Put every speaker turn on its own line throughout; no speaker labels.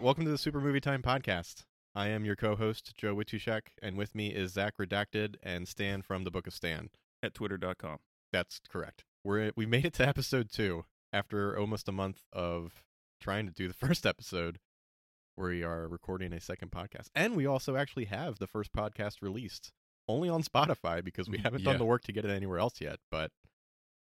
Welcome to the Super Movie Time podcast. I am your co-host Joe Witushek, and with me is Zach Redacted and Stan from the Book of Stan.
at twitter.com.
That's correct. We're we made it to episode two after almost a month of trying to do the first episode. We are recording a second podcast, and we also actually have the first podcast released only on Spotify because we
Mm,
haven't
yeah.
done the work to get it anywhere else yet. But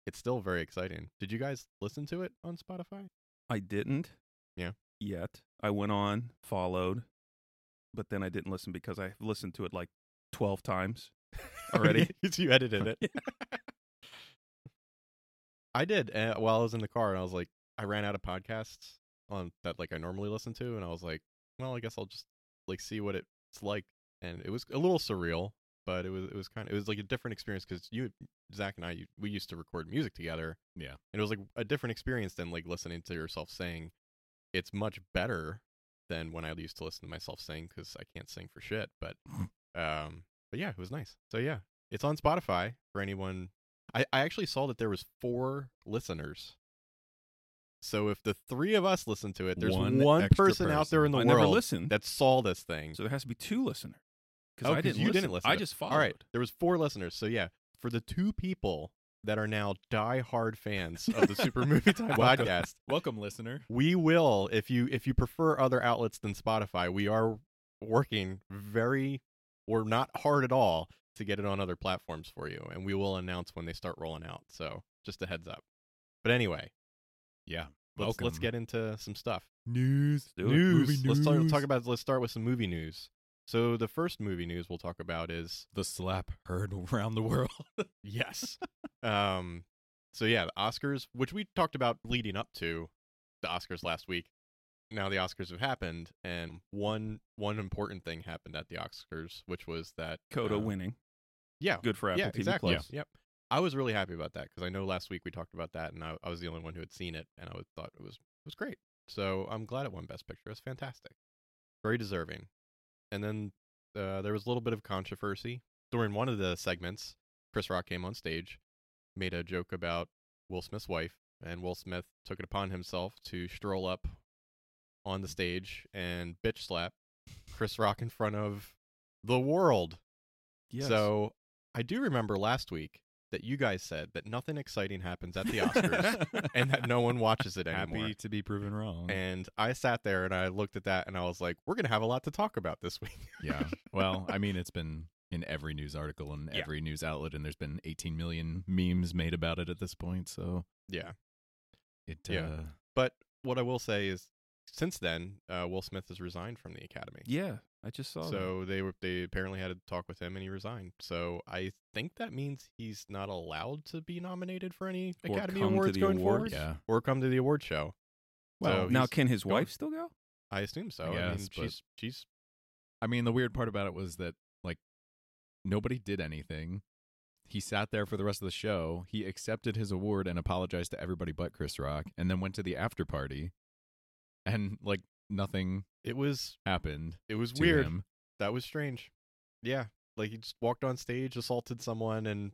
it's still very exciting. Did you guys listen to it on Spotify?
I didn't.
Yeah.
Yet. I went on, followed, but then I didn't listen because I listened to it like 12 times already.
you edited it. I did uh, while I was in the car, and I was like, I ran out of podcasts on that like I normally listen to, and I was like, well, I guess I'll just like see what it's like, and it was a little surreal, but it was it was kind of it was like a different experience because you Zach and I you- we used to record music together,
Yeah.
and it was like a different experience than like listening to yourself sing. It's much better than when I used to listen to myself sing because I can't sing for shit, but um, but yeah, it was nice. So yeah, it's on Spotify for anyone. I, I actually saw that there was four listeners. So if the three of us listen to it, there's one,
One extra
person, out there in the
I
world
never listened.
that saw this thing.
so there has to be two listeners.
Oh,
Because I
'cause
didn't
you
listen.
didn't listen
I
to it.
just followed.
All right, there was four listeners. So yeah, for the two people that are now die-hard fans of the Super Movie Time
Welcome.
podcast,
Welcome, listener.
we will if you if you prefer other outlets than spotify we are working very or not hard at all to get it on other platforms for you and we will announce when they start rolling out so just a heads up but anyway
Yeah.
let's, let's
Welcome.
get into some stuff
News.
Do it.
Movie
let's talk,
news.
talk about let's start with some movie news so the first movie news we'll talk about is
The slap heard around the world.
yes um so yeah the oscars which we talked about leading up to the oscars last week now the oscars have happened and one one important thing happened at the oscars which was that
Coda
uh,
winning.
yeah
Good for Apple
yeah
TV
exactly
Plus.
yep i was really happy about that because i know last week we talked about that and I, I was the only one who had seen it and i was, thought it was it was great so i'm glad it won best picture it's fantastic very deserving and then uh, there was a little bit of controversy during one of the segments chris rock came on stage made a joke about will smith's wife and will smith took it upon himself to stroll up on the stage and bitch slap chris rock in front of the world
Yes.
so I do remember last week that you guys said that nothing exciting happens at the Oscars and that no one watches it
Happy
anymore.
to be proven wrong.
And I sat there and I looked at that and I was like, we're going to have a lot to talk about this week.
yeah. Well, I mean, it's been in every news article and
Yeah.
every news outlet, and there's been 18 million memes made about it at this point. So
yeah.
it.
Yeah.
Uh,
But what I will say is since then, uh, Will Smith has resigned from the Academy.
yeah, I just saw that.
So they were they apparently had a talk with him and he resigned. So I think that means he's not allowed to be nominated for any
Or
Academy
come to
Awards
the
going forward
awards.
yeah.
or come to the award show.
Well,
so
now
he's-
can his
gone.
wife still go?
I assume so. I, mean,
guess, but-
she's she's
I mean, the weird part about it was that like nobody did anything. He sat there for the rest of the show. He accepted his award and apologized to everybody but Chris Rock, and then went to the after party, and like nothing
it was
happened.
it was
to
weird.
him.
That was strange. Yeah, like he just walked on stage, assaulted someone, and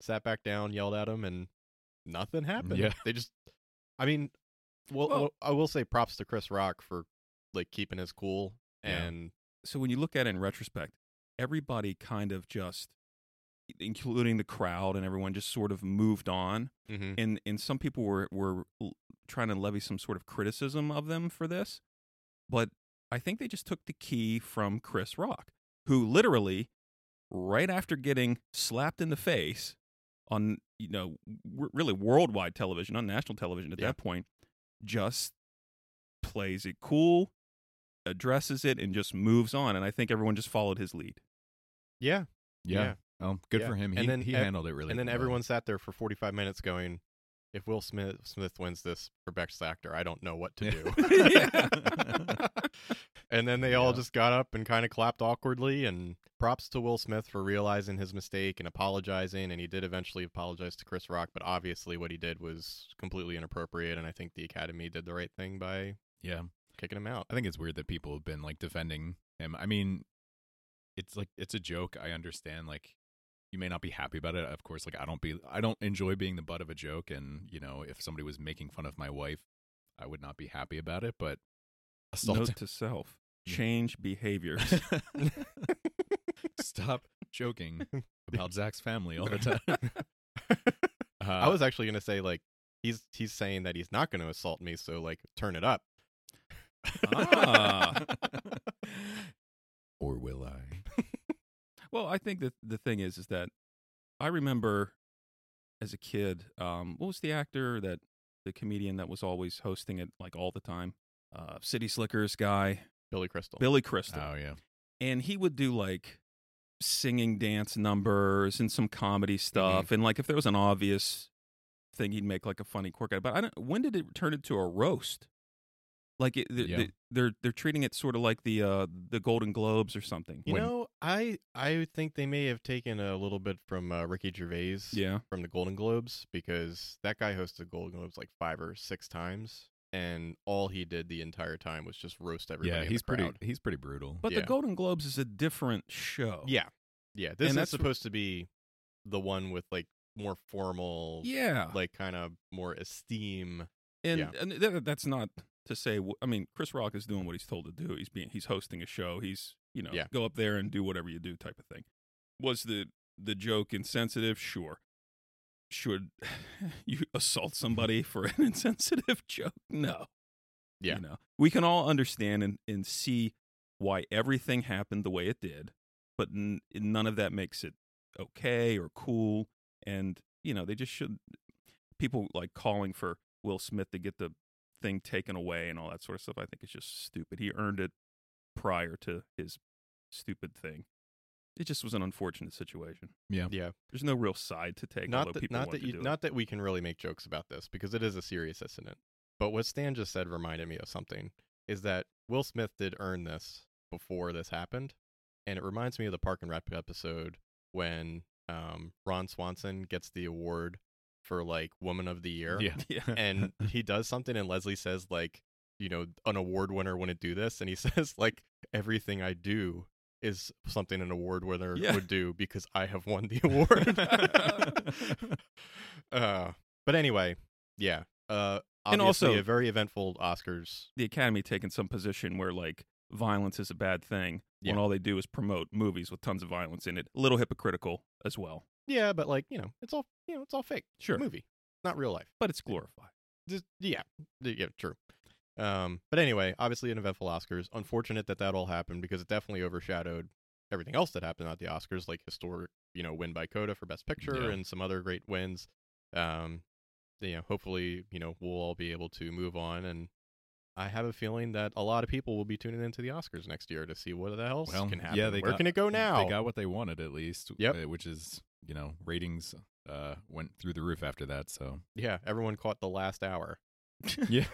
sat back down, yelled at him, and nothing happened.
Yeah.
they just. I mean, well,
Well-
I will say props to Chris Rock for like keeping his cool
Yeah.
and
so when you look at it in retrospect, everybody kind of just, including the crowd and everyone, just sort of moved on.
Mhm.
And and some people were were l- trying to levy some sort of criticism of them for this, but I think they just took the key from Chris Rock, who literally, right after getting slapped in the face on you know w- really worldwide television on national television at
Yeah.
that point, just plays it cool, addresses it, and just moves on. And I think everyone just followed his lead.
yeah,
Yeah.
Yeah.
Oh, good
Yeah.
for him.
And
He,
then
he
ev-
handled it really.
and then
well.
everyone sat there for forty five minutes going. If Will Smith Smith wins this for Best Actor, I don't know what to do.
Yeah.
and then they all
Yeah.
just got up and kind of clapped awkwardly. And props to Will Smith for realizing his mistake and apologizing. And he did eventually apologize to Chris Rock, but obviously what he did was completely inappropriate. And I think the Academy did the right thing by
Yeah,
kicking him out.
I think it's weird that people have been like defending him. I mean, it's like it's a joke. I understand. Like, you may not be happy about it. Of course, like I don't be. I don't enjoy being the butt of a joke. And you know, if somebody was making fun of my wife, I would not be happy about it. But Assault.
Note to self:
Yeah.
change behaviors.
Stop joking about Zach's family all the time. Uh,
I was actually gonna say like he's he's saying that he's not gonna assault me, so like turn it up.
Ah.
uh, or will I?
Well, I think that the thing is, is that I remember as a kid, um, what was the actor that the comedian that was always hosting it like all the time? Uh, City Slickers guy,
Billy Crystal.
Billy Crystal.
Uh,
Oh yeah.
And he would do like singing dance numbers and some
Mm-hmm.
comedy stuff. And like if there was an obvious thing, he'd make like a funny quirk out of it. But I don't, when did it turn into a roast? Like it, the,
Yeah.
the- they're they're treating it sort of like the uh, the Golden Globes or something.
you
When-
know, I I think they may have taken a little bit from uh, Ricky Gervais
yeah,
from the Golden Globes because that guy hosted Golden Globes like five or six times, and all he did the entire time was just roast everybody.
yeah,
in
he's
the crowd.
pretty. He's pretty brutal.
But
Yeah.
the Golden Globes is a different
oh.
show.
Yeah, yeah. This is
that's-
supposed to be the one with like more formal,
Yeah.
like kind of more esteem.
and
yeah.
and th- that's not to say wh- I mean Chris Rock is doing what he's told to do. He's being he's hosting a show. He's, you know,
Yeah.
go up there and do whatever you do type of thing. Was the the joke insensitive? Sure. Should you assault somebody for an insensitive joke? No.
Yeah.
You know, we can all understand and, and see why everything happened the way it did, but n- none of that makes it okay or cool. And, you know, they just should, people like calling for Will Smith to get the thing taken away and all that sort of stuff. I think it's just stupid. He earned it prior to his stupid thing. It just was an unfortunate situation.
yeah.
Yeah,
There's no real side to take. although
not that
people
not
want
that
to
you,
do it.
not that we can really make jokes about this because it is a serious incident. But what Stan just said reminded me of something is that Will Smith did earn this before this happened, and it reminds me of the Park and Rec episode when um, Ron Swanson gets the award for like Woman of the Year.
Yeah.
yeah.
and he does something and leslie says like you know an award winner wouldn't do this and he says like everything i do is something an award winner
Yeah.
would do because i have won the award uh, but anyway yeah uh
And
obviously
also-
a very eventful oscars
The Academy taking some position where like violence is a bad thing when
Yeah.
all they do is promote movies with tons of violence in it. A little hypocritical as well.
yeah but like you know it's all you know it's all fake
Sure.
movie not real life
But it's glorified.
just, yeah, th- yeah, true. Um, but anyway, obviously an eventful Oscars. Unfortunate that that all happened because it definitely overshadowed everything else that happened at the Oscars, like historic, you know, win by Coda for Best Picture
Yeah.
and some other great wins. Um, you know, hopefully, you know, we'll all be able to move on. And I have a feeling that a lot of people will be tuning into the Oscars next year to see what the hell
Well,
can
yeah,
happen.
they
Where
got-
can it go now?
They got what they wanted at least.
Yep.
uh, Which is you know ratings uh went through the roof after that. So
yeah, everyone caught the last hour.
yeah.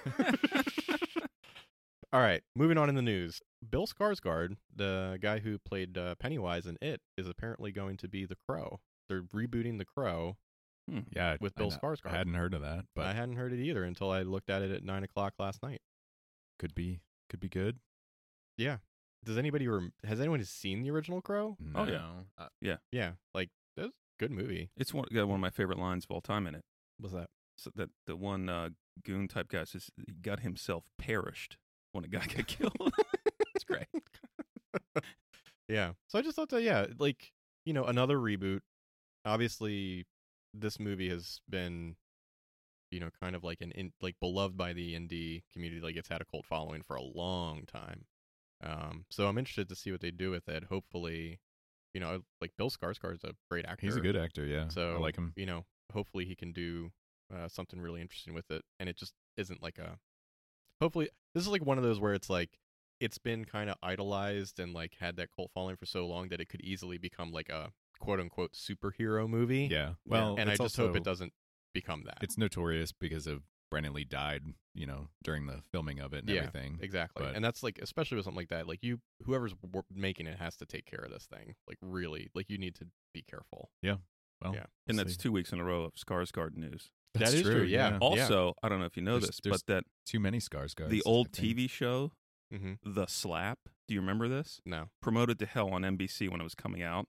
All right, moving on in the news. Bill Skarsgård, the guy who played uh, Pennywise in It, is apparently going to be the Crow. They're rebooting the Crow
Yeah.
with
Hmm. I
Bill
know-
Skarsgård.
I hadn't heard of that, but
I hadn't heard it either until I looked at it at nine o'clock last night.
could be could be good.
Does anybody rem- has anyone seen the original Crow?
Oh, yeah.
No. Uh,
Yeah, like that's a good movie.
It's one got one of my favorite lines of all time in it.
Was that?
So that the one uh, goon type guy says he got himself perished when a guy got killed.
It's great. yeah. So I just thought that yeah, like you know, another reboot. Obviously, this movie has been, you know, kind of like an in, like beloved by the indie community. Like it's had a cult following for a long time. Um, so I'm interested to see what they do with it. Hopefully, you know, like Bill Skarsgård is a great actor.
He's a good actor. Yeah.
So
I like him.
You know, hopefully he can do uh, something really interesting with it, and it just isn't like a. Hopefully, this is like one of those where it's like it's been kind of idolized and like had that cult following for so long that it could easily become like a quote unquote superhero movie.
Yeah. Well,
and I
it's
just hope
also-
it doesn't become that.
It's notorious because of Brandon Lee died. You know during the filming of it and
Yeah,
everything.
exactly,
but-
and that's like especially with something like that. Like you, whoever's w- making it has to take care of this thing. Like really, like you need to be careful.
Well,
yeah.
and
we'll
that's
see. Uh,
two weeks in a row of Skarsgård news.
That is true, yeah. Oh.
Also, I don't know if you know
There's-
this,
there's uh,
but that
Too many scars, guys.
the old TV show,
Mm-hmm.
The Slap, do you remember this?
No,
Promoted to hell on NBC when it was coming out.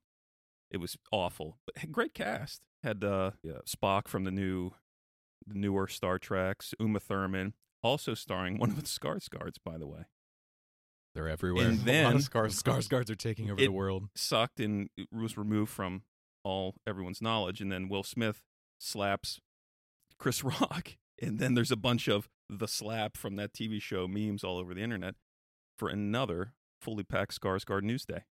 It was awful, but had great cast. Had uh, yeah, Spock from the new, the newer Star Treks, Uma Thurman, also starring one of the Skarsgårds, by the way.
They're everywhere.
And then-
scars,
Scars guards are taking over
It-
the world.
sucked and it was removed from all everyone's knowledge. And then Will Smith slaps Chris Rock, and then there's a bunch of the slap from that TV show memes all over the internet for another fully packed Skarsgård news day.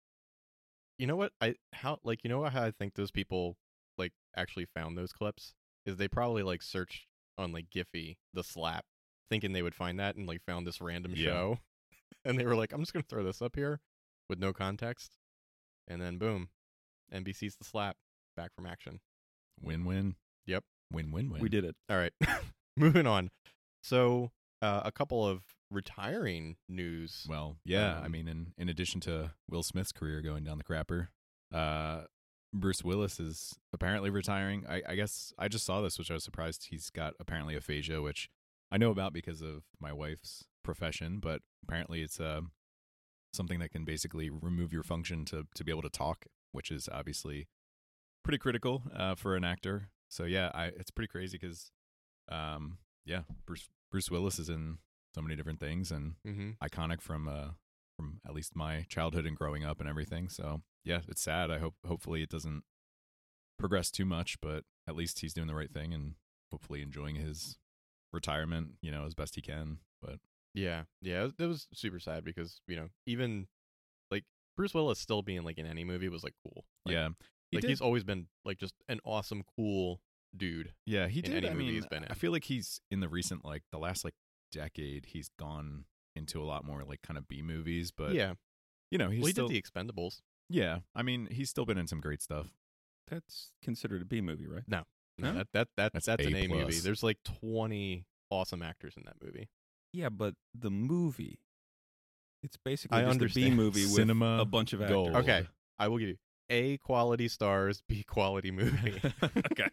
You know what? I how like you know how I think those people like actually found those clips is they probably like searched on like Giphy the slap, thinking they would find that and like found this random
Yeah.
show, and they were like, I'm just gonna throw this up here with no context, and then boom, NBC's the slap back from action.
Win win.
Yep.
Win win win.
We did it.
All right, moving on. So uh, a couple of retiring news.
Well, yeah. I
Um,
mean, in in addition to Will Smith's career going down the crapper, uh, Bruce Willis is apparently retiring. I, I guess I just saw this, which I was surprised. He's got apparently aphasia, which I know about because of my wife's profession, but apparently it's uh, something that can basically remove your function to to be able to talk, which is obviously pretty critical uh, for an actor. So yeah, I, it's pretty crazy because, um, yeah, Bruce Bruce Willis is in so many different things and
mm-hmm.
iconic from uh from at least my childhood and growing up and everything. So yeah, it's sad. I hope hopefully it doesn't progress too much, but at least he's doing the right thing and hopefully enjoying his retirement, you know, as best he can. But
Yeah, yeah, it was, it was super sad because you know even like Bruce Willis still being like in any movie was like cool. Like,
yeah, he
like
did-
he's always been like just an awesome, cool dude.
yeah he
in
did.
any
I
movie
mean,
he's been
I
in.
feel like he's in the recent like the last like decade he's gone into a lot more like kind of B movies, but
yeah,
you know he's
well, he
still
did the Expendables.
yeah. I mean he's still been in some great stuff.
That's considered a B movie, right?
No,
Huh?
that that that
That's
that's, an
A
A movie.
plus.
There's like 20 awesome actors in that movie.
Yeah, but the movie, it's basically
I
just a B
understand.
movie with
Cinema
a bunch of actors.
gold.
Okay, I will give you A quality stars, B quality movie.
okay.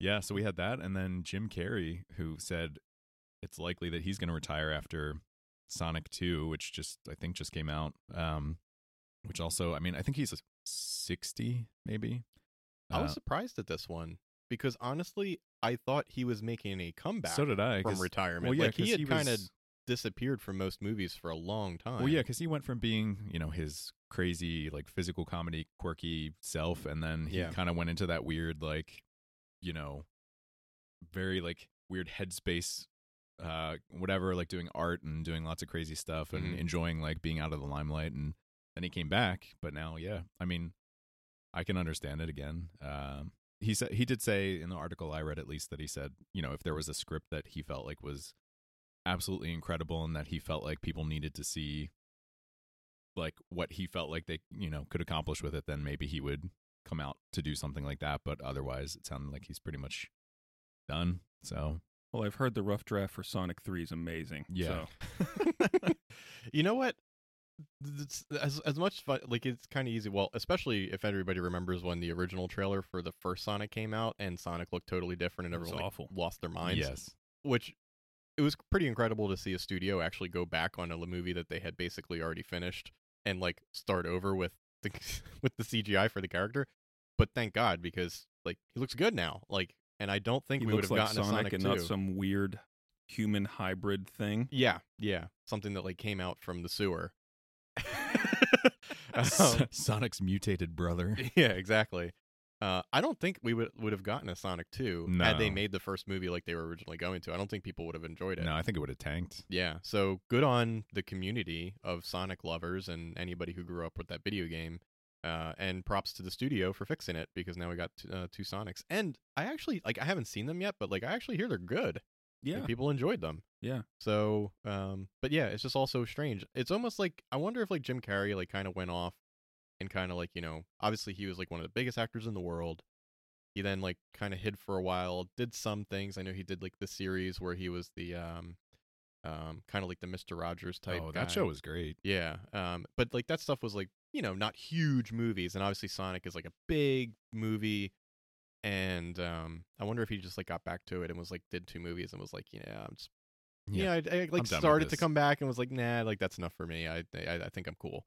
Yeah, so we had that, and then Jim Carrey, who said it's likely that he's going to retire after Sonic Two, which just I think just came out. Um, which also, I mean, I think he's sixty, maybe.
I was
Uh,
surprised at this one because honestly, I thought he was making a comeback
so did I.
from
'cause-
retirement.
well, yeah,
like he
'cause
had
he
kind of
was-
disappeared from most movies for a long time.
Well, yeah, because he went from being, you know, his crazy, like physical comedy, quirky self, and then he
Yeah.
kind of went into that weird, like, you know, very like weird headspace, uh, whatever, like doing art and doing lots of crazy stuff and
Mhm.
enjoying like being out of the limelight. And then he came back, but now, yeah, I mean, I can understand it again. Um, he said he did say in the article I read at least that he said, you know, if there was a script that he felt like was absolutely incredible and that he felt like people needed to see like what he felt like they, you know, could accomplish with it, then maybe he would come out to do something like that, but otherwise it sounded like he's pretty much done. So,
Well, I've heard the rough draft for Sonic 3 is amazing.
Yeah.
so-
you know what? It's- as as much fun, like it's kind of easy. Well, especially if everybody remembers when the original trailer for the first Sonic came out, and Sonic looked totally different, and
It was
everyone like,
awful.
lost their minds.
yes.
Which it was pretty incredible to see a studio actually go back on a l- movie that they had basically already finished and like start over with the with the CGI for the character. But thank God because like he looks good now. Like, and I don't think
he
we would
looks
have
like
gotten
Sonic,
a Sonic
and
2.
not some weird human hybrid thing.
Yeah, yeah, something that like came out from the sewer.
S-
Um,
Sonic's mutated brother.
yeah, exactly. Uh, I don't think we would would have gotten a Sonic two had they
No.
made the first movie like they were originally going to. I don't think people would have enjoyed it.
No, I think it would have tanked.
Yeah, so good on the community of Sonic lovers and anybody who grew up with that video game. Uh, and props to the studio for fixing it because now we got t- uh, two Sonics. And I actually like I haven't seen them yet, but like I actually hear they're good and
Yeah.
people enjoyed them.
Yeah.
So, um, but yeah, it's just also strange. It's almost like I wonder if like Jim Carrey like kind of went off and kind of like you know, obviously he was like one of the biggest actors in the world. He then like kind of hid for a while, did some things. I know he did like the series where he was the um, um, kind of like the Mister Rogers type.
Oh, that
guy.
show was great.
Yeah. Um, but like that stuff was like, you know, not huge movies. And obviously Sonic is like a big movie. And um, I wonder if he just like got back to it and was like, did two movies and was like, yeah, I'm just, yeah, I, I
I'm
like
done with
started to
this.
come back and was like, nah, like that's enough for me. I, I, I think I'm cool.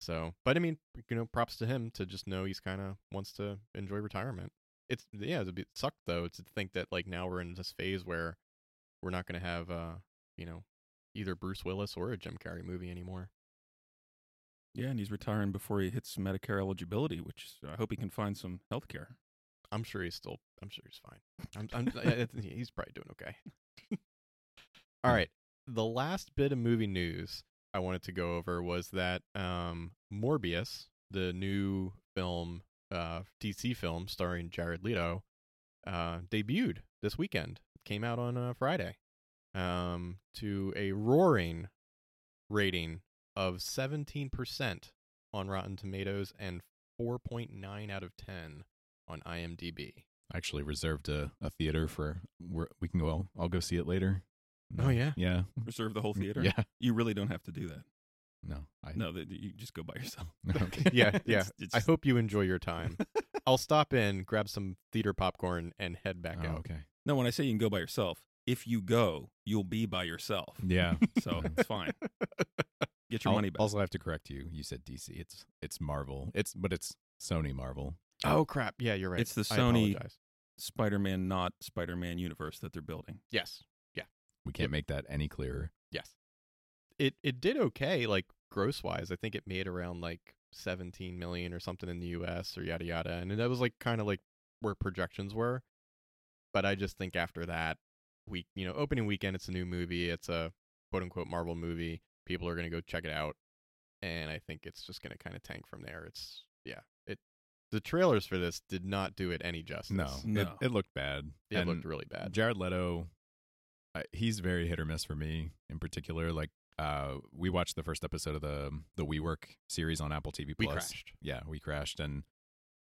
So, but I mean, you know, props to him to just know he's kind of wants to enjoy retirement. It's, yeah, it'd be, it sucked though to think that like now we're in this phase where we're not going to have, uh, you know, either Bruce Willis or a Jim Carrey movie anymore.
Yeah, and he's retiring before he hits Medicare eligibility, which I hope he can find some health care.
I'm sure he's still. I'm sure he's fine. I'm, I'm, I- I think he's probably doing okay. All right. The last bit of movie news I wanted to go over was that um, Morbius, the new film, uh, DC film starring Jared Leto, uh, debuted this weekend. It came out on uh, Friday um, to a roaring rating of 17% on Rotten Tomatoes and 4.9 out of 10 on IMDb.
I actually reserved a, a theater for where we can go. I'll, I'll go see it later. No.
Oh, yeah?
Yeah.
Reserve the whole theater.
Yeah.
You really don't have to do that.
No. I,
No, th- you just go by yourself.
Okay.
Yeah, yeah.
It's- it's
I
just-
hope you enjoy your time. I'll stop in, grab some theater popcorn, and head back
Oh,
out.
okay.
No, when I say you can go by yourself, if you go, you'll be by yourself.
Yeah.
So it's fine. Get your
I'll
money back.
Also, have to correct you. You said DC. It's it's Marvel. It's but it's Sony Marvel.
Oh crap! Yeah, you're right.
It's the
I
Sony-
apologize.
Spider-Man, not Spider-Man universe that they're building.
Yes,
We can't make that any clearer.
yes. It it did okay, like gross wise. I think it made around like 17 million or something in the U.S. or yada yada, and that was like kind of like where projections were. But I just think after that week, you know, opening weekend, it's a new movie. It's a quote unquote Marvel movie. People are gonna go check it out, and I think it's just gonna kind of tank from there. It's yeah, it. The trailers for this did not do it any justice.
No, It,
No.
it looked bad.
it
And
looked really bad.
Jared Leto, I, he's very hit or miss for me in particular. Like, uh, we watched the first episode of the the WeWork series on Apple TV Plus.
We crashed.
Yeah, we crashed, and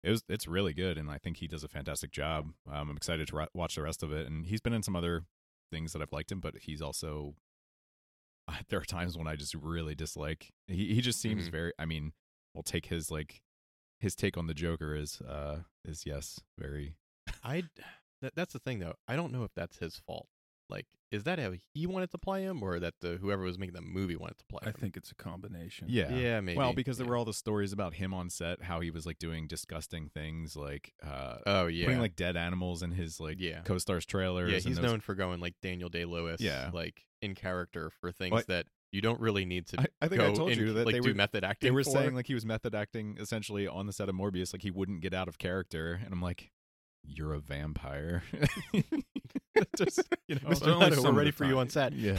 it was it's really good, and I think he does a fantastic job. Um, I'm excited to ri- watch the rest of it, and he's been in some other things that I've liked him, but he's also there are times when I just really dislike. He he just seems
Mhm.
very. I mean, we'll take his like his take on the Joker is uh is yes very
I that, that's the thing though. I don't know if that's his fault. Like, is that how he wanted to play him, or that the whoever was making the movie wanted to play
I
him?
think it's a combination.
yeah
Yeah, maybe.
Well, because there
Yeah.
were all the stories about him on set, how he was like doing disgusting things, like uh,
Oh yeah.
putting like dead animals in his like
Yeah.
co-stars trailers.
yeah,
and
he's
those-
known for going like Daniel Day Lewis.
Yeah.
Like in character for things
Well, I-
that you don't really need to.
I, I think
go
I told
and,
you that
like
they
do
were
method acting.
they were
for.
saying like he was method acting essentially on the set of Morbius, like he wouldn't get out of character, and I'm like, you're a vampire. Just you know,
Mr.
Well, only
Leto,
some
we're
of
ready
the
for you
time.
on set.
yeah,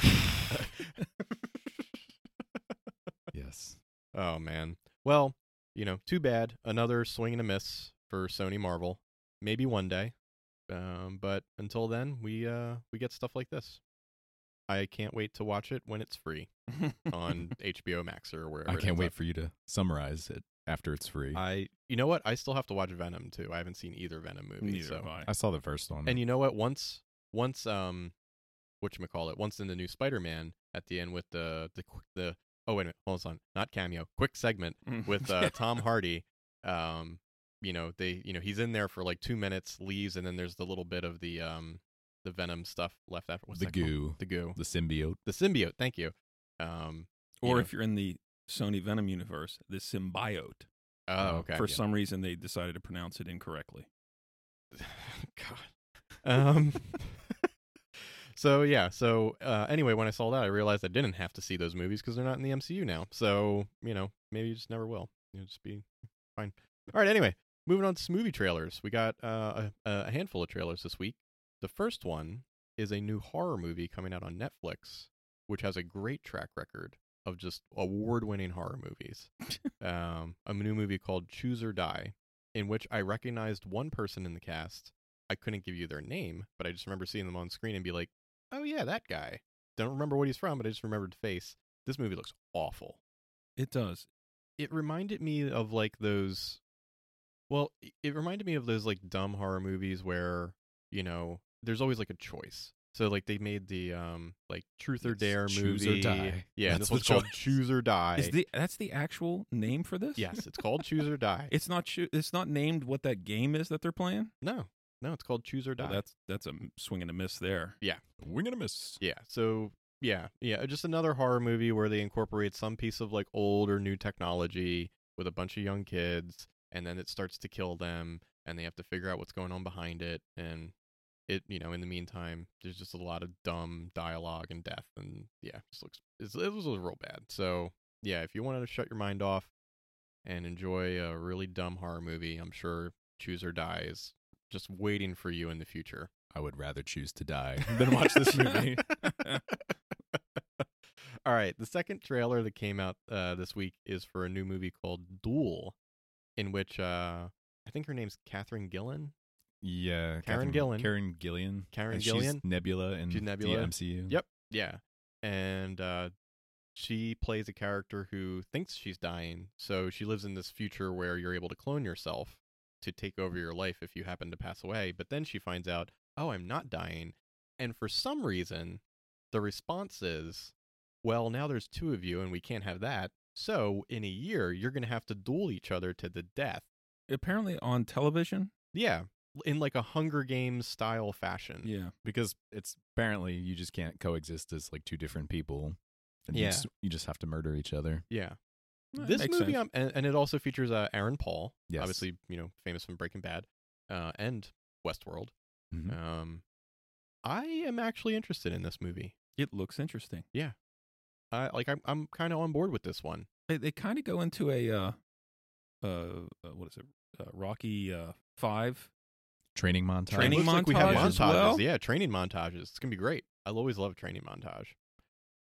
yes,
Oh man. Well, you know, too bad. Another swing and a miss for Sony Marvel. Maybe one day. Um, but until then, we uh we get stuff like this. I can't wait to watch it when it's free on HBO Max or wherever.
I
it
can't
ends
wait
up.
for you to summarize it after it's free. I,
I you know what? I still have to watch Venom too. I haven't seen either Venom movie.
Neither
so
have I.
saw the first one,
and you know what? Once, once, um, what you call it? Once in the new Spider-Man at the end with the the qu- the oh wait a minute, hold on, not cameo, quick segment
Mm.
with uh, Tom Hardy. Um, you know they you know he's in there for like two minutes, leaves, and then there's the little bit of the um the Venom stuff left after what's
the
that called?
goo,
the goo,
the symbiote.
the symbiote. Thank you. Um,
Or
Yeah.
if you're in the Sony Venom universe, the symbiote.
oh
Oh,
okay.
For some reason, they decided to pronounce it incorrectly.
God. Um. so yeah. So uh, anyway, when I saw that, I realized I didn't have to see those movies because they're not in the MCU now. So you know, maybe you just never will. You'll just be fine. All right. Anyway, moving on to movie trailers. We got uh, a, a handful of trailers this week. The first one is a new horror movie coming out on Netflix, which has a great track record of just award-winning horror movies. um, a new movie called Choose or Die, in which I recognized one person in the cast. I couldn't give you their name, but I just remember seeing them on screen and be like, "Oh yeah, that guy." Don't remember what he's from, but I just remembered the face. This movie looks awful.
It does.
It reminded me of like those well, i- it reminded me of those like dumb horror movies where, you know, there's always like a choice. So like they made the um like Truth or
It's
Dare
Choose or
movie.
Die.
Yeah, and this
That's the
one's called
choice.
Choose or Die.
Is the that's the actual name for this?
yes, it's called Choose or Die.
It's not. choo- It's not named what that game is that they're playing.
No. No, it's called Choose or Die.
Well, that's that's a swing and a miss there.
We're gonna miss.
Yeah. So yeah, yeah, just another horror movie where they incorporate some piece of like old or new technology with a bunch of young kids, and then it starts to kill them, and they have to figure out what's going on behind it, and it you know in the meantime there's just a lot of dumb dialogue and death and yeah it just looks it's, it was real bad so yeah if you want to shut your mind off and enjoy a really dumb horror movie i'm sure choose or die is just waiting for you in the future
I would rather choose to die than watch this movie.
all right the second trailer that came out uh, this week is for a new movie called duel in which uh, i think her name's catherine gillan
yeah,
Karen Gillan.
Karen Gillian.
Karen
And
Gillian?
She's Nebula in
She's Nebula.
the MCU.
Yep. Yeah. And uh, she plays a character who thinks she's dying. So she lives in this future where you're able to clone yourself to take
Mm-hmm.
over your life if you happen to pass away. But then she finds out, oh, I'm not dying. And for some reason, the response is, well, now there's two of you and we can't have that. So in a year, you're going to have to duel each other to the death.
Apparently on television.
Yeah. In like a Hunger Games style fashion.
Yeah.
Because it's apparently you just can't coexist as like two different people. And you
Yeah.
just, you just have to murder each other.
Yeah.
Eh,
this
makes
movie
sense.
um, and, and it also features uh, aaron paul
Yes.
obviously you know famous from breaking bad uh, and westworld
Mhm.
um, i am actually interested in this movie
it looks interesting.
I like i'm, I'm kind of on board with this one
They, they kind of go into a uh, uh, uh, what is it? Uh, Rocky uh, Five.
Training
It
montage.
Training
looks like we have
montages
montages
as
well?
yeah training montages it's gonna be great i'll always love a training montage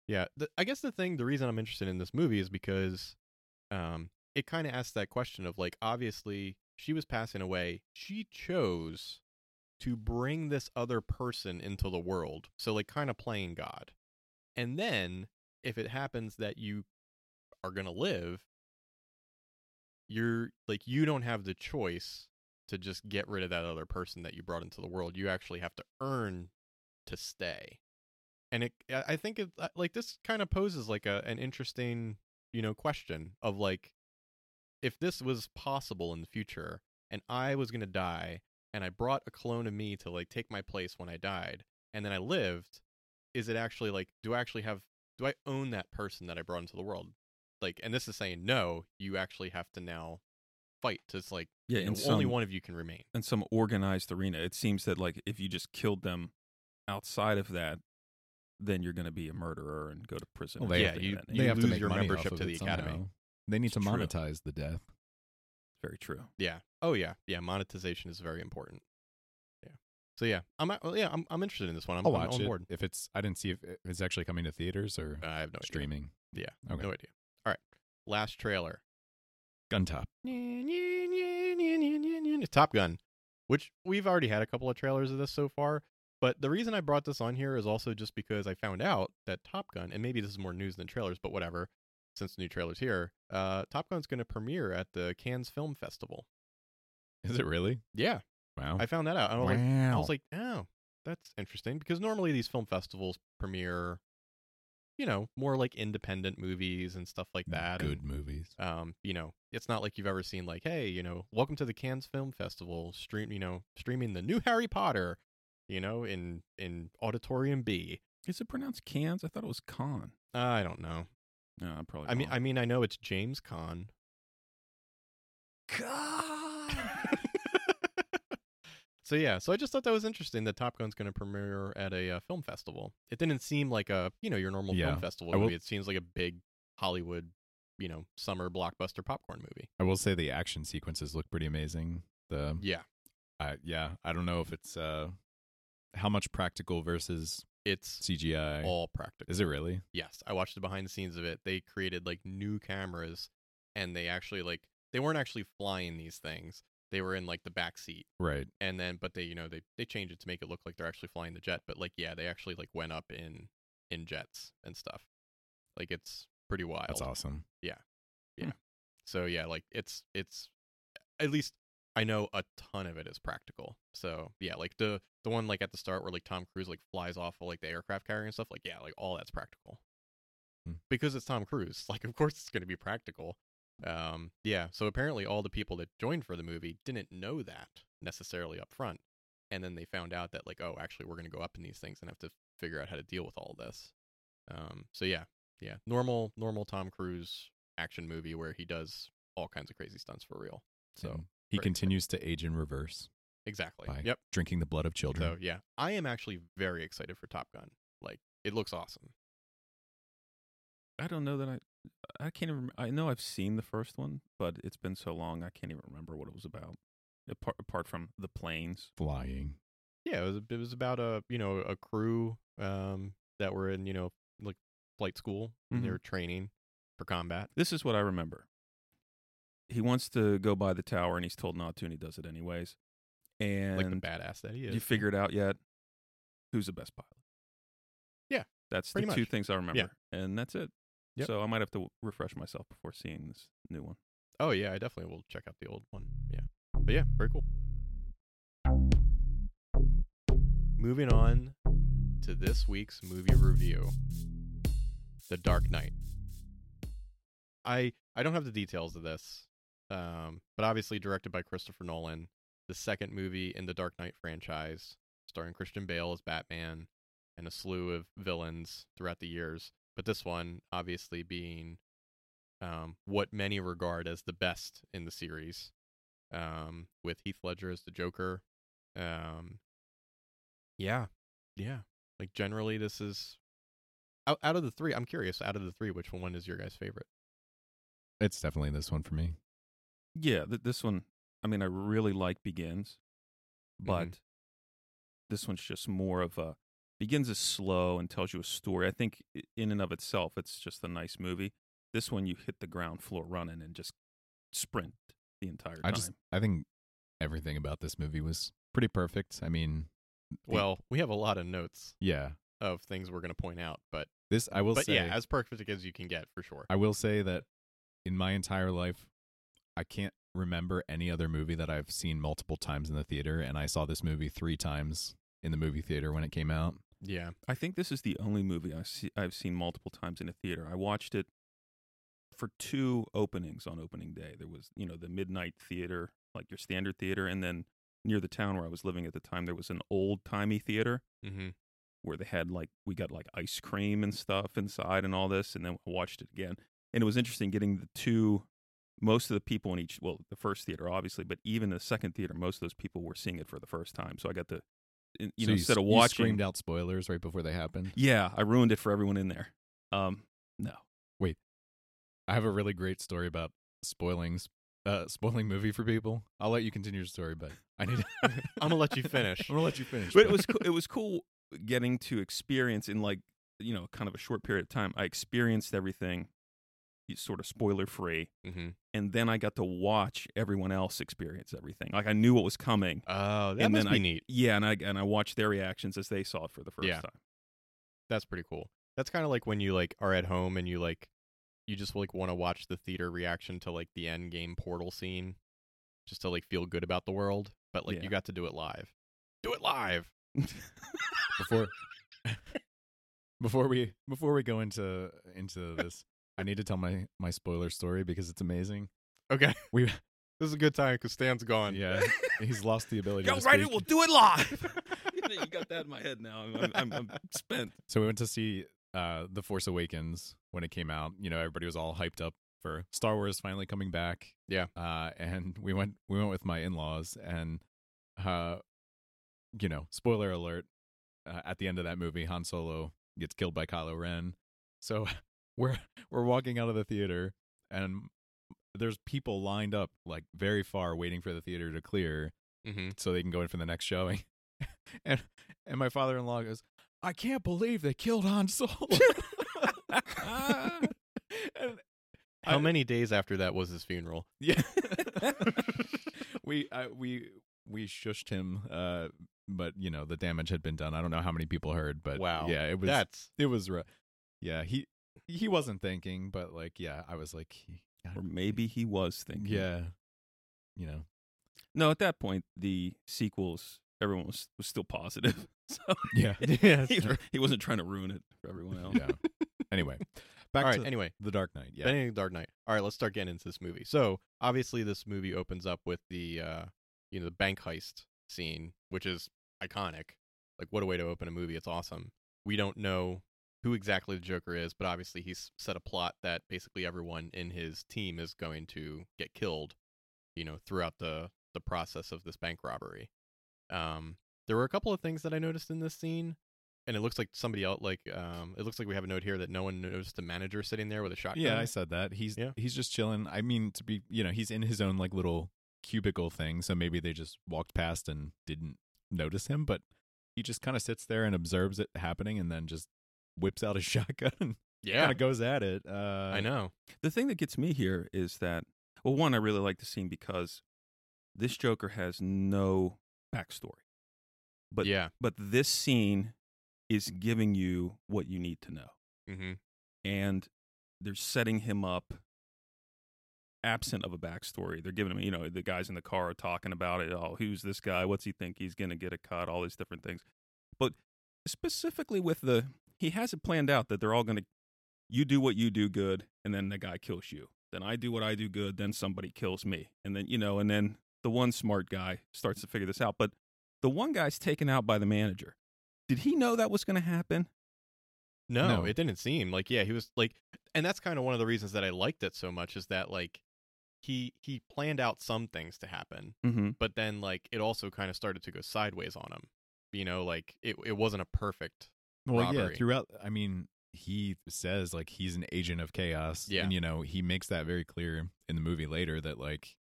yeah the, i guess the thing the reason i'm interested in this movie is because um, it kind of asks that question of like obviously she was passing away she chose to bring this other person into the world so like kind of playing god and then if it happens that you are going to live you're like you don't have the choice to just get rid of that other person that you brought into the world you actually have to earn to stay and it I- i think it uh, like this kind of poses like a an interesting you know question of like if this was possible in the future and i was going to die and i brought a clone of me to like take my place when i died and then i lived is it actually like do i actually have do i own that person that i brought into the world like and this is saying no you actually have to now fight to it's like
Yeah,
you
in
know, only
some-
one of you can remain
in some organized arena. It seems that like if you just killed them outside of that, then you're going to be a murderer and go to prison. or
Well, they-
Yeah,
something of
you-
that
they
nature.
have to
make
lose your
money
membership
off of
to the
it
academy.
somehow. They need
It's
to
true.
monetize the death.
Very true.
Yeah. Oh yeah. Yeah. Monetization is very important. Yeah. So yeah, I'm well, yeah I'm I'm interested in this one. I'm,
I'll
Oh, I'm
watch
on
it
board.
if it's. I didn't see if it's actually coming to theaters or
I have no
streaming.
Idea. Yeah.
Okay.
No idea. All right. Last trailer.
Gun Top.
Top Gun, which we've already had a couple of trailers of this so far. But the reason I brought this on here is also just because I found out that Top Gun, and maybe this is more news than trailers, but whatever, since the new trailer's here, uh, Top Gun's going to premiere at the Cannes Film Festival.
Is it really?
Yeah,
Wow.
I found that out. I was like,
wow.
I was like, oh, that's interesting because normally these film festivals premiere, you know, more like independent movies and stuff like that.
Mm, Good
and,
movies.
um, you know, it's not like you've ever seen like, hey, you know, welcome to the Cannes Film Festival, stream, you know, streaming the new Harry Potter, you know, in in auditorium B.
Is it pronounced cans? I thought it was con.
Uh, I don't know.
No, I'm probably.
I mean, I
wrong.
mean, I know it's James Caan. so yeah, so I just thought that was interesting that Top Gun's going to premiere at a uh, film festival. It didn't seem like a you know your normal
Yeah.
film festival
I will-
movie. It seems like a big Hollywood, you know, summer blockbuster popcorn movie.
I will say the action sequences look pretty amazing. The
Yeah,
I, yeah, I don't know if it's uh how much practical versus
it's
CGI.
all practical.
Is it really?
Yes, I watched the behind the scenes of it. They created like new cameras, and they actually like they weren't actually flying these things. They were in like the back seat.
Right.
and then but they you know they they change it to make it look like they're actually flying the jet but like yeah they actually like went up in in jets and stuff like it's pretty wild
That's awesome.
so yeah like it's it's at least i know a ton of it is practical so yeah like the the one like at the start where like tom cruise like flies off of, like the aircraft carrier and stuff like yeah like all that's practical
Hmm.
because it's tom cruise like of course it's going to be practical um yeah so apparently all the people that joined for the movie didn't know that necessarily up front and then they found out that like oh actually we're going to go up in these things and have to figure out how to deal with all this um so yeah yeah normal normal tom cruise action movie where he does all kinds of crazy stunts for real. So
And he
very
continues to age in reverse.
Exactly.
By
Yep.
drinking the blood of children.
So yeah, I am actually very excited for Top Gun. Like it looks awesome.
I don't know that I. I can't even. rem- I know I've seen the first one, but it's been so long I can't even remember what it was about. Apart, apart from the planes,
Flying.
Yeah, it was it was about a you know a crew um that were in you know like flight school and they
Mhm.
were training for combat.
This is what I remember. He wants to go by the tower, and he's told not to, and he does it anyways. And
like the badass that he is.
you figured out yet who's the best pilot?
Yeah,
that's the
pretty
two
much.
things I remember, and that's it.
Yep.
So I might have to refresh myself before seeing this new one.
oh yeah, I definitely will check out the old one. Yeah, but yeah, very cool. Moving on to this week's movie review, The Dark Knight. I I don't have the details of this, um, but obviously directed by Christopher Nolan, the second movie in the Dark Knight franchise, starring Christian Bale as Batman and a slew of villains throughout the years. But this one, obviously, being um, what many regard as the best in the series, um, with Heath Ledger as the Joker. Um, yeah, yeah. Like generally, this is out out of the three. I'm curious. Out of the three, which one is your guys' favorite?
It's definitely this one for me.
Yeah, th- this one. I mean, I really like Begins,
Mm-hmm.
but this one's just more of a Begins is slow and tells you a story. I think i- in and of itself, it's just a nice movie. This one, you hit the ground floor running and just sprint the entire time.
I just I think everything about this movie was pretty perfect. I mean,
Well, we have a lot of notes
yeah.
of things we're going to point out, but
This I will
but
say
yeah, as perfect as you can get for sure.
I will say that in my entire life I can't remember any other movie that I've seen multiple times in the theater and I saw this movie 3 times in the movie theater when it came out.
yeah,
I think this is the only movie I see, I've seen multiple times in a theater. I watched it for two openings on opening day. There was, you know, the midnight theater, like your standard theater, and then near the town where I was living at the time, there was an old timey theater
mm-hmm.
where they had like we got like ice cream and stuff inside and all this, and then I watched it again, and it was interesting getting the two. Most of the people in each, well, the first theater obviously, but even the second theater, most of those people were seeing it for the first time. So I got to, you know,
So you,
instead
s-
of
you
watching,
screamed out spoilers right before they happened.
yeah, I ruined it for everyone in there. Um, no.
I have a really great story about spoiling s- uh spoiling movie for people. I'll let you continue your story, but I need I'm
I'm gonna let you finish.
going to let you finish.
But it was cool. it was cool getting to experience in like you know kind of a short period of time. I experienced everything, y- sort of spoiler free,
mm-hmm.
and then I got to watch everyone else experience everything. Like I knew what was coming.
Oh, that
And
must
then
be
I-
neat.
Yeah, and I and I watched their reactions as they saw it for the first
Yeah.
time.
That's pretty cool. That's kind of like when you like are at home and you like you just like want to watch the theater reaction to like the end game portal scene just to like feel good about the world, but like
Yeah.
you got to do it live. Do it live.
before before we before we go into into this i need to tell my my spoiler story because it's amazing
Okay.
We-
This is a good time cuz Stan's gone.
yeah he's lost the ability
Yo,
to
right,
speak.
we'll do it live. you got that in my head now. I'm, I'm, I'm, I'm spent.
so we went to see uh the force awakens when it came out you know everybody was all hyped up for star wars finally coming back
Yeah.
uh and we went we went with my in-laws and uh you know spoiler alert uh, at the end of that movie han solo gets killed by kylo ren so we're we're walking out of the theater and there's people lined up like very far waiting for the theater to clear
Mhm.
so they can go in for the next showing and and my father-in-law goes i can't believe they killed han solo and
How
I-
many days after that was his funeral?
yeah. we I, we we shushed him, uh, but you know the damage had been done. I don't know how many people heard, but
Wow.
yeah, it was
That's
it was. Re- yeah, he he wasn't thinking, but like yeah, I was like, he-
Or maybe he was thinking.
yeah, you know,
No, at that point, the sequels, everyone was, was still positive. So
yeah,
yeah,
he, he wasn't trying to ruin it for everyone else.
yeah. Anyway, back
All right,
to
anyway.
the Dark Knight. Yeah,
Benedict Dark Knight. All right, let's start getting into this movie. So obviously, this movie opens up with the uh, you know the bank heist scene, which is iconic. Like, what a way to open a movie! It's awesome. We don't know who exactly the Joker is, but obviously he's set a plot that basically everyone in his team is going to get killed. You know, throughout the the process of this bank robbery, Um, there were a couple of things that I noticed in this scene, and it looks like somebody else. Like, um, it looks like we have a note here that no one noticed the manager sitting there with a shotgun.
Yeah, I said that. He's
um, Yeah.
he's just chilling. I mean, to be you know, he's in his own like little cubicle thing, so maybe they just walked past and didn't notice him. But he just kind of sits there and observes it happening, and then just whips out his shotgun and
yeah,
kind of goes at it. Uh,
I know.
The thing that gets me here is that, well, one, I really like the scene because this Joker has no backstory, but
yeah,
but this scene is giving you what you need to know,
hmm
and they're setting him up absent of a backstory. They're giving him, you know, the guys in the car are talking about it. Oh, who's this guy? What's he think? He's gonna get a cut. All these different things, but specifically with the, he has it planned out that they're all gonna you do what you do good and then the guy kills you then i do what i do good then somebody kills me and then you know and then the one smart guy starts to figure this out but the one guy's taken out by the manager did he know that was going to happen
No,
No.
it didn't seem like. Yeah, he was like, and that's kind of one of the reasons that I liked it so much is that like he he planned out some things to happen,
mm-hmm.
but then like it also kind of started to go sideways on him. You know, like it it wasn't a perfect.
Well,
robbery.
yeah. Throughout, I mean, he says like he's an agent of chaos.
Yeah.
and you know, he makes that very clear in the movie later that like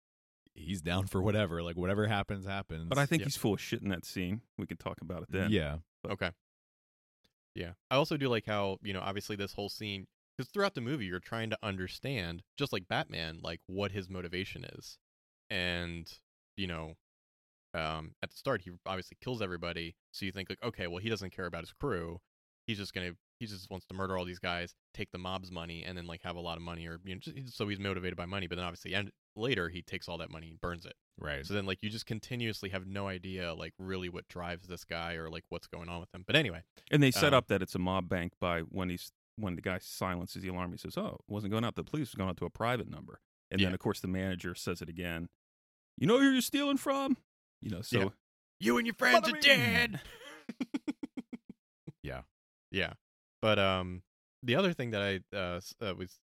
he's down for whatever. Like whatever happens, happens.
but i think
Yeah.
he's full of shit in that scene we can talk about it then
yeah,
Okay. Yeah. I also do like how, you know, obviously this whole scene, because throughout the movie, you're trying to understand, just like Batman, like what his motivation is. And, you know, um, at the start, he obviously kills everybody. So you think, like, okay, well, he doesn't care about his crew. He's just going to, he just wants to murder all these guys, take the mob's money, and then, like, have a lot of money. Or, you know, just, he's- so he's motivated by money. But then obviously, and later, he takes all that money and burns it.
right.
So then, like, you just continuously have no idea, like, really what drives this guy or, like, what's going on with him. But anyway,
and they set
Um,
up that it's a mob bank by when he's when the guy silences the alarm he says oh it wasn't going out to the police it was going out to a private number and then
Yeah.
of course the manager says it again you know who you're stealing from you know so
Yeah. you and your
friends are dead. Yeah.
Yeah. But um, the other thing that I uh, s- uh was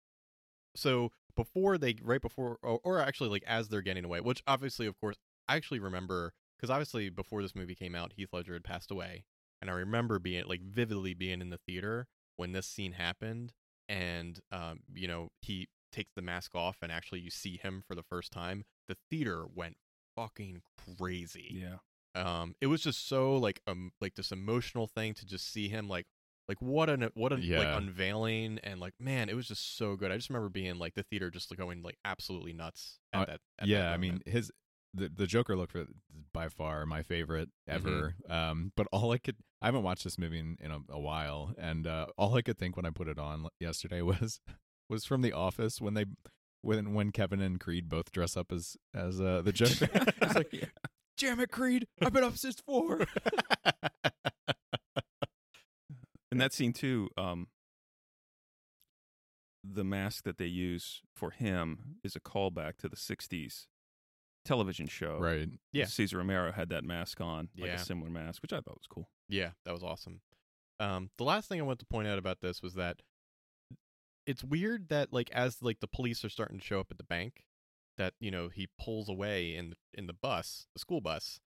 so before they right before or, or actually like as they're getting away, which obviously of course I actually remember because obviously before this movie came out, Heath Ledger had passed away, and I remember being like vividly being in the theater when this scene happened, and um, you know he takes the mask off and actually you see him for the first time. The theater went fucking crazy
yeah
um it was just so like um like this emotional thing to just see him like like what an what a
Yeah.
like unveiling and like man it was just so good i just remember being like the theater just like, going like absolutely nuts at
Uh,
that at
yeah
that
i mean
moment.
his the, the joker look for is by far my favorite
Mm-hmm.
ever um but all i could i haven't watched this movie in, in a, a while and uh all i could think when i put it on l- yesterday was was from the office when they when when kevin and creed both dress up as as uh the joker It's like,
Yeah.
damn it creed i've been up since four
In that scene too, um, the mask that they use for him is a callback to the '60s television show.
right
Yeah.
Caesar Romero had that mask on, like
Yeah.
a similar mask, which I thought was cool.
yeah that was awesome um the last thing i want to point out about this was that it's weird that like as like the police are starting to show up at the bank that you know he pulls away in in the bus the school bus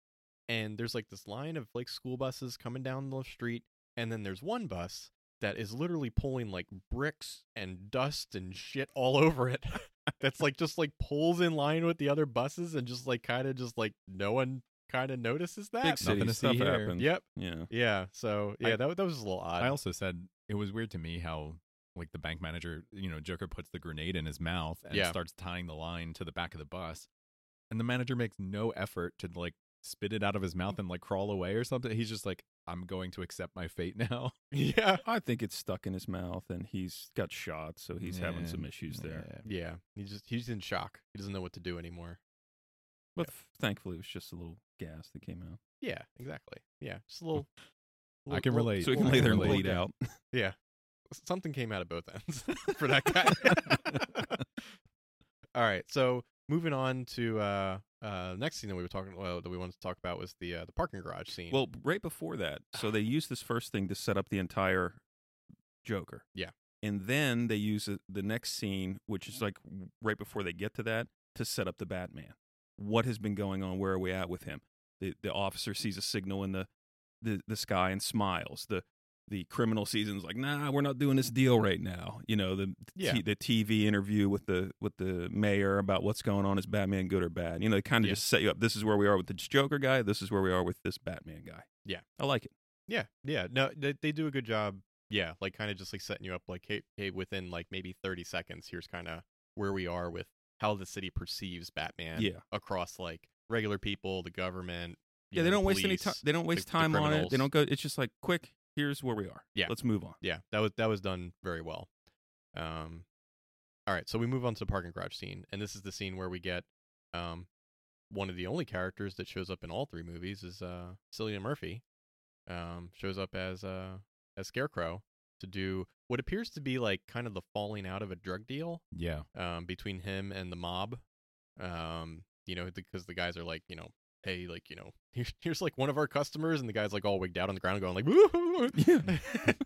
and there's like this line of like school buses coming down the street and then there's one bus that is literally pulling like bricks and dust and shit all over it that's like just like pulls in line with the other buses and just like kind of just like no one kind of notices that
Big city
nothing to see
stuff
here.
happened.
yep
Yeah.
yeah. So yeah,
I-
that that was a little odd.
I also said it was weird to me how like the bank manager, you know, Joker puts the grenade in his mouth and
Yeah.
starts tying the line to the back of the bus, and the manager makes no effort to like spit it out of his mouth and like crawl away or something. He's just like, "I'm going to accept my fate now."
yeah.
I think it's stuck in his mouth, and he's got shot, so he's having
Yeah.
some issues there.
Yeah. He just he's in shock. He doesn't know what to do anymore.
But f- thankfully, it was just a little gas that came out,
Yeah. Exactly. Yeah. Just a little.
I can relate.
so he can
Well,
lay there and
well,
bleed
okay.
out.
Yeah. S- Something came out of both ends for that guy. All right. So moving on to uh uh next scene that we were talking well, that we wanted to talk about was the uh, the parking garage scene.
Well, right before that, so they use this first thing to set up the entire Joker.
Yeah.
And then they use the- the next scene, which is like right before they get to that, to set up the Batman. What has been going on? Where are we at with him? The the officer sees a signal in the the, the sky and smiles. The the criminal season's like, nah, we're not doing this deal right now. You know, the
Yeah.
t- the TV interview with the with the mayor about what's going on is Batman good or bad. You know, they kind of
Yeah.
just set you up. This is where we are with this Joker guy. This is where we are with this Batman guy.
Yeah.
I like it.
Yeah, yeah. No, they, they do a good job. Yeah, like kind of just like setting you up, like hey, hey, within like maybe thirty seconds, here's kind of where we are with how the city perceives Batman
Yeah.
across like regular people, the government. you
Yeah,
know,
they
the
don't waste any time.
police.
They don't waste
the
time on it. They
criminals.
don't go. It's just like quick. Here's where we are.
Yeah.
let's move on.
Yeah, that was that was done very well. Um, all right, so we move on to the parking garage scene, and this is the scene where we get um one of the only characters that shows up in all three movies is uh Cillian Murphy. Um, shows up as uh as Scarecrow to do what appears to be like kind of the falling out of a drug deal
Yeah.
um between him and the mob. Um, you know, because the guys are like, you know, hey, like, you know, here's, here's like one of our customers, and the guy's like all wigged out on the ground, going like, "Woo-hoo-hoo."
Yeah.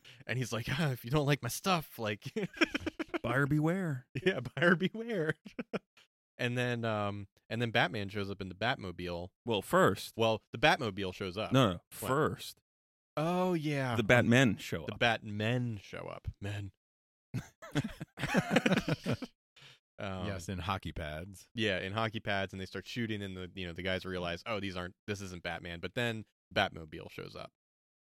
and he's like, ah, if you don't like my stuff, like,
Buyer beware.
yeah, buyer beware. and then, um, and then Batman shows up in the Batmobile.
Well, first,
Well, the Batmobile shows up.
no, no, first
Oh yeah.
the Batmen show
the
up.
Batmen show up. Men. um,
yes, in hockey pads.
Yeah, in hockey pads, and they start shooting, and the you know the guys realize, oh, these aren't this isn't Batman. But then Batmobile shows up,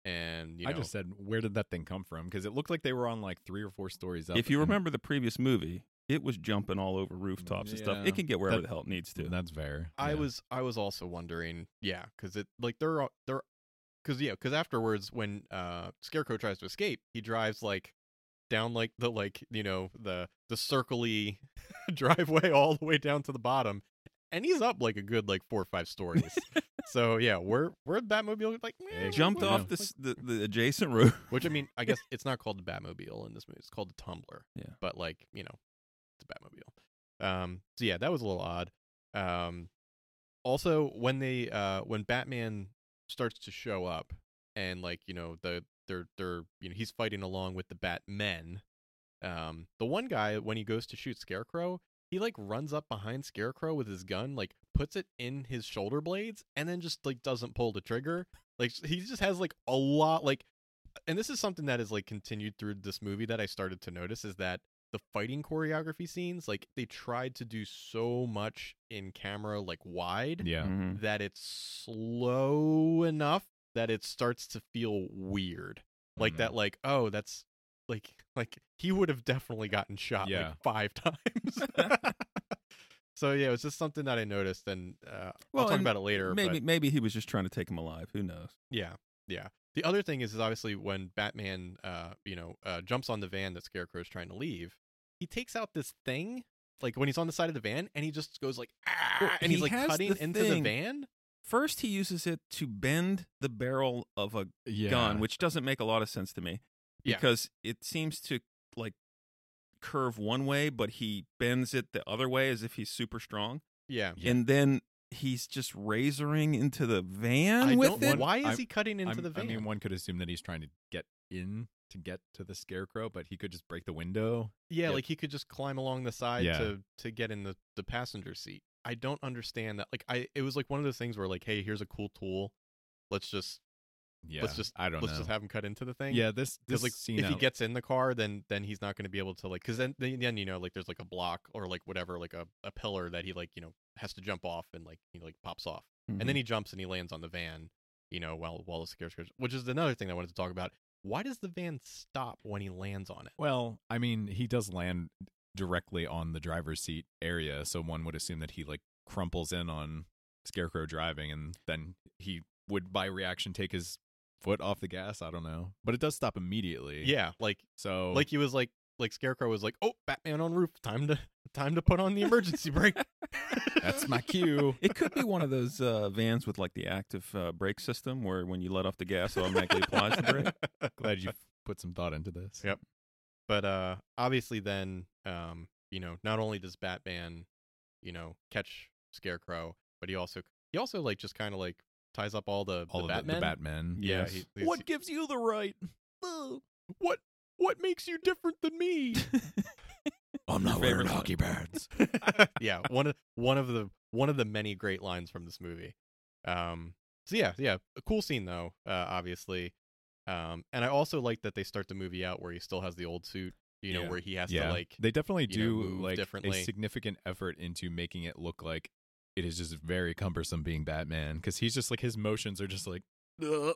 and you know,
I just said, where did that thing come from? Because it looked like they were on like three or four stories up.
if you
and-
remember the previous movie, it was jumping all over rooftops and stuff.
Yeah.
It can get wherever
That-
the hell it needs to.
That's fair.
I
Yeah.
was I was also wondering, yeah, because it like they're all- they're because yeah, because afterwards when uh Scarecrow tries to escape, he drives like down like the like you know the the circly driveway all the way down to the bottom, and he's up like a good like four or five stories. so yeah, where where the Batmobile like meh,
Jumped
where-
off
like-
the, s- the the adjacent roof.
Which I mean, I guess it's not called the Batmobile in this movie. It's called the Tumbler.
Yeah.
But like, you know, it's a Batmobile. Um so yeah, that was a little odd. Um also when they uh when Batman starts to show up and like, you know, the they're they're you know, he's fighting along with the Batmen. Um the one guy when he goes to shoot Scarecrow, he like runs up behind Scarecrow with his gun, like puts it in his shoulder blades and then just like doesn't pull the trigger. Like he just has like a lot like and this is something that is like continued through this movie that I started to notice is that the fighting choreography scenes, like they tried to do so much in camera, like wide,
Yeah.
Mhm.
that it's slow enough that it starts to feel weird. Like
Mm-hmm.
Mhm.
that, like oh, that's like like he would have definitely gotten shot
Yeah.
like five times. so yeah, it was just something that I noticed, and uh, I'll
Well,
talk
and
about it later. but-
Maybe maybe he was just trying to take him alive. Who knows?
yeah, yeah. The other thing is, is obviously when Batman, uh, you know, uh, jumps on the van that Scarecrow's trying to leave, he takes out this thing, like when he's on the side of the van, and he just goes like, ah,
Well,
and he's
he
like
has
cutting
the
into the
thing.
van.
First, he uses it to bend the barrel of a
yeah.
gun, which doesn't make a lot of sense to me
Yeah.
because it seems to like curve one way, but he bends it the other way as if he's super strong,
Yeah,
Yeah.
and then he's just razoring into the van
I
with
don't.
it.
want-
why is
I'm-
he cutting into
I'm-
the van?
I mean, one could assume that he's trying to get in to get to the scarecrow, but he could just break the window.
yeah,
Yep.
like he could just climb along the side
Yeah.
to to get in the the passenger seat. I don't understand that. Like, I it was like one of those things where like, hey, here's a cool tool. Let's just
Yeah.
just-
I don't
let's
know.
just have him cut into the thing.
yeah, this this
because like
scene
if he
out-
gets in the car then then he's not going to be able to like because then then then, you know like there's like a block or like whatever like a, a pillar that he like you know has to jump off and like he like pops off and
Mm-hmm.
then he jumps and he lands on the van you know while while the scarecrow which is another thing i wanted to talk about why does the van stop when he lands on it
Well, I mean, he does land directly on the driver's seat area, so one would assume that he like crumples in on Scarecrow driving, and then he would, by reaction, take his foot off the gas. I don't know, but it does stop immediately.
yeah like
So
like he was like like scarecrow was like oh batman on roof time to time to put on the emergency brake
that's my cue.
It could be one of those uh, vans with like the active uh, brake system where when you let off the gas, it automatically applies the brake.
Glad you put some thought into this.
Yep. but uh obviously then um you know not only does batman you know catch scarecrow but he also he also like just kind of like ties up all the
All
the
of the-
batman
the Batman.
yeah
yes.
he- he's-
what gives you the right?
what what makes you different than me
I'm
not wearing hockey
pads.
yeah one of one of the one of the many great lines from this movie um So yeah, yeah, a cool scene though, uh, obviously. Um, and I also like that they start the movie out where he still has the old suit, you know,
Yeah.
where he has
yeah,
to like
they definitely
you know,
do
move
like a
differently.
significant effort into making it look like it is just very cumbersome being Batman because he's just like his motions are just like "Ugh."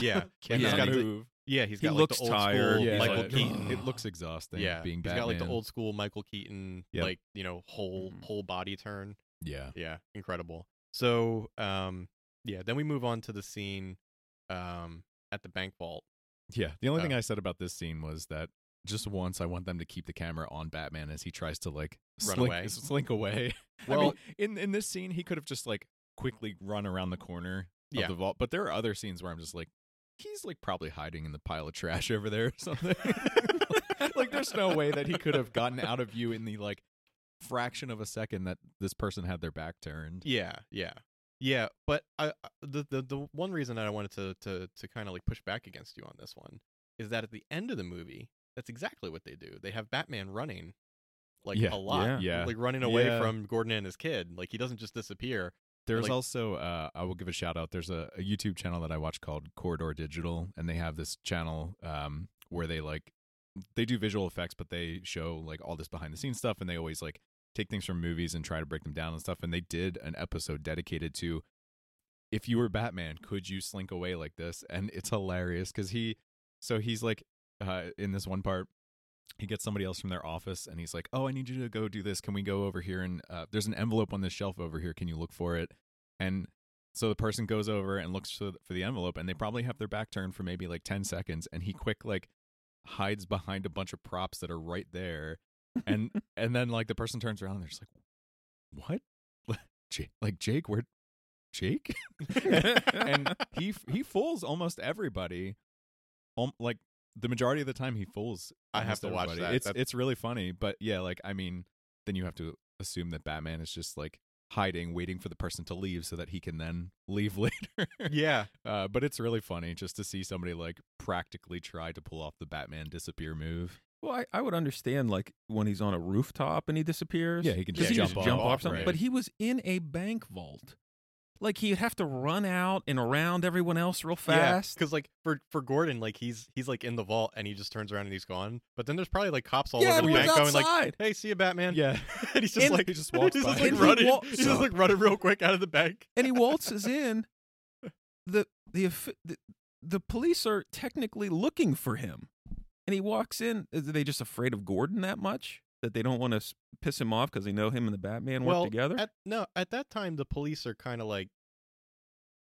Yeah.
cannot
he's got, like,
move.
yeah, he's
He
got
looks
like the old
tired.
school
Yeah.
Michael
like,
Keaton.
"Ugh."
It looks exhausting.
yeah,
being
he's
Batman.
got like the old school Michael Keaton,
Yep.
like you know, whole
Mhm.
whole body turn.
Yeah,
yeah incredible so um yeah then we move on to the scene um at the bank vault
yeah. The only
Uh,
thing I said about this scene was that just once I want them to keep the camera on Batman as he tries to like
Run
slink,
away.
slink away. I mean,
Well-
in in this scene, he could have just like quickly run around the corner
Yeah.
of the vault. But there are other scenes where I'm just like, he's like probably hiding in the pile of trash over there or something. like, there's no way that he could have gotten out of view in the like fraction of a second that this person had their back turned.
yeah yeah yeah but I, I- the, the the one reason that i wanted to to to kind of like push back against you on this one is that at the end of the movie that's exactly what they do they have batman running like
Yeah,
a lot
yeah,
yeah.
like running away
Yeah.
from gordon and his kid like he doesn't just disappear
There's
like-
also uh, I will give a shout out. There's a, a YouTube channel that I watch called Corridor Digital, and they have this channel um, where they like they do visual effects, but they show like all this behind the scenes stuff, and they always like take things from movies and try to break them down and stuff. And they did an episode dedicated to if you were Batman, could you slink away like this? And it's hilarious because he so he's like uh, in this one part he gets somebody else from their office and he's like, "Oh, I need you to go do this. Can we go over here and uh, there's an envelope on this shelf over here. Can you look for it?" And so the person goes over and looks for for the envelope and they probably have their back turned for maybe like 10 seconds and he quick like hides behind a bunch of props that are right there and and then like the person turns around and they're just like, "What?" J- like Jake, where Jake? and he he fools almost everybody. Um, like the majority of the time, he fools.
I have
almost
to watch
everybody.
that.
It's
That's-
it's really funny, but yeah, like I mean, then you have to assume that Batman is just like hiding, waiting for the person to leave so that he can then leave later.
yeah
uh, but it's really funny just to see somebody like practically try to pull off the Batman disappear move.
Well, I, I would understand like when he's on a rooftop and he disappears.
Yeah, he can
'cause
just
can
jump
jump
off,
off something.
right.
But he was in a bank vault. Like he'd have to run out and around everyone else real fast.
because like for for Gordon, like he's he's like in the vault and he just turns around and he's gone. But then there's probably like cops all over the
everyone's
bank going like,
outside.
"Hey, see you, Batman."
Yeah,
and he's just
And-
like
he just walks
he's just,
by.
like
And he
running.
walks
he's just
up.
like running real quick out of the bank.
and he waltzes in. The the offi- the, the police are technically looking for him, and he walks in. Are they just afraid of Gordon that much that they don't want to piss him off because they know him and the Batman work
well,
together?
At, no, at that time the police are kind of like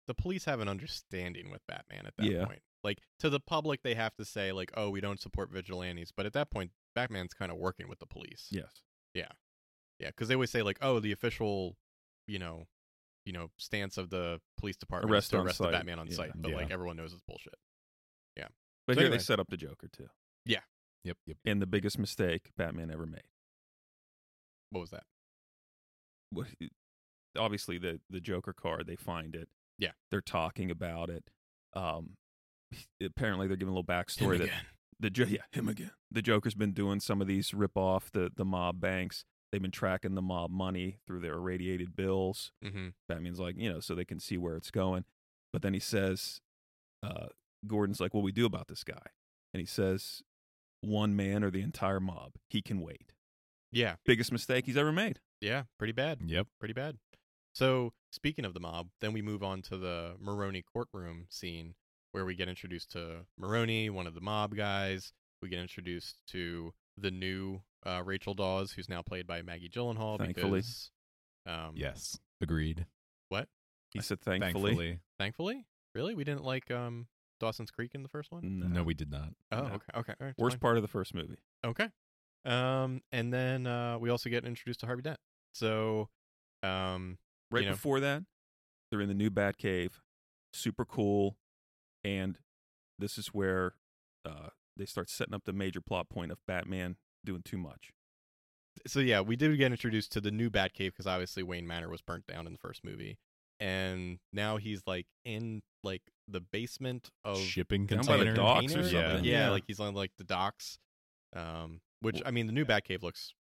the police have an understanding with Batman at that
Yeah.
point. Like to the public, they have to say like, "Oh, we don't support vigilantes," but at that point, Batman's kind of working with the police.
yes.
Yeah, because they always say like, "Oh, the official, you know, you know, stance of the police department
Arrest
is to
on
arrest
site.
the Batman on
Yeah.
site," but
Yeah.
like everyone knows it's bullshit.
But
So
here
anyway.
they set up the Joker too,
yep, yep.
and the biggest mistake Batman ever made.
What was that?
what obviously the the Joker card they find it.
Yeah.
they're talking about it. Um, apparently they're giving a little backstory that the Jo- yeah him again. The Joker's been doing some of these rip off the the mob banks. They've been tracking the mob money through their irradiated bills.
Mm-hmm.
Batman's like you know so they can see where it's going. But then he says, uh, Gordon's like, what do we do about this guy? And he says, one man or the entire mob. He can wait.
Yeah,
Biggest mistake he's ever made.
yeah, pretty bad,
Yep.
pretty bad. So speaking of the mob, then we move on to the Maroni courtroom scene where we get introduced to Maroni, one of the mob guys. We get introduced to the new uh, Rachel Dawes, who's now played by Maggie Gyllenhaal.
Thankfully.
because, um,
Yes, agreed.
I said
Thankfully,
Thankfully, really, we didn't like um, Dawson's Creek in the first one.
No.
no, we did not.
Oh,
No.
okay, okay. all right,
Worst
fine.
part of the first movie.
Okay. Um, and then uh, we also get introduced to Harvey Dent. So, um,
Right
You know?
before that, they're in the new Batcave, super cool, and this is where uh, they start setting up the major plot point of Batman doing too much.
so yeah, we did get introduced to the new Batcave because obviously Wayne Manor was burnt down in the first movie, and now he's like in like the basement of
Shipping
Down by the
container.
docks or
container?
something.
Yeah,
Yeah.
like he's on like the docks. Um, which
Well,
I mean, the new Batcave looks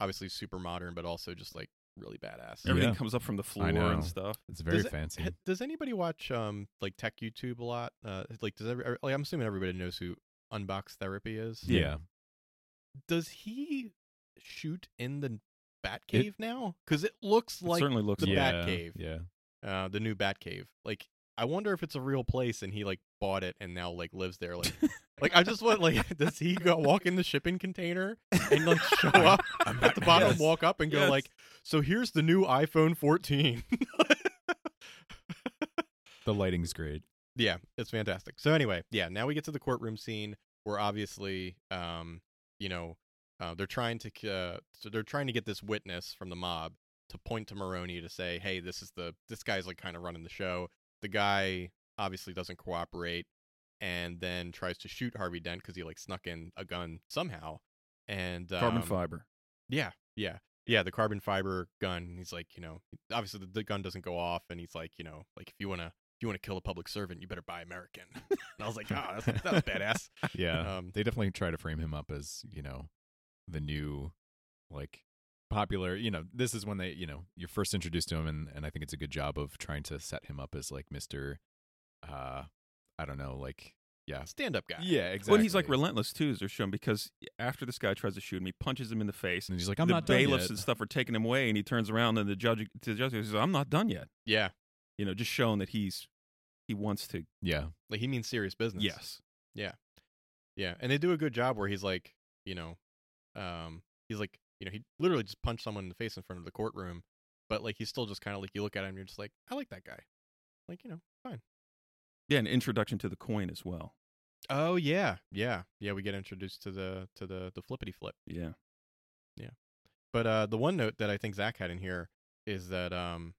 obviously super modern, but also just like really badass.
Yeah.
Everything comes up from the floor
know.
and stuff.
It's very
Does it-
fancy.
Ha- Does anybody watch um like tech YouTube a lot? Uh, like does every, like I'm assuming everybody knows who Unbox Therapy is.
Yeah.
yeah.
Does he shoot in the Batcave now? Because it looks
It
like
certainly looks
the
like
yeah.
Batcave.
Yeah.
uh, the new Batcave. Like I wonder if it's a real place and he like bought it and now like lives there. Like like I just want like does he go walk in the shipping container and like show up at the bottom,
Yes.
walk up and go
Yes.
like, so here's the new iPhone 14.
The lighting's great.
Yeah, it's fantastic. So anyway, yeah, now we get to the courtroom scene where obviously, um, you know, uh, they're trying to c- uh, so they're trying to get this witness from the mob to point to Maroney to say, hey, this is the this guy's like kind of running the show. The guy obviously doesn't cooperate, and then tries to shoot Harvey Dent because he like snuck in a gun somehow. And um,
carbon fiber.
yeah, yeah, yeah. The carbon fiber gun. and He's like, you know, obviously the, the gun doesn't go off, and he's like, you know, like if you wanna if you wanna kill a public servant, you better buy American. and I was like, ah, that's, that's badass.
Yeah.
Um,
they definitely try to frame him up as, you know, the new like popular, you know, this is when they, you know, you're first introduced to him and and I think it's a good job of trying to set him up as like Mr. uh I don't know, like yeah.
Stand up guy.
Yeah, exactly.
Well, and he's like relentless too, as they're shown, because after this guy tries to shoot him, he punches him in the face.
and he's like I'm
the
not done
bailiffs
yet.
and stuff are taking him away, and he turns around and the judge to the judge he says, "I'm not done yet."
Yeah,
You know, just showing that he's he wants to.
Yeah.
like he means serious business.
Yes,
yeah, and they do a good job where he's like, you know, um, he's like, you know, he literally just punched someone in the face in front of the courtroom, but like he's still just kind of like you look at him, you're just like, I like that guy, like you know, fine.
yeah, an introduction to the coin as well.
Oh yeah, yeah, yeah. We get introduced to the to the the flippity flip.
Yeah,
But uh, the one note that I think Zach had in here is that um,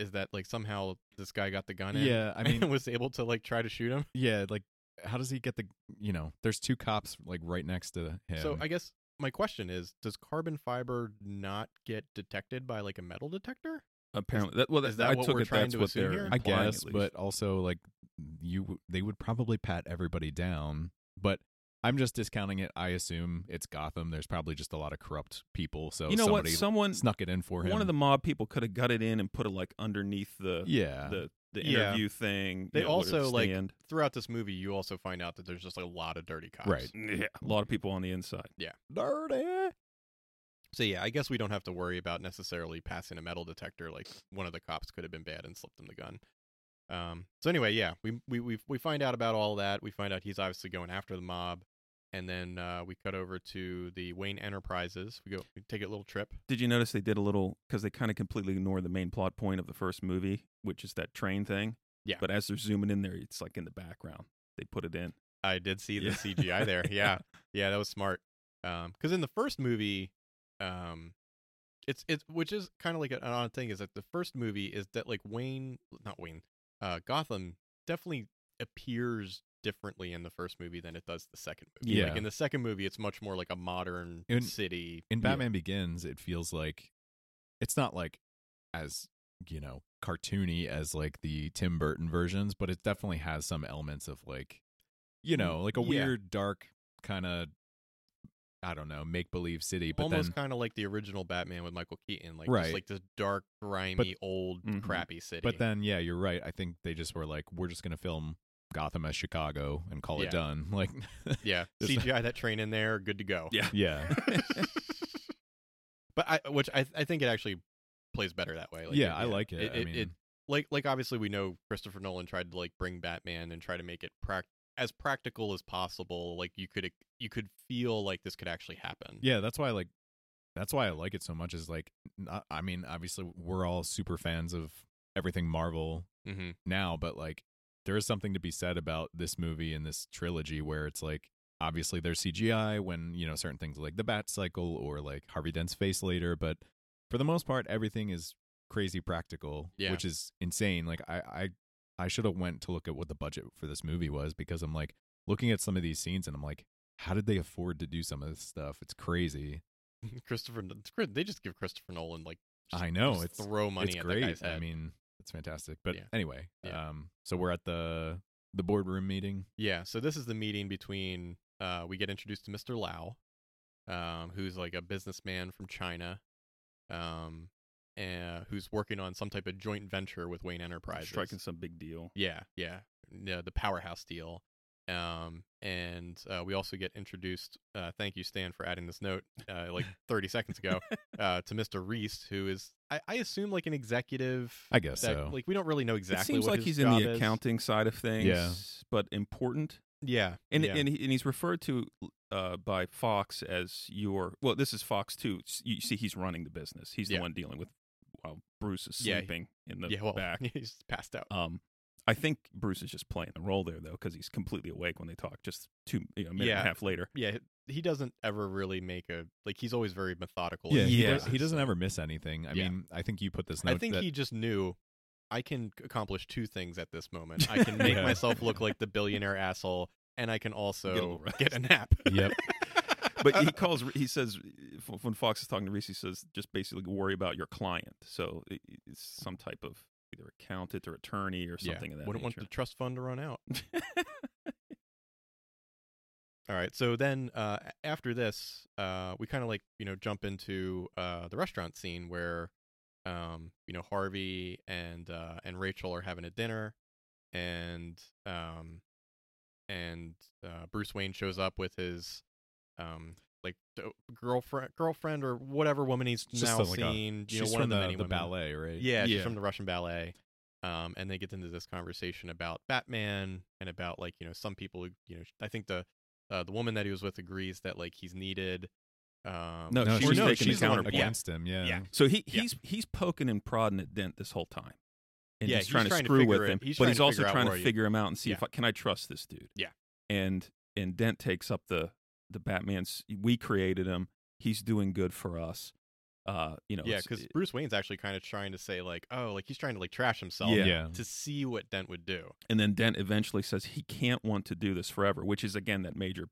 is that like somehow this guy got the gun in.
Yeah, I mean
and was able to like try to shoot him.
Yeah, like how does he get the you know, there's two cops like right next to him.
So I guess my question is, does carbon fiber not get detected by like a metal detector?
apparently. That, well,
is
that,
that
I
what
took
we're
it
trying
that's
to
what
assume
they're
here?
I
implying, at
guess,
least.
but also like you they would probably pat everybody down, but I'm just discounting it. I assume it's Gotham. There's probably just a lot of corrupt people, so
you know what?
somebody
Someone,
snuck it in for him.
one of the mob people, could have gutted in and put it like underneath the
yeah,
the the
Yeah.
interview thing. you
They
know, or the
also, like,
stand.
Throughout this movie, you also find out that there's just a lot of dirty cops.
Right.
yeah, a lot of people on the inside.
dirty.
So yeah, I guess we don't have to worry about necessarily passing a metal detector. Like one of the cops could have been bad and slipped him the gun. Um. So anyway, yeah, we we we we find out about all that. We find out he's obviously going after the mob, and then uh, we cut over to the Wayne Enterprises. We go we take a little trip.
Did you notice they did a little because they kind of completely ignore the main plot point of the first movie, which is that train thing.
Yeah.
But as they're zooming in there, it's like in the background. They put it in.
I did see the
Yeah.
CGI there. Yeah, yeah, that was smart. Um, because in the first movie, um, it's it's which is kind of like an odd thing is that the first movie is that like Wayne, not Wayne, uh, Gotham definitely appears differently in the first movie than it does the second movie.
Yeah.
Like in the second movie, it's much more like a modern
In-
city.
In Batman Begins, it feels like it's not like as you know cartoony as like the Tim Burton versions, but it definitely has some elements of like you
Mm,
know like a
Yeah.
weird dark kind of I don't know make believe city, but
Almost
then
kind of like the original Batman with Michael Keaton, like
Right. Mm-hmm.
just like this dark, grimy, old,
Mhm.
crappy city.
But then, yeah, you're right. I think they just were like, we're just going to film Gotham as Chicago and call
Yeah.
it done. Like,
yeah,
There's-
CGI that train in there, good to go.
Yeah.
yeah,
but I, which I, I think it actually plays better that way.
yeah, I like it.
It,
I mean,
it- like, like obviously we know Christopher Nolan tried to like bring Batman and try to make it prac- as practical as possible. Like you could, you could feel like this could actually happen.
yeah, that's why, like, that's why I like it so much. Is like, not, I mean, obviously, we're all super fans of everything Marvel
hmm
now, but like, there is something to be said about this movie and this trilogy where it's like, obviously, there's CGI when you know certain things like the Bat Cycle or like Harvey Dent's face later, but for the most part, everything is crazy practical,
Yeah.
which is insane. Like I, I, I should have went to look at what the budget for this movie was because I'm like looking at some of these scenes and I'm like, how did they afford to do some of this stuff? It's crazy.
Christopher, it's cr- they just give Christopher Nolan like just-
I know
just
it's
throw money
it's
at
great.
that guy's head.
I mean, it's fantastic. But
Yeah.
anyway,
Yeah.
um, so we're at the the boardroom meeting.
yeah. So this is the meeting between uh, we get introduced to Mr. Lau, um, who's like a businessman from China, um, uh, who's working on some type of joint venture with Wayne Enterprises.
Striking some big deal.
Yeah, yeah, yeah. The powerhouse deal. Um, and uh, we also get introduced. Uh, thank you, Stan, for adding this note uh, like 30 seconds ago uh, to Mr. Reese, who is I, I assume like an executive.
I guess
that-
so.
Like we don't really know exactly.
it seems
what
like
his
he's in the
job is.
accounting side of things,
Yeah.
but important.
Yeah,
And
yeah.
and, he, and he's referred to uh, by Fox as your well. This is Fox too. S- You see, he's running the business. He's
Yeah.
the one dealing with while Bruce is
Yeah, he-
sleeping in the
yeah, well,
back.
he's passed out.
Um, I think Bruce is just playing the role there though, because he's completely awake when they talk. Just two you know, a minute
Yeah.
and a half later.
yeah, he doesn't ever really make a like. He's always very methodical.
yeah,
in his
he,
Yeah.
does, he
choices,
doesn't
so.
ever miss anything. I
Yeah.
mean, I think you put this note.
I think
that-
he just knew I can c- accomplish two things at this moment. I can make
Yeah.
myself look like the billionaire asshole, and I can also
little rest.
get a nap.
Yep.
but he calls he says f- when fox is talking to reese he says just basically worry about your client so i- i- it's some type of either accountant or attorney or
Yeah,
something of that
Wouldn't want
nature.
the trust fund to run out. All right. So then uh, a- after this, uh, we kind of like, you know, jump into uh, the restaurant scene where, um, you know, Harvey and uh, and Rachel are having a dinner and um, and uh, Bruce Wayne shows up with his um, like d- girlfriend, girlfriend or whatever woman he's
Just
now
some, like, a-
seen. you know,
she's
one
from
of the,
the,
many
the
women.
ballet, right?
Yeah, she's
Yeah.
from the Russian ballet. Um, and they get into this conversation about Batman and about like you know some people who you know I think the uh, the woman that he was with agrees that like he's needed. Um,
No,
No,
or
she's
she's,
taking the
she's the one
counterpoint.
against him. Yeah.
Yeah.
so he
Yeah.
he's he's poking and prodding at dent this whole time and
Yeah,
he's,
he's
trying
trying
to
to
screw
figure
with
it-
him
he's
but
trying
he's
to
also
figure out
trying
where
to
he-
figure him out and see if
Yeah.
I, can i trust this dude
Yeah.
and and dent takes up the the batman's we created him he's doing good for us uh you know
yeah,
it's-
because Bruce Wayne's actually kind of trying to say like oh like he's trying to like trash himself
Yeah.
Yeah.
to see what Dent would do.
And then Dent eventually says he can't want to do this forever, which is again that major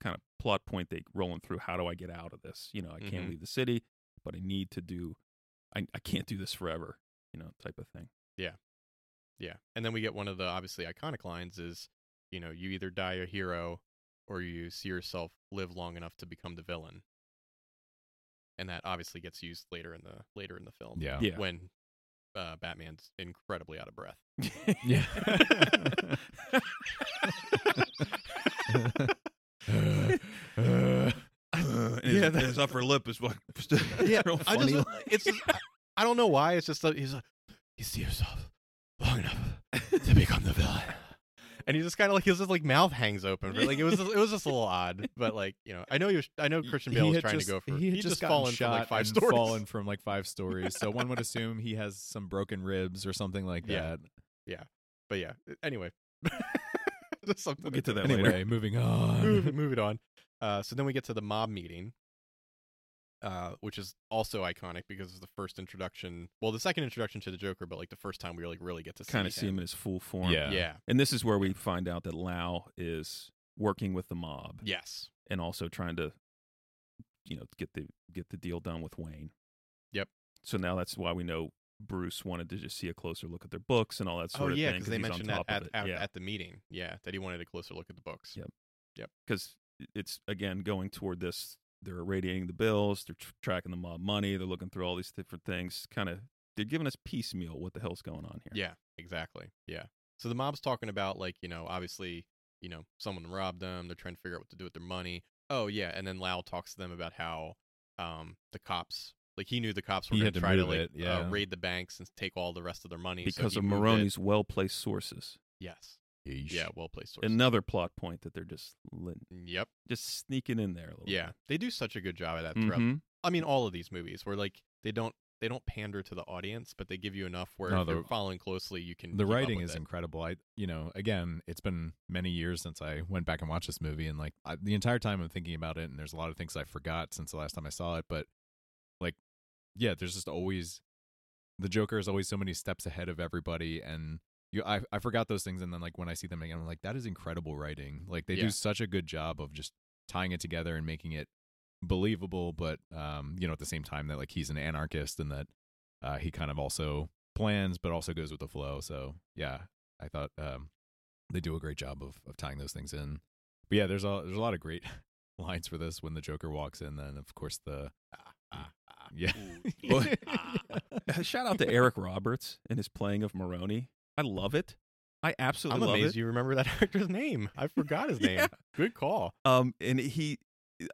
kind of plot point they rolling through. How do I get out of this? You know, I can't
Mhm.
leave the city, but I need to do. I I can't do this forever. You know, type of thing.
Yeah, and then we get one of the obviously iconic lines is you know you either die a hero or you see yourself live long enough to become the villain. And that obviously gets used later in the later in the film.
Yeah.
Yeah.
when uh, Batman's incredibly out of breath.
And his,
Yeah,
yeah, his upper lip is like real
I
funny.
just, it's just, I, I don't know why. It's just that he's like, you see yourself long enough to become the villain, and he just kind of like his just like mouth hangs open. For, like it was, just, it was just a little odd, but like you know, I know you, I know Christian Bale
He
was
had
trying
just-
to go for.
He had
he'd
just, gotten
fallen
shot
from like five
and
stories.
fallen from like five stories. So one would assume he has some broken ribs or something like
Yeah.
that.
But yeah, anyway, just something
We'll get to that
anyway.
later.
Anyway, moving on.
move, move it on. Uh, so then we get to the mob meeting, uh, which is also iconic because it's the first introduction. Well, the second introduction to the Joker, but like the first time we like really get to
Kind of
see
see him in his full form.
Yeah.
Yeah.
And this is where we find out that Lau is working with the mob.
Yes.
and also trying to you know get the get the deal done with Wayne.
Yep.
So now that's why we know Bruce wanted to just see a closer look at their books and all that sort
oh
of
yeah,
thing
they
he's on
mentioned that
top
at,
of it.
at,
yeah.
at the meeting. Yeah, that he wanted a closer look at the books.
Yeah. Cuz it's again going toward this they're irradiating the bills, they're tr- tracking the mob money, they're looking through all these different things, kind of they're giving us piecemeal what the hell's going on here.
Yeah, exactly. Yeah. So the mob's talking about like, you know, obviously, you know, someone robbed them, they're trying to figure out what to do with their money. Oh yeah, and then Lau talks to them about how um the cops like he knew the cops were
He
going
had
to
to
try to
move
like
it, yeah.
uh, raid the banks and take all the rest of their money so
Because
he
of
moved it.
Maroney's well-placed sources.
Yes.
Yeesh.
Yeah, well placed source. Mm,
Another plot point that they're just lin-
Yep.
just sneaking in there a little.
Yeah,
bit.
they do such a good job of that throughout.
Mm-hmm.
Mhm.
I mean, all of these movies where like they don't they don't pander to the audience, but they give you enough where
No,
if you're
the-
following closely, you can.
The
keep up
writing
with it.
is incredible. I, you know, again, it's been many years since I went back and watched this movie, and like I, the entire time I'm thinking about it, and there's a lot of things I forgot since the last time I saw it. But like, yeah, there's just always the Joker is always so many steps ahead of everybody, and you, I, I forgot those things, and then like when I see them again, I'm like, that is incredible writing. Like they
Yeah.
do such a good job of just tying it together and making it believable, but um, you know, at the same time that like he's an anarchist and that uh, he kind of also plans, but also goes with the flow. So yeah, I thought um, they do a great job of of tying those things in. But yeah, there's a there's a lot of great lines for this when the Joker walks in. Then of course the
Ah, ah, ah.
Yeah.
Ooh, ooh, ah.
Mm-hmm. shout out to Eric Roberts and his playing of Maroney. I love it. I absolutely
I'm
love
amazed
it.
you remember that actor's name. I forgot his name.
Yeah.
Good call.
Um, and he,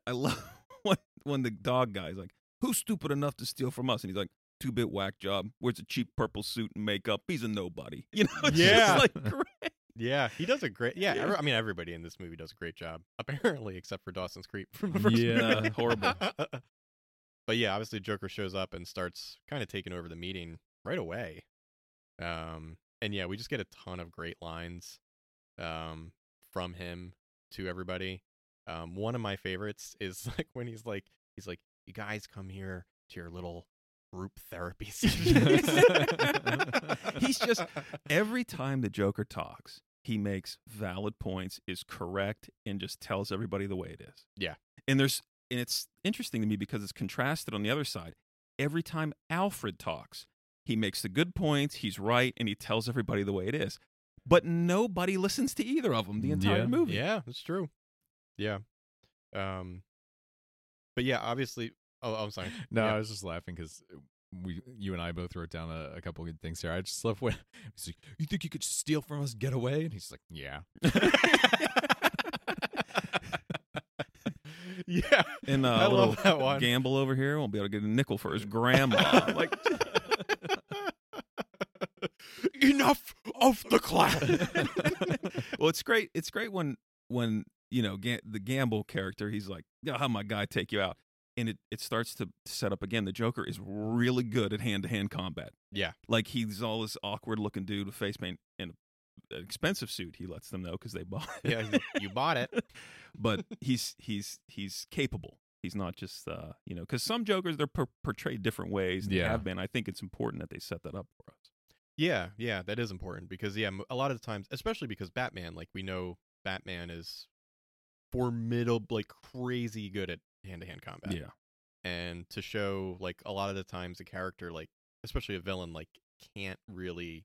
I love when when the dog guy's like, "Who's stupid enough to steal from us?" And he's like, two bit whack job, wears a cheap purple suit and makeup. He's a nobody." You know, it's
Yeah.
just like great.
Yeah, he does a great. Yeah,
Yeah.
every- I mean everybody in this movie does a great job, apparently, except for Dawson's Creek from the first
Yeah,
movie.
horrible.
but yeah, obviously Joker shows up and starts kind of taking over the meeting right away. Um, and yeah, we just get a ton of great lines, um, from him to everybody. Um, one of my favorites is like when he's like, he's like, "You guys come here to your little group therapy session."
He's just- Every time the Joker talks, he makes valid points, is correct, and just tells everybody the way it is.
Yeah.
And there's and it's interesting to me because it's contrasted on the other side. Every time Alfred talks, he makes the good points, he's right, and he tells everybody the way it is. But nobody listens to either of them the entire
Yeah.
movie.
Mm, Yeah, that's true. Yeah. Um but yeah, obviously oh I'm sorry.
No,
Yeah.
I was just laughing because we, you and I both wrote down a, a couple good things here. I just love when he's like, "You think you could steal from us, and get away?" And he's like, "Yeah."
yeah.
And uh,
I
little
love that one.
Gamble over here won't be able to get a nickel for his grandma. I'm like
Enough of the clap.
well, it's great. It's great when when you know Ga- the Gamble character. He's like, "Yeah, how my guy take you out?" And it it starts to set up again. The Joker is really good at hand to hand combat.
Yeah.
like he's all this awkward looking dude with face paint and an expensive suit. He lets them know because they bought. it.
yeah, he's like, you bought it.
but he's he's he's capable. He's not just uh you know because some Jokers they're per- portrayed different ways. They
Yeah.
have been. I think it's important that they set that up for us.
Yeah, yeah, that is important because yeah, m- a lot of the times, especially because Batman, like we know Batman is formidable, like crazy good at hand-to-hand combat. and to show like a lot of the times a character like especially a villain like can't really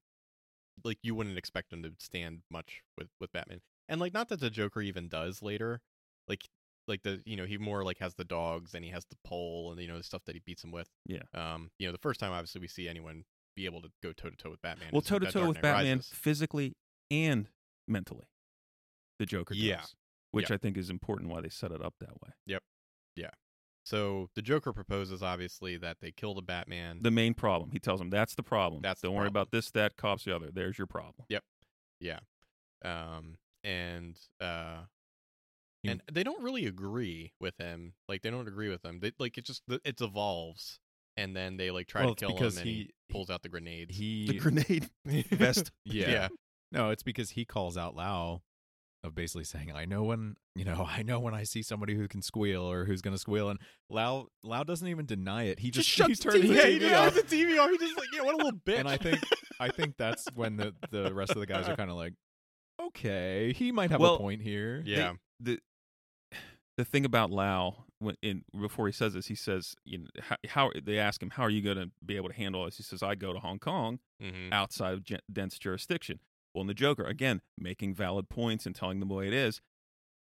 like you wouldn't expect him to stand much with with batman and like not that the joker even does later like like the you know he more like has the dogs and he has the pole and you know the stuff that he beats him with
Yeah.
um you know the first time obviously we see anyone be able to go toe to toe with batman
Well,
is that
toe to toe
Dark
with
Knight
Batman
Rises.
physically and mentally, the Joker does,
Yeah.
which
Yeah.
I think is important why they set it up that way.
so the joker proposes obviously that they kill the batman
The main problem, he tells him, that's the problem.
That's the
don't worry
problem.
about this, that, cops, the other. There's your problem.
um and uh
You-
and they don't really agree with him like they don't agree with him they like it just th- it evolves and then they like try
Well,
to kill
it's
him and
because
he,
he-
pulls out the grenades
He
The grenade vest.
yeah.
yeah
No, it's because he calls out Lao of basically saying, I know when you know, I know when I see somebody who can squeal or who's gonna squeal and Lao Lao doesn't even deny it. He just,
Just shuts
he
the
turns the
TV
yeah, he
TV,
just
off.
has the TV off. He just like, yeah, what a little bitch.
And I think I think that's when the, the rest of the guys are kinda like, Okay, he might have
Well,
a point here.
yeah,
the the thing about Lau when in before he says this, he says, you know, how, how they ask him, how are you going to be able to handle this? He says, I go to Hong Kong
Mhm.
outside of gen- dense jurisdiction. Well, in the Joker, again, making valid points and telling them the way it is.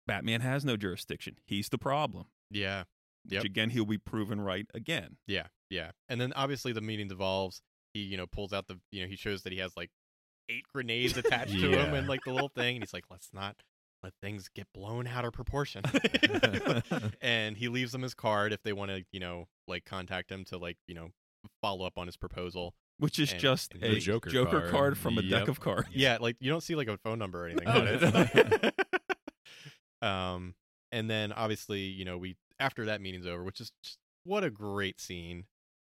Batman has no jurisdiction. He's the problem.
yeah, Yep.
Which again, he'll be proven right again.
yeah, yeah. And then obviously the meeting devolves. He you know pulls out the you know he shows that he has like eight grenades attached to him
Yeah.
and like the little thing. And he's like, let's not let things get blown out of proportion. and he leaves them his card if they want to, you know, like contact him to like, you know, follow up on his proposal.
Which is
And-
just
and
a
the
Joker,
Joker
card.
card.
from a deck
Yep.
of cards.
Yeah, like you don't see like a phone number or anything
No,
on
they
it. um and then obviously, you know, we after that meeting's over, which is just, what a great scene.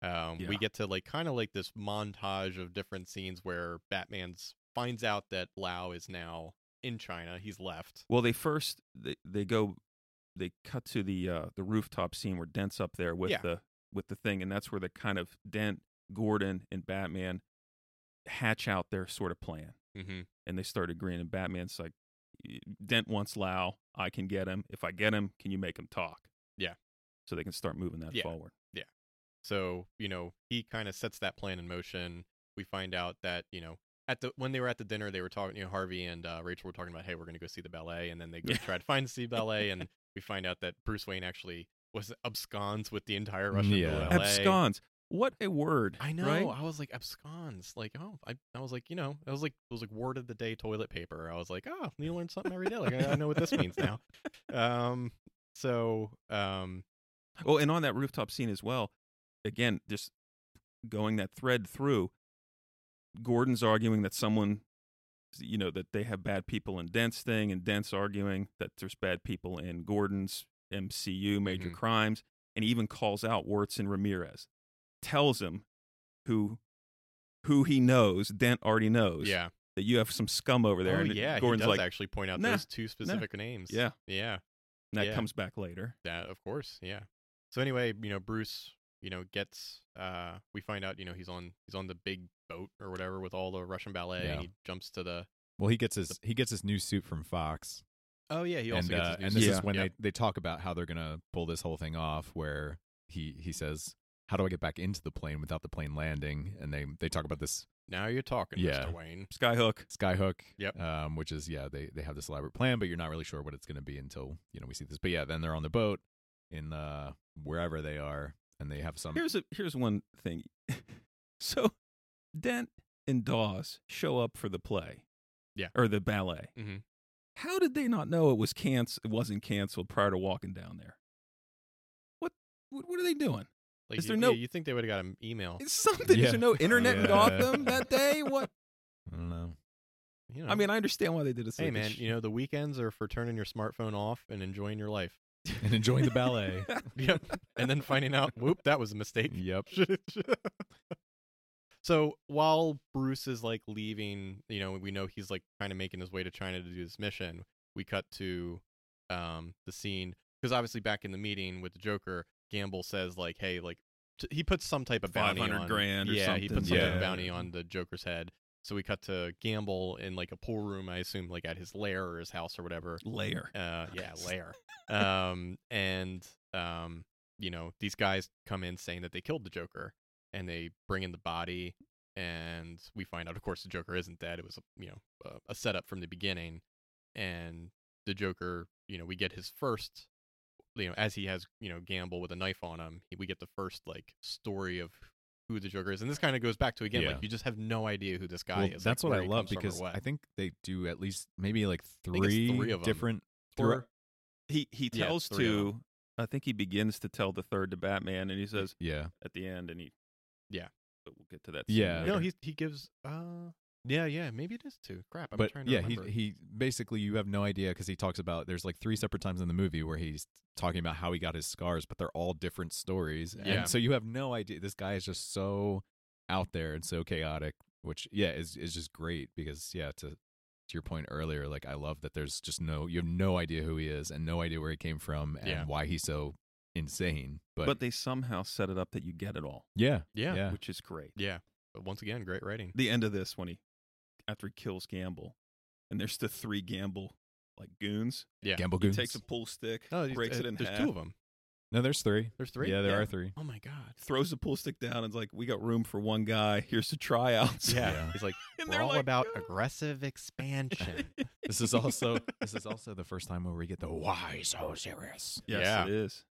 Um
Yeah.
we get to like kind of like this montage of different scenes where Batman's finds out that Lao is now in China. He's left.
Well, they first they, they go they cut to the uh, the rooftop scene where Dent's up there with
Yeah.
the with the thing, and that's where the kind of Dent, Gordon, and Batman hatch out their sort of plan,
Mhm.
and they start agreeing. And Batman's like, Dent wants Lau. I can get him. If I get him, can you make him talk?
Yeah.
So they can start moving that
Yeah.
forward.
So, you know, he kind of sets that plan in motion. We find out that, you know, at the when they were at the dinner, they were talking, you know, Harvey and uh, Rachel were talking about, hey, we're going to go see the ballet. And then they go
Yeah.
try to find see ballet. And we find out that Bruce Wayne actually was absconds with the entire Russian
Yeah.
ballet.
Absconds. What a word!
I know.
right?
I was like absconds. Like, oh, I, I was like, you know, I was like, it was like word of the day toilet paper. I was like, oh, you learn something every day. Like, I, I know what this means now. Um, so, um,
Oh, and on that rooftop scene as well. Again, just going that thread through. Gordon's arguing that someone, you know, that they have bad people in Dent's thing, and Dent's arguing that there's bad people in Gordon's MCU major
Mhm.
crimes, and he even calls out Wirtz and Ramirez, tells him who who he knows. Dent already knows.
yeah,
that you have some scum over there.
oh,
and
yeah.
Gordon's
he does
like,
actually point out
"Nah,
those two specific names.
yeah,
yeah.
and that
yeah.
comes back later.
That of course, yeah. So anyway, you know, Bruce, you know, gets uh we find out, you know, he's on he's on the big boat or whatever with all the Russian ballet and
Yeah.
he jumps to the
Well, he gets his he gets his new suit from Fox,
Oh yeah, he also
and
gets
uh,
his new
and this
suit.
Yeah.
is when
Yep.
they they talk about how they're gonna pull this whole thing off, where he he says, "How do I get back into the plane without the plane landing?" And they they talk about this
now you're talking,
Yeah.
Mr. Wayne.
Skyhook.
skyhook,
Yep.
um, which is yeah, they they have this elaborate plan, but you're not really sure what it's gonna be until you know we see this. But yeah, then they're on the boat in uh wherever they are, and they have some
Um, Here's a here's one thing. so Dent and Dawes show up for the play.
Yeah.
Or the ballet.
Mhm.
How did they not know it was canc- it wasn't canceled prior to walking down there? What what, what are they doing?
Like
Is
you,
there no-
yeah, you think they would have got an email.
It's something. Is
Yeah.
there no internet in
Yeah.
Gotham that day? What
I don't know.
You know.
I mean, I understand why they did this.
Hey man, you know the weekends are for turning your smartphone off and enjoying your life.
and enjoying the ballet.
Yep. and then finding out, whoop, that was a mistake.
yep.
so while Bruce is like leaving, you know, we know he's like kind of making his way to China to do this mission. We cut to um the scene because obviously back in the meeting with the Joker, Gamble says like, "Hey, like t- he puts some type of bounty
500
on
grand or
yeah, he
something.
puts some type
Yeah.
of bounty on the Joker's head." So we cut to Gamble in like a pool room, I assume, like at his lair or his house or whatever
layer.
uh yeah lair um and um you know these guys come in saying that they killed the joker and they bring in the body and we find out of course the joker isn't dead it was you know uh, a setup from the beginning and the joker you know we get his first you know as he has you know gamble with a knife on him we get the first like story of who the joker is and this kind of goes back to again
Yeah.
like you just have no idea who this guy
Well,
is like,
that's what
where
I
he
love
comes from or
because
what.
I think they do at least maybe like
it's
three,
three of 'em.
different.
Or-
throughout-
He he
Yeah,
tells
three of
to I think he begins to tell the third to Batman and he says
yeah,
at the end and he
Yeah.
But we'll get to that.
Yeah.
No,
later.
he he gives. Uh, yeah, yeah, maybe it is too. Crap, I'm
but
trying to
yeah, he
remember.
he basically you have no idea because he talks about there's like three separate times in the movie where he's talking about how he got his scars, but they're all different stories,
Yeah.
and so you have no idea. This guy is just so out there and so chaotic, which yeah is is just great because yeah to. To your point earlier, like I love that there's just no you have no idea who he is and no idea where he came from and
Yeah.
why he's so insane. But,
but, they somehow set it up that you get it all,
yeah,
yeah, yeah,
yeah.
which is great.
But once again, great writing.
The end of this when he after he kills Gamble, and there's the three Gamble like goons.
Yeah.
Gamble
He
Goons.
takes a pool stick,
these-
breaks
uh,
it in
There's
half,
two of them.
no, there's three.
There's three.
Yeah, there
Yeah.
are three.
Oh my god.
throws the pool stick down, and's like, "We got room for one guy. Here's the tryouts."
Yeah.
Yeah.
He's like,
and
we're
they're
all
like,
about
"Ah."
aggressive expansion.
This is also this is also the first time where we get the why so serious.
Yes,
Yeah.
it is.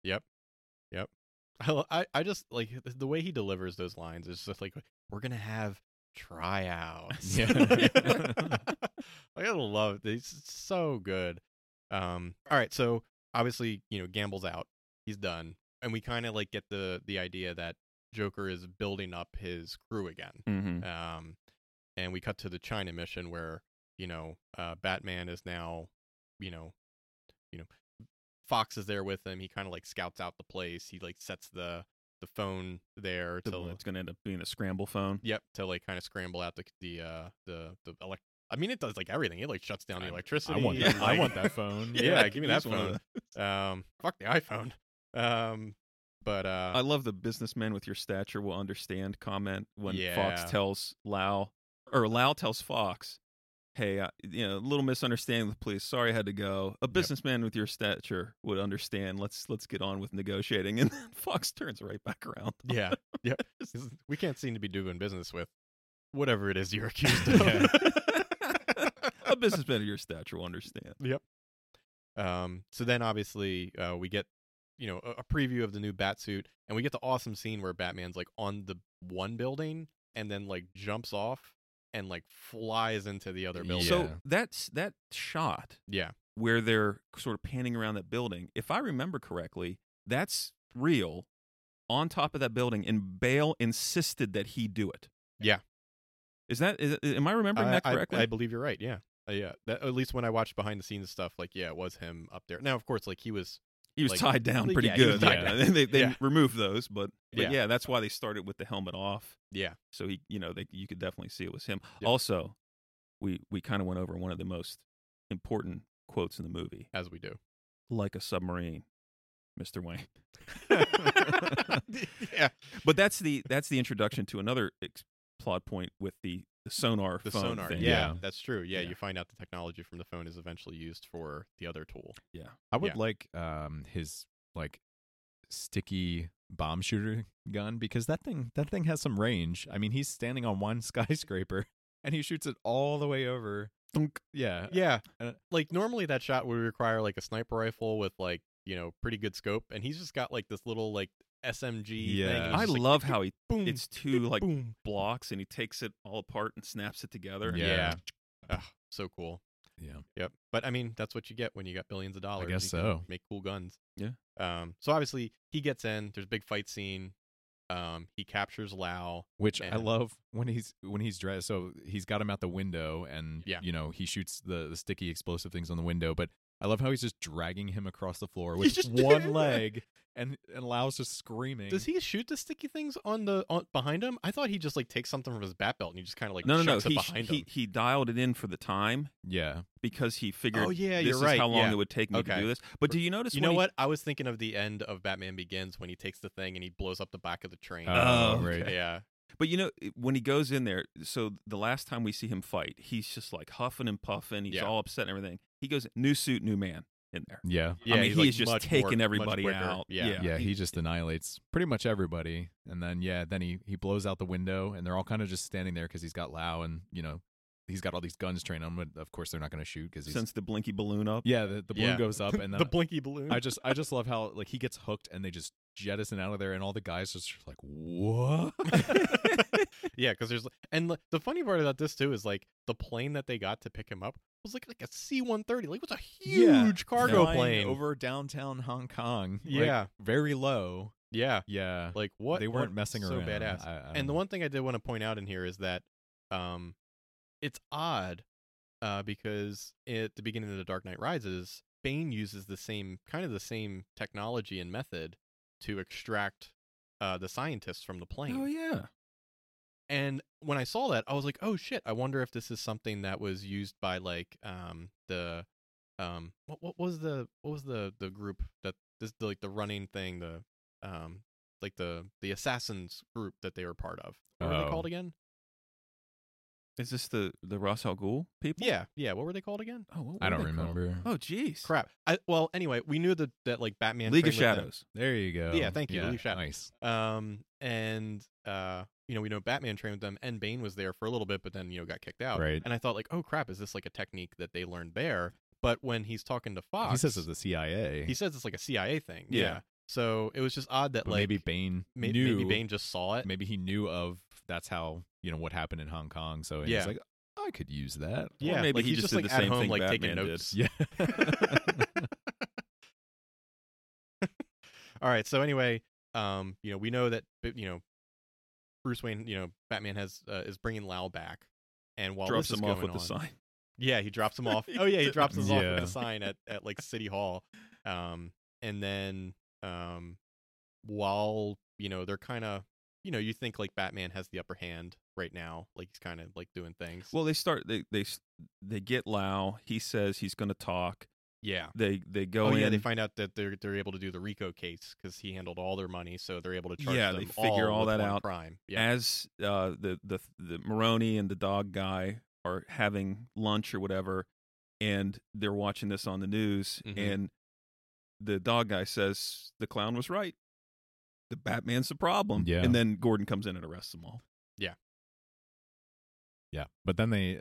I, lo- I I just like th- the way he delivers those lines is just like we're gonna have tryouts.
Yeah.
I gotta love it. It's so good. Um, all right, so obviously you know Gamble's out. He's done, and we kind of like get the the idea that Joker is building up his crew again.
Mm-hmm.
Um, and we cut to the China mission where you know uh, Batman is now, you know, you know, Fox is there with him. He kind of like scouts out the place. He like sets the the phone there to
it's going to end up being a scramble phone.
yep to like kind of scramble out the the uh, the the elect. I mean, it does like everything. It like shuts down the
I-
electricity.
I want that.
and,
I
like-
want that phone.
Yeah,
I
give me
could
that
use one of
phone.
those.
Um, fuck the iPhone. Um, but uh,
I love the businessman with your stature will understand comment when
Yeah.
Fox tells Lau or Lau tells Fox, "Hey, I, you know, a little misunderstanding with the police. Sorry, I had to go. A businessman with your stature would understand. Let's let's get on with negotiating." And then Fox turns right back around.
yeah, yep. We can't seem to be doing business with whatever it is you're accused of.
Yeah. a businessman of your stature will understand.
Um, so then obviously uh, we get you know, a, a preview of the new bat suit, and we get the awesome scene where Batman's like on the one building and then like jumps off and like flies into the other building.
So
Yeah.
that's that shot
yeah,
where they're sort of panning around that building. If I remember correctly, that's real on top of that building, and Bale insisted that he do it.
Yeah.
Is that is, am I remembering
I,
that
I-
correctly?
I, believe you're right. Yeah, Uh, yeah. That, at least when I watched behind the scenes stuff, like yeah, it was him up there. Now, of course, like he was
he was
like-
tied down pretty
Yeah, he was
good.
tied
Yeah.
down.
they they
Yeah.
removed those, but, but yeah.
Yeah.
that's why they started with the helmet off.
yeah,
So he, you know, they, you could definitely see it was him.
Yeah.
Also, we we kind of went over one of the most important quotes in the movie,
as we do.
like a submarine, Mister Wayne.
yeah,
But that's the that's the introduction to another ex- plot point with the, the sonar
the
phone
sonar.
thing.
Yeah,
Yeah.
that's true. Yeah,
Yeah.
you find out the technology from the phone is eventually used for the other tool.
I would
Yeah.
like um his like sticky bomb shooter gun because that thing that thing has some range. I mean, he's standing on one skyscraper and he shoots it all the way over.
Thunk.
Yeah.
Yeah,
Uh,
like normally that shot would require like a sniper rifle with like you know pretty good scope, and he's just got like this little like SMG. thing.
Yeah.
and it's
I
just like,
love how he
boom.
it's two like
boom.
blocks and he takes it all apart and snaps it together. and-
Yeah.
Yeah.
Ugh, so cool.
Yeah.
Yep. But I mean, that's what you get when you got billions of dollars.
guess
You can
so.
Make cool guns.
Yeah.
Um. So obviously he gets in. There's a big fight scene. Um. He captures Lao.
Which I
And-
love when he's when he's dressed. So he's got him out the window, and
Yeah.
you know he shoots the, the sticky explosive things on the window. But I love how he's just dragging him across the floor with
just-
one leg, and and Lao's just screaming.
Does he shoot the sticky things on the on, behind him? I thought he just like takes something from his bat belt and he just kind of like
no, no, no.
chucks it
He, sh-
behind
he
him.
he dialed it in for the time
Yeah,
because he figured
Oh yeah,
this
you're
is
right.
how long
yeah.
it would take me to
Okay.
do this. But do you notice
You
when
know
he-
what? I was thinking of the end of Batman Begins when he takes the thing and he blows up the back of the train.
Oh,
right.
okay.
Yeah.
But you know when he goes in there, so the last time we see him fight, he's just like huffing and puffing, he's
Yeah.
all upset and everything. He goes new suit, new man in there.
yeah,
Yeah.
I mean,
he's,
he
like,
is just
much more-
taking
much
everybody
quicker.
out.
Yeah.
Yeah.
yeah. He just annihilates pretty much everybody, and then yeah, then he he blows out the window, and they're all kind of just standing there because he's got Lao, and you know he's got all these guns trained on him, but of course they're not going to shoot because he's
Since the blinky balloon up.
yeah the, the balloon
Yeah.
goes up, and then
the blinky balloon.
I just I just love how like he gets hooked and they just jettison out of there and all the guys are just like what?
yeah, because there's and like, the funny part about this too is like the plane that they got to pick him up was like like a C one thirty, like it was a huge
Yeah.
cargo
Flying
plane.
over downtown Hong Kong. like,
Yeah.
very low.
yeah,
Yeah,
like what
they weren't
what-
messing
so
around.
badass.
I- I
and the
don't-
one thing I did want to point out in here is that um it's odd uh because at the beginning of The Dark Knight Rises, Bane uses the same kind of the same technology and method to extract uh the scientists from the plane.
Oh yeah.
And when I saw that, I was like, "Oh shit! I wonder if this is something that was used by like um the um what what was the what was the the group that this the, like the running thing the um like the the assassins group that they were part of. What were they
Oh.
called again?
Is this the the Ross Al Ghul people?
Yeah, yeah. What were they called again?
Oh, what were
I don't
they called?
remember.
Oh jeez.
Crap. I, well, anyway, we knew that that like Batman
League of
trained with them.
Shadows.
There you go.
Yeah, thank you, Lee Shatner.
Nice.
Um, and uh, you know, we know Batman trained with them, and Bane was there for a little bit, but then you know got kicked out.
Right.
And I thought like, oh crap, is this like a technique that they learned there? But when he's talking to Fox,
He says it's the CIA.
he says it's like a CIA thing.
Yeah.
Yeah. So it was just odd that
but
like
maybe Bane
may-
knew.
maybe Bane just saw it.
maybe he knew of that's how you know what happened in Hong Kong. So he's
Yeah.
like, I could use that.
yeah,
maybe
like,
he
he's
just
just,
did
like
the
at
same
home,
thing
like taking
Batman did.
notes.
Yeah.
All right. So anyway, um, you know, we know that b- you know Bruce Wayne, you know, Batman has uh, is bringing Lao back, and while
Drops
this is
him off
going
with
on,
the sign.
Yeah, he drops him off. Oh yeah, he drops us off
Yeah.
with the sign at, at like City Hall. Um and then um while, you know, they're kinda you know, you think like Batman has the upper hand right now. Like he's kinda like doing things.
Well, they start. They they s- they get Lao. He says he's going to talk.
yeah.
They they go
Oh,
in.
yeah, they find out that they're they're able to do the Rico case because he handled all their money, so they're able to charge
Yeah,
them
they figure all
with
that
one
out
crime. Yeah,
as uh, the the the Maroni and the dog guy are having lunch or whatever, and they're watching this on the news,
Mm-hmm.
Mhm.
and the dog guy says the clown was right. The Batman's the problem.
Yeah.
And then Gordon comes in and arrests them all.
Yeah, but then they,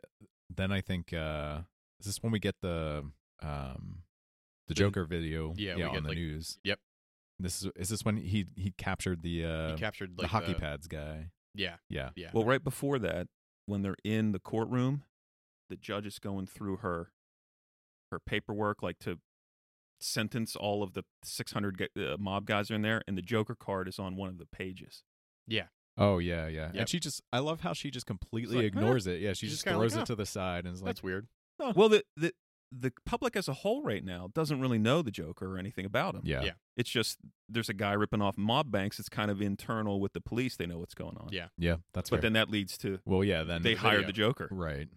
then I think uh is this when we get the um the Joker video?
yeah, we
on
get,
the
like-
news.
yep.
This is is this when he he captured the uh
he captured
the
like
hockey pads guy.
Yeah,
Yeah.
yeah.
Well, right before that, when they're in the courtroom, the judge is going through her her paperwork, like to sentence all of the 600 gu- uh, mob guys are in there, and the Joker card is on one of the pages.
Oh yeah, yeah.
Yep.
And she just I love how she just completely
like,
ignores it. Yeah, she
She's
just
just kinda like,
throws
"Oh,
it to the side and is like
that's weird.
Well, the, the the public as a whole right now doesn't really know the Joker or anything about him.
yeah.
Yeah.
yeah.
It's just there's a guy ripping off mob banks. It's kind of internal with the police. They know what's going on.
Yeah.
that's
But
fair.
then that leads to
well, yeah, then
they
the
hired
video.
the Joker.
right.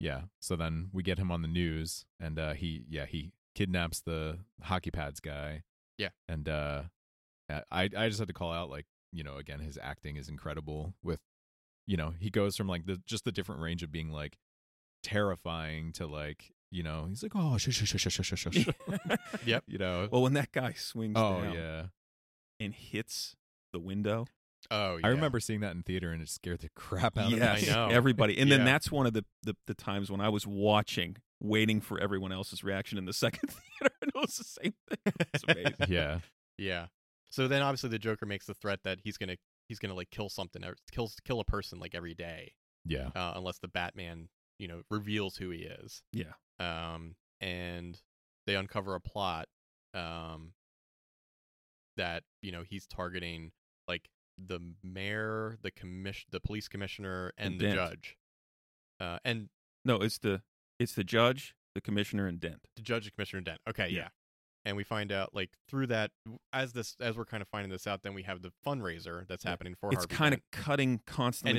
Yeah. So then we get him on the news and uh he yeah, he kidnaps the hockey pads guy.
Yeah.
And uh I I I just had to call out like, you know, again his acting is incredible with you know, he goes from like the just the different range of being like terrifying to like, you know, he's like, "Oh, shush shush shush shush shush." shush,"
Yep.
you know.
Well, when that guy swings
oh
down
yeah.
and hits the window,
Oh, yeah.
I remember seeing that in theater and it scared the crap out of
yes,
me.
I know.
everybody. And
Yeah.
then that's one of the, the the times when I was watching, waiting for everyone else's reaction in the second theater, and it was the same thing. It's amazing.
yeah.
Yeah. So then obviously the Joker makes the threat that he's gonna he's gonna like kill something or kill kill a person like every day
Yeah.
uh, unless the Batman you know reveals who he is.
Yeah.
Um, and they uncover a plot um that you know he's targeting like the mayor, the commission, the police commissioner, and,
And
the
Dent.
judge. Uh, and
no, it's the it's the judge, the commissioner, and Dent.
the judge and commissioner dent okay yeah.
Yeah.
and we find out like through that as this as we're kind of finding this out then we have the fundraiser that's
Yeah.
happening for
it's
Harvey
kind of
Dent.
cutting constantly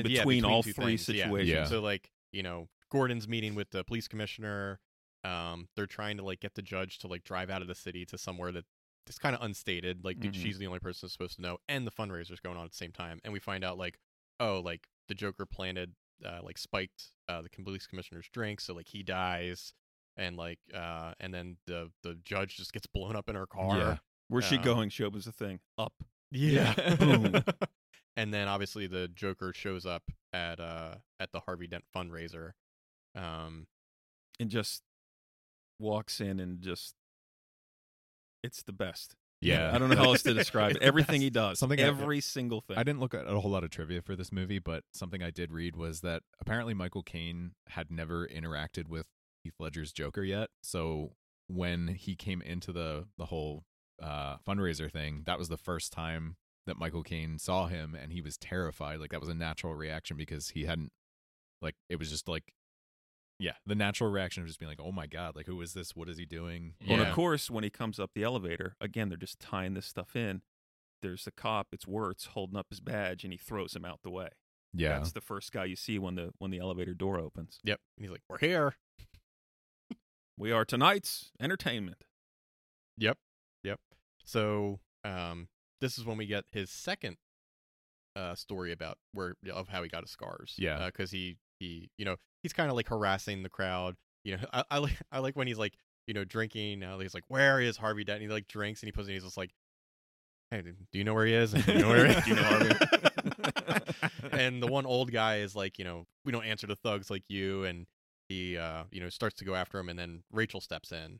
And it-
between,
yeah, between
all
two
three
things, yeah.
situations.
Yeah.
so like you know gordon's meeting with the police commissioner um they're trying to like get the judge to like drive out of the city to somewhere that it's kind of unstated like dude,
Mm-hmm.
Mhm.
she's the only person that's supposed to know and the fundraiser's going on at the same time and we find out like oh like the joker planted uh like spiked uh the police commissioner's drink so like he dies and like uh and then the the judge just gets blown up in her car
Yeah.
Where's she
Uh,
going? She opens the thing up.
yeah.
Yeah. Boom.
and then obviously the Joker shows up at uh at the Harvey Dent fundraiser. Um
and just walks in and just it's the best.
Yeah.
I don't know how else to describe it.
It's the
Everything
best.
he does,
Something
something
that-
every single thing.
I didn't look at a whole lot of trivia for this movie, but something I did read was that apparently Michael Caine had never interacted with Heath Ledger's Joker yet. So when he came into the the whole uh, fundraiser thing, that was the first time that Michael Caine saw him, and he was terrified. Like that was a natural reaction because he hadn't like it was just like yeah, the natural reaction of just being like, oh my god, like who is this? What is he doing?
Well, and
Yeah.
of course, when he comes up the elevator, again, they're just tying this stuff in. There's the cop, it's Wirtz holding up his badge and he throws him out the way.
yeah,
That's the first guy you see when the when the elevator door opens.
Yep. And he's like, We're here.
We are tonight's entertainment.
Yep. Yep. So um this is when we get his second uh story about where of how he got his scars.
Yeah.
because he he you know he's kind of like harassing the crowd. You know, I, I like I like when he's like you know drinking. Uh, he's like, where is Harvey Dent? And he like drinks and he puts and he's just like, hey, do you know where he is? And, do you know where he is?
Do you know Harvey?
and the one old guy is like, you know, we don't answer to thugs like you. And he uh you know starts to go after him, and then Rachel steps in,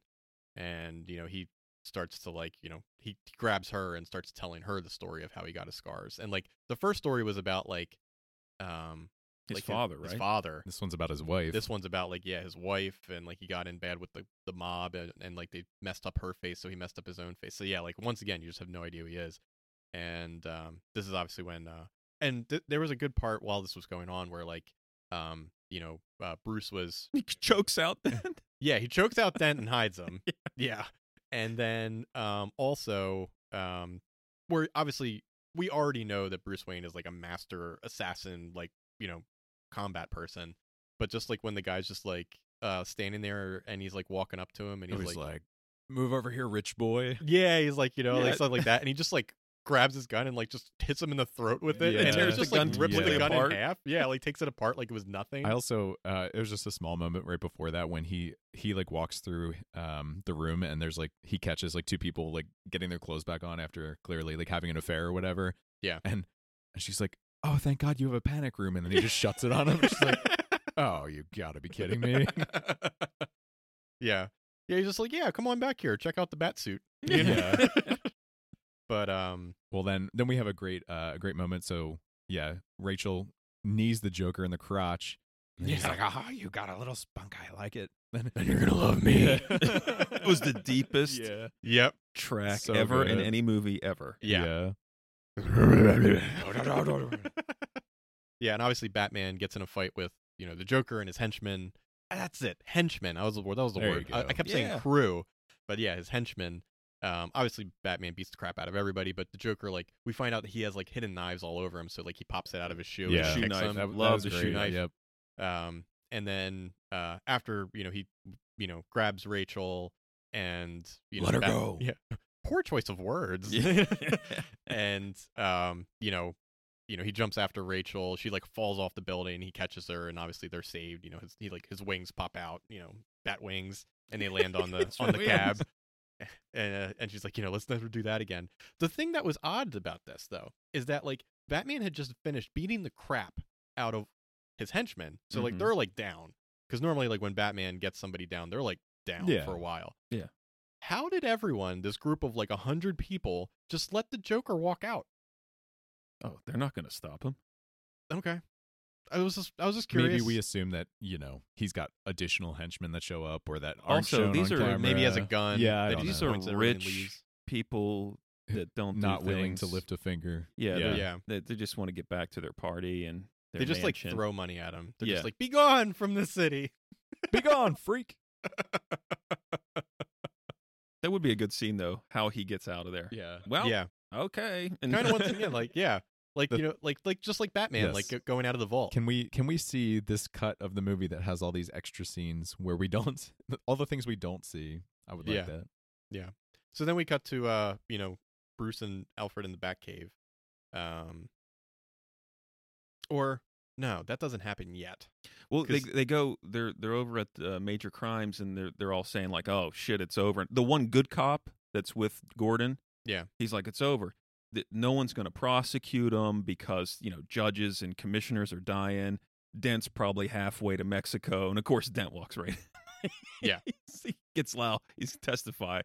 and you know he starts to like you know he he grabs her and starts telling her the story of how he got his scars and like the first story was about like um
His
like,
father, right?
his father
this one's about his wife.
this one's about like yeah his wife and like he got in bad with the, the mob and, and like they messed up her face so he messed up his own face so yeah like once again you just have no idea who he is and um this is obviously when uh and th- there was a good part while this was going on where like um you know uh, bruce was
He chokes out then.
yeah, he chokes out Dent and hides him. yeah. And then um also um we're obviously we already know that Bruce Wayne is like a master assassin, like, you know, combat person. But just like when the guy's just like uh standing there and he's like walking up to him and he's, like,
move over here, rich boy.
Yeah, he's like, you know,
Yeah.
like something like that. And he just like grabs his gun and like just hits him in the throat with it
Yeah.
and
Tears
tears
the
just like
gun
rips the
completely
gun
apart.
in half. Yeah, like takes it apart like it was nothing.
I also uh it was just a small moment right before that when he he like walks through um the room and there's like he catches like two people like getting their clothes back on after clearly like having an affair or whatever.
Yeah.
And and she's like, "Oh, thank God you have a panic room." And then he just shuts it on him. She's like, "Oh, you got to be kidding me."
yeah. Yeah, he's just like, yeah, come on back here. Check out the bat suit.
Yeah.
But um,
Well, then then we have a great uh, a great moment. So yeah, Rachel knees the Joker in the crotch. And He's
Yeah.
like, "Ah, you got a little spunk. I like it." Then
you're gonna love
Yeah.
It was the deepest
Yeah.
yep,
track
So
ever in
good.
any movie ever.
yeah,
yeah.
yeah, and obviously Batman gets in a fight with you know the Joker and his henchmen. That's it, henchmen. I was the word. That was the
There you
word. I, I
go.
kept
Yeah.
saying crew, but yeah, his henchmen. Um, obviously Batman beats the crap out of everybody, but the Joker, like, we find out that he has like hidden knives all over him. So like he pops it out of his shoe. and
Yeah.
kicks
Shoe knife.
him.
That- Love
was
the shoe
great.
knife.
Yep.
um, and then uh, after you know he you know grabs Rachel and you know
Let her
Bat-
go.
Yeah, poor choice of words. and um, you know, you know he jumps after Rachel. She like falls off the building. He catches her, and obviously they're saved. You know, his, he like his wings pop out. You know, bat wings, and they land on the
His
on the
wings.
cab. And, uh, and she's like, you know, let's never do that again. The thing that was odd about this, though, is that like Batman had just finished beating the crap out of his henchmen, so like
Mhm.
they're like down. Because normally, like when Batman gets somebody down, they're like down
Yeah.
for a while.
Yeah.
How did everyone, this group of like a hundred people, just let the Joker walk out?
oh, they're not going to stop him.
Okay. I was just, I was just curious.
Maybe we assume that you know he's got additional henchmen that show up or that aren't
Also,
shown
these
on
are-
or maybe he has a
camera.
gun.
Yeah, I
that
don't
he just
know.
points
Those
at
are
everyone and
rich
leaves.
People that don't
not
do
willing to
things.
lift a finger.
Yeah,
Yeah,
they're-
yeah.
They, they just want to get back to their party and their
They just like
mansion.
throw money at him. They're
Yeah.
just like, "Be gone from the city."
Be gone, freak.
That would be a good scene though. How he gets out of there.
Yeah.
Well,
yeah,
okay. And
kind of once again, like yeah, like
The-
you know, like like just like Batman,
Yes.
like go- going out of the vault.
Can we can we see this cut of the movie that has all these extra scenes where we don't all the things we don't see? I would like
Yeah.
that.
So then we cut to uh, you know, Bruce and Alfred in the Batcave. Um or no, that doesn't happen yet.
well, they
'cause-
they go they're they're over at uh, Major Crimes and they're they're all saying like, "Oh shit, it's over." The one good cop that's with Gordon,
Yeah.
he's like, "It's over." Th- No one's going to prosecute him because you know judges and commissioners are dying. Dent's probably halfway to Mexico, and of course Dent walks right.
Yeah.
he gets loud. He's testify,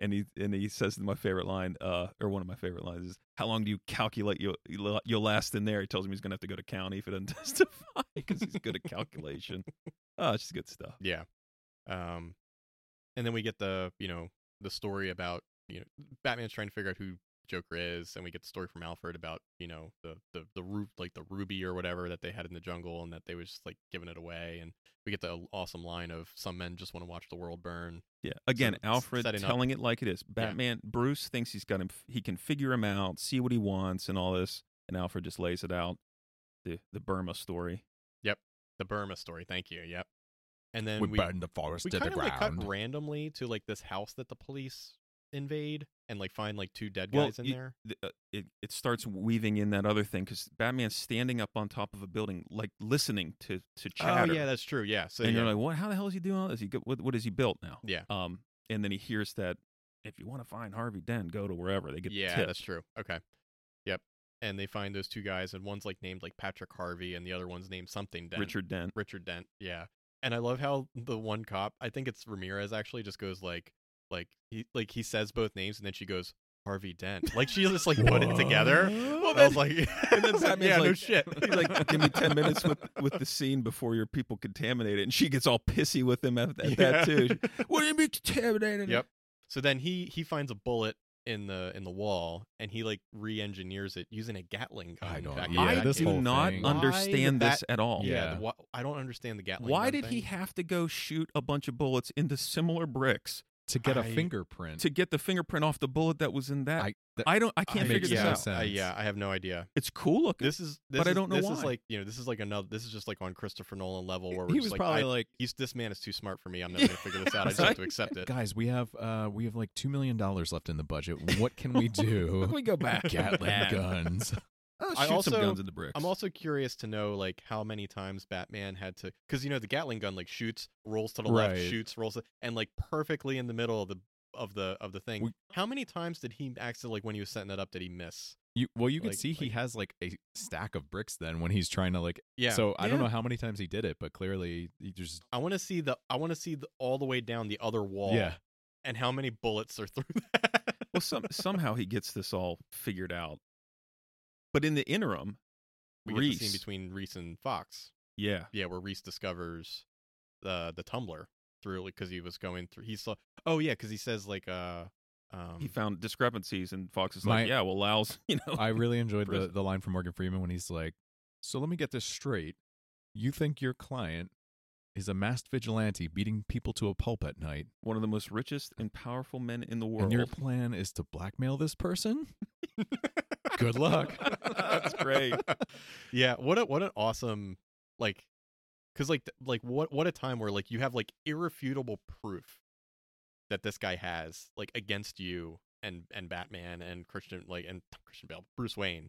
and he and he says my favorite line, uh, or one of my favorite lines is, "How long do you calculate you'll you'll you'll last in there?" He tells him he's going to have to go to county if he doesn't testify because he's good at calculation. Oh, it's just good stuff.
Yeah. Um and then we get the, you know, the story about, you know, Batman's trying to figure out who Joker is and we get the story from Alfred about, you know, the the the roof like the ruby or whatever that they had in the jungle and that they was just like giving it away and we get the awesome line of some men just want to watch the world burn.
Yeah. Again,
it's
Alfred
setting up-
telling it like it is. Batman Bruce thinks he's got him he can figure him out, see what he wants and all this, and Alfred just lays it out. The the Burma story.
The Burma story. Thank you. Yep. And then
we,
we
burn the forest
we
to the
kind of like
ground.
cut randomly to like this house that the police invade and like find like two dead
Well,
guys in
you-
there.
The- uh, It it starts weaving in that other thing cuz Batman's standing up on top of a building like listening to to chatter.
Oh yeah, that's true. Yeah. So
and
yeah.
you're like, "What how the hell is he doing all this? He go- what what has he built now?"
yeah.
Um and then he hears that if you want to find Harvey Dent, go to wherever. They get the
yeah,
tip.
that's true. Okay. Yep. And they find those two guys and one's like named like Patrick Harvey and the other one's named something Dent.
Richard Dent.
Richard Dent. Yeah. And I love how the one cop, I think it's Ramirez actually just goes like like he like he says both names and then she goes Harvey Dent. Like she just like put it together.
Well,
I was like, and
then Batman's
yeah, no
like-
shit.
He's like, give me ten minutes with with the scene before your people contaminate it, and she gets all pissy with him at, at that
Yeah.
too. What do you mean contaminated?
Yep. So then he he finds a bullet in the in the wall and he like re-engineers it using a Gatling gun.
I don't-
back in
Yeah,
I
that
this
do
case.
whole
not
thing.
understand
Why
this at all.
yeah,
Yeah.
the wha- I don't understand the Gatling.
Why
gun
did he
thing.
have to go shoot a bunch of bullets into similar bricks
to get a
I-
fingerprint.
to get the fingerprint off the bullet that was in that? I,
I, that,
don't. I can't
I-
figure
Makes
this
yeah,
no
out.
sense.
I- yeah, I have no idea.
It's cool looking.
This is, this
But I
is-
don't know
This
why.
is like you know, this is like another. This is just like on Christopher Nolan level where we're
he
just
was
like,
probably
I,
like,
he's this man is too smart for me. I'm never gonna figure this out. I just have to accept it.
guys, we have uh, we have like two million dollars left in the budget. What can we do?
we go back.
Gatling
Nah.
guns.
I'll shoot
I
some
also-
guns in the bricks.
I'm also curious to know like how many times Batman had to because you know the Gatling gun like shoots, rolls to the left,
Right.
shoots, rolls, to, and like perfectly in the middle of the of the of the thing.
We-
how many times did he actually like when he was setting that up did he miss?
You, well, you can
Like-
see he
like-
has like a stack of bricks then when he's trying to like.
Yeah.
So I don't
Yeah.
know how many times he did it, but clearly he just
I want to see the I want to see the, all the way down the other wall.
yeah.
And how many bullets are through that?
well, some somehow he gets this all figured out. But in the interim,
We get the
Reese.
scene between Reese and Fox.
yeah,
Yeah, where Reese discovers the the tumbler through because he was going through. He saw. Oh yeah, because he says like uh um
he found discrepancies, and Fox is
My-
like, "Yeah, well, Lao's, you know,
I really enjoyed the,
Prison.
the line from Morgan Freeman when he's like, So let me get this straight. You think your client is a masked vigilante beating people to a pulp at night,
one of the most richest and powerful men in the world."
and your plan is to blackmail this person? Good luck.
That's great.
yeah, what a what an awesome like cuz like th- like what what a time where like you have like irrefutable proof that this guy has like against you and and Batman and Christian like and Christian Bale, Bruce Wayne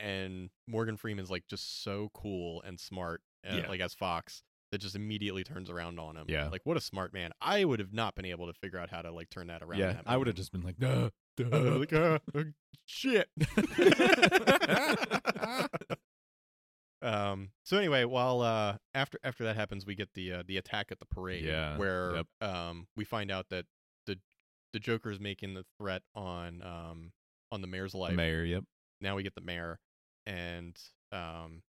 and Morgan Freeman's like just so cool and smart uh,
Yeah.
like as Fox that just immediately turns around on him.
Yeah.
Like what a smart man. I would have not been able to figure out how to like turn that around. in
Yeah,
that
I would
moment.
have just been like, duh,
I was
duh.
like, "Ah, uh, shit. um. So anyway, while uh, after after that happens, we get the uh, the attack at the parade.
Yeah,
Where
yep.
um we find out that the the Joker is making the threat on um on the mayor's life.
Mayor, yep.
Now we get the mayor, and um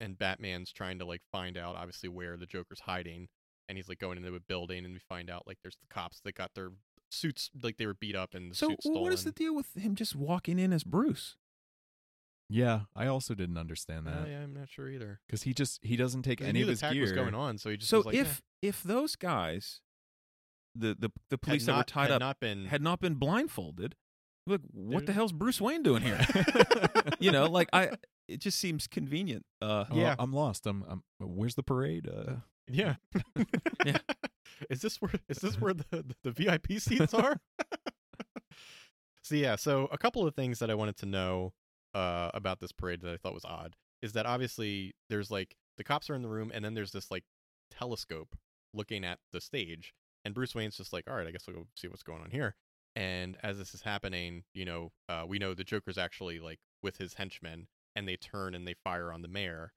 and Batman's trying to like find out obviously where the Joker's hiding, and he's like going into a building, and we find out like there's the cops that got their suits like they were beat up and the
so,
suits
well,
stolen.
what is the deal with him just walking in as Bruce?
Yeah, I also didn't understand
Uh,
that
yeah, I'm not sure either.
because he just he doesn't take
'Cause
any
he knew
of
the
his
attack
gear.
was going on, so he just
so
was like,
if if those guys, the the the
"Eh." had
police that
not,
were tied
had
up
not been
had not been blindfolded, look, what the
Dude.
hell's Bruce Wayne doing here? you know, like I, it just seems convenient. Uh,
Oh,
Yeah.
I'm lost. I'm, I'm. Where's the parade? Uh,
yeah,
Yeah.
Is this where is this where the the, the VIP seats are? so yeah, so a couple of things that I wanted to know uh, about this parade that I thought was odd is that obviously there's like the cops are in the room, and then there's this like telescope looking at the stage, and Bruce Wayne's just like, all right, I guess I'll go see what's going on here. And as this is happening, you know, uh, we know the Joker's actually like with his henchmen, and they turn and they fire on the mayor,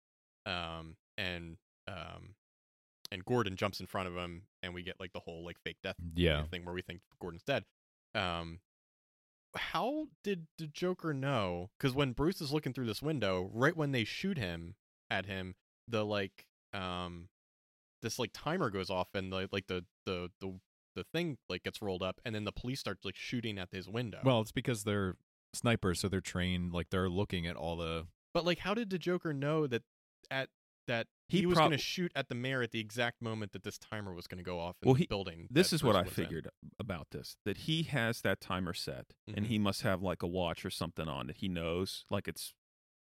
um, and um, and Gordon jumps in front of him, and we get like the whole like fake death
yeah.
thing where we think Gordon's dead. Um, how did the Joker know? Because when Bruce is looking through this window, right when they shoot him at him, the like um, this like timer goes off and the, like the the the the thing like gets rolled up, and then the police start like shooting at his window.
Well, it's because they're snipers, so they're trained. Like they're looking at all the.
but like, how did the Joker know that at that he,
He
was
prob-
going to shoot at the mayor at the exact moment that this timer was going to go off in
Well,
the
he-
building?
this
that
is what
Bruce
I
was in?
figured about this: that he has that timer set, and
Mhm.
he must have like a watch or something on that he knows, like it's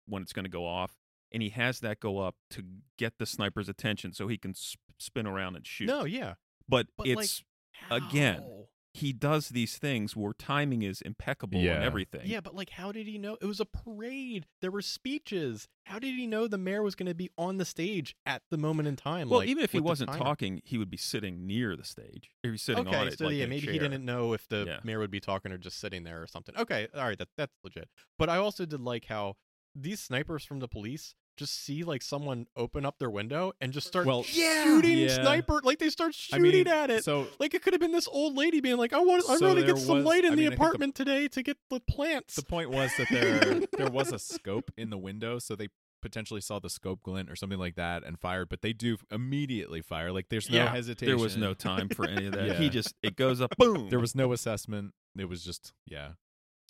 when it's going to go off, and he has that go up to get the sniper's attention so he can sp- spin around and shoot.
No, yeah.
but,
but, like,
it's Again,
How?
he does these things where timing is impeccable
Yeah.
and everything.
Yeah, but like, how did he know? It was a parade. There were speeches. How did he know the mayor was going to be on the stage at the moment in time?
Well,
like,
even if he
with the
wasn't
timer?
talking, he would be sitting near the stage. If he's sitting
okay,
on it,
so
like,
yeah,
in a
maybe he
chair.
didn't know if the
Yeah.
mayor would be talking or just sitting there or something. Okay, all right, that that's legit. But I also did like how these snipers from the police just see like someone open up their window and just start
Well,
shooting
yeah.
sniper like they start
I
shooting
mean,
at it.
So
like it could have been this old lady being like, "I want, I
So
want to
there
get some
was-
light in
I mean,
the
I think the-
apartment today to get the plants."
the point was that there there was a scope in the window, so they potentially saw the scope glint or something like that and fired. But they do immediately fire. Like there's no
Yeah,
hesitation.
There was no time for any of that.
Yeah.
He just it goes up, boom.
There was no assessment. It was just yeah.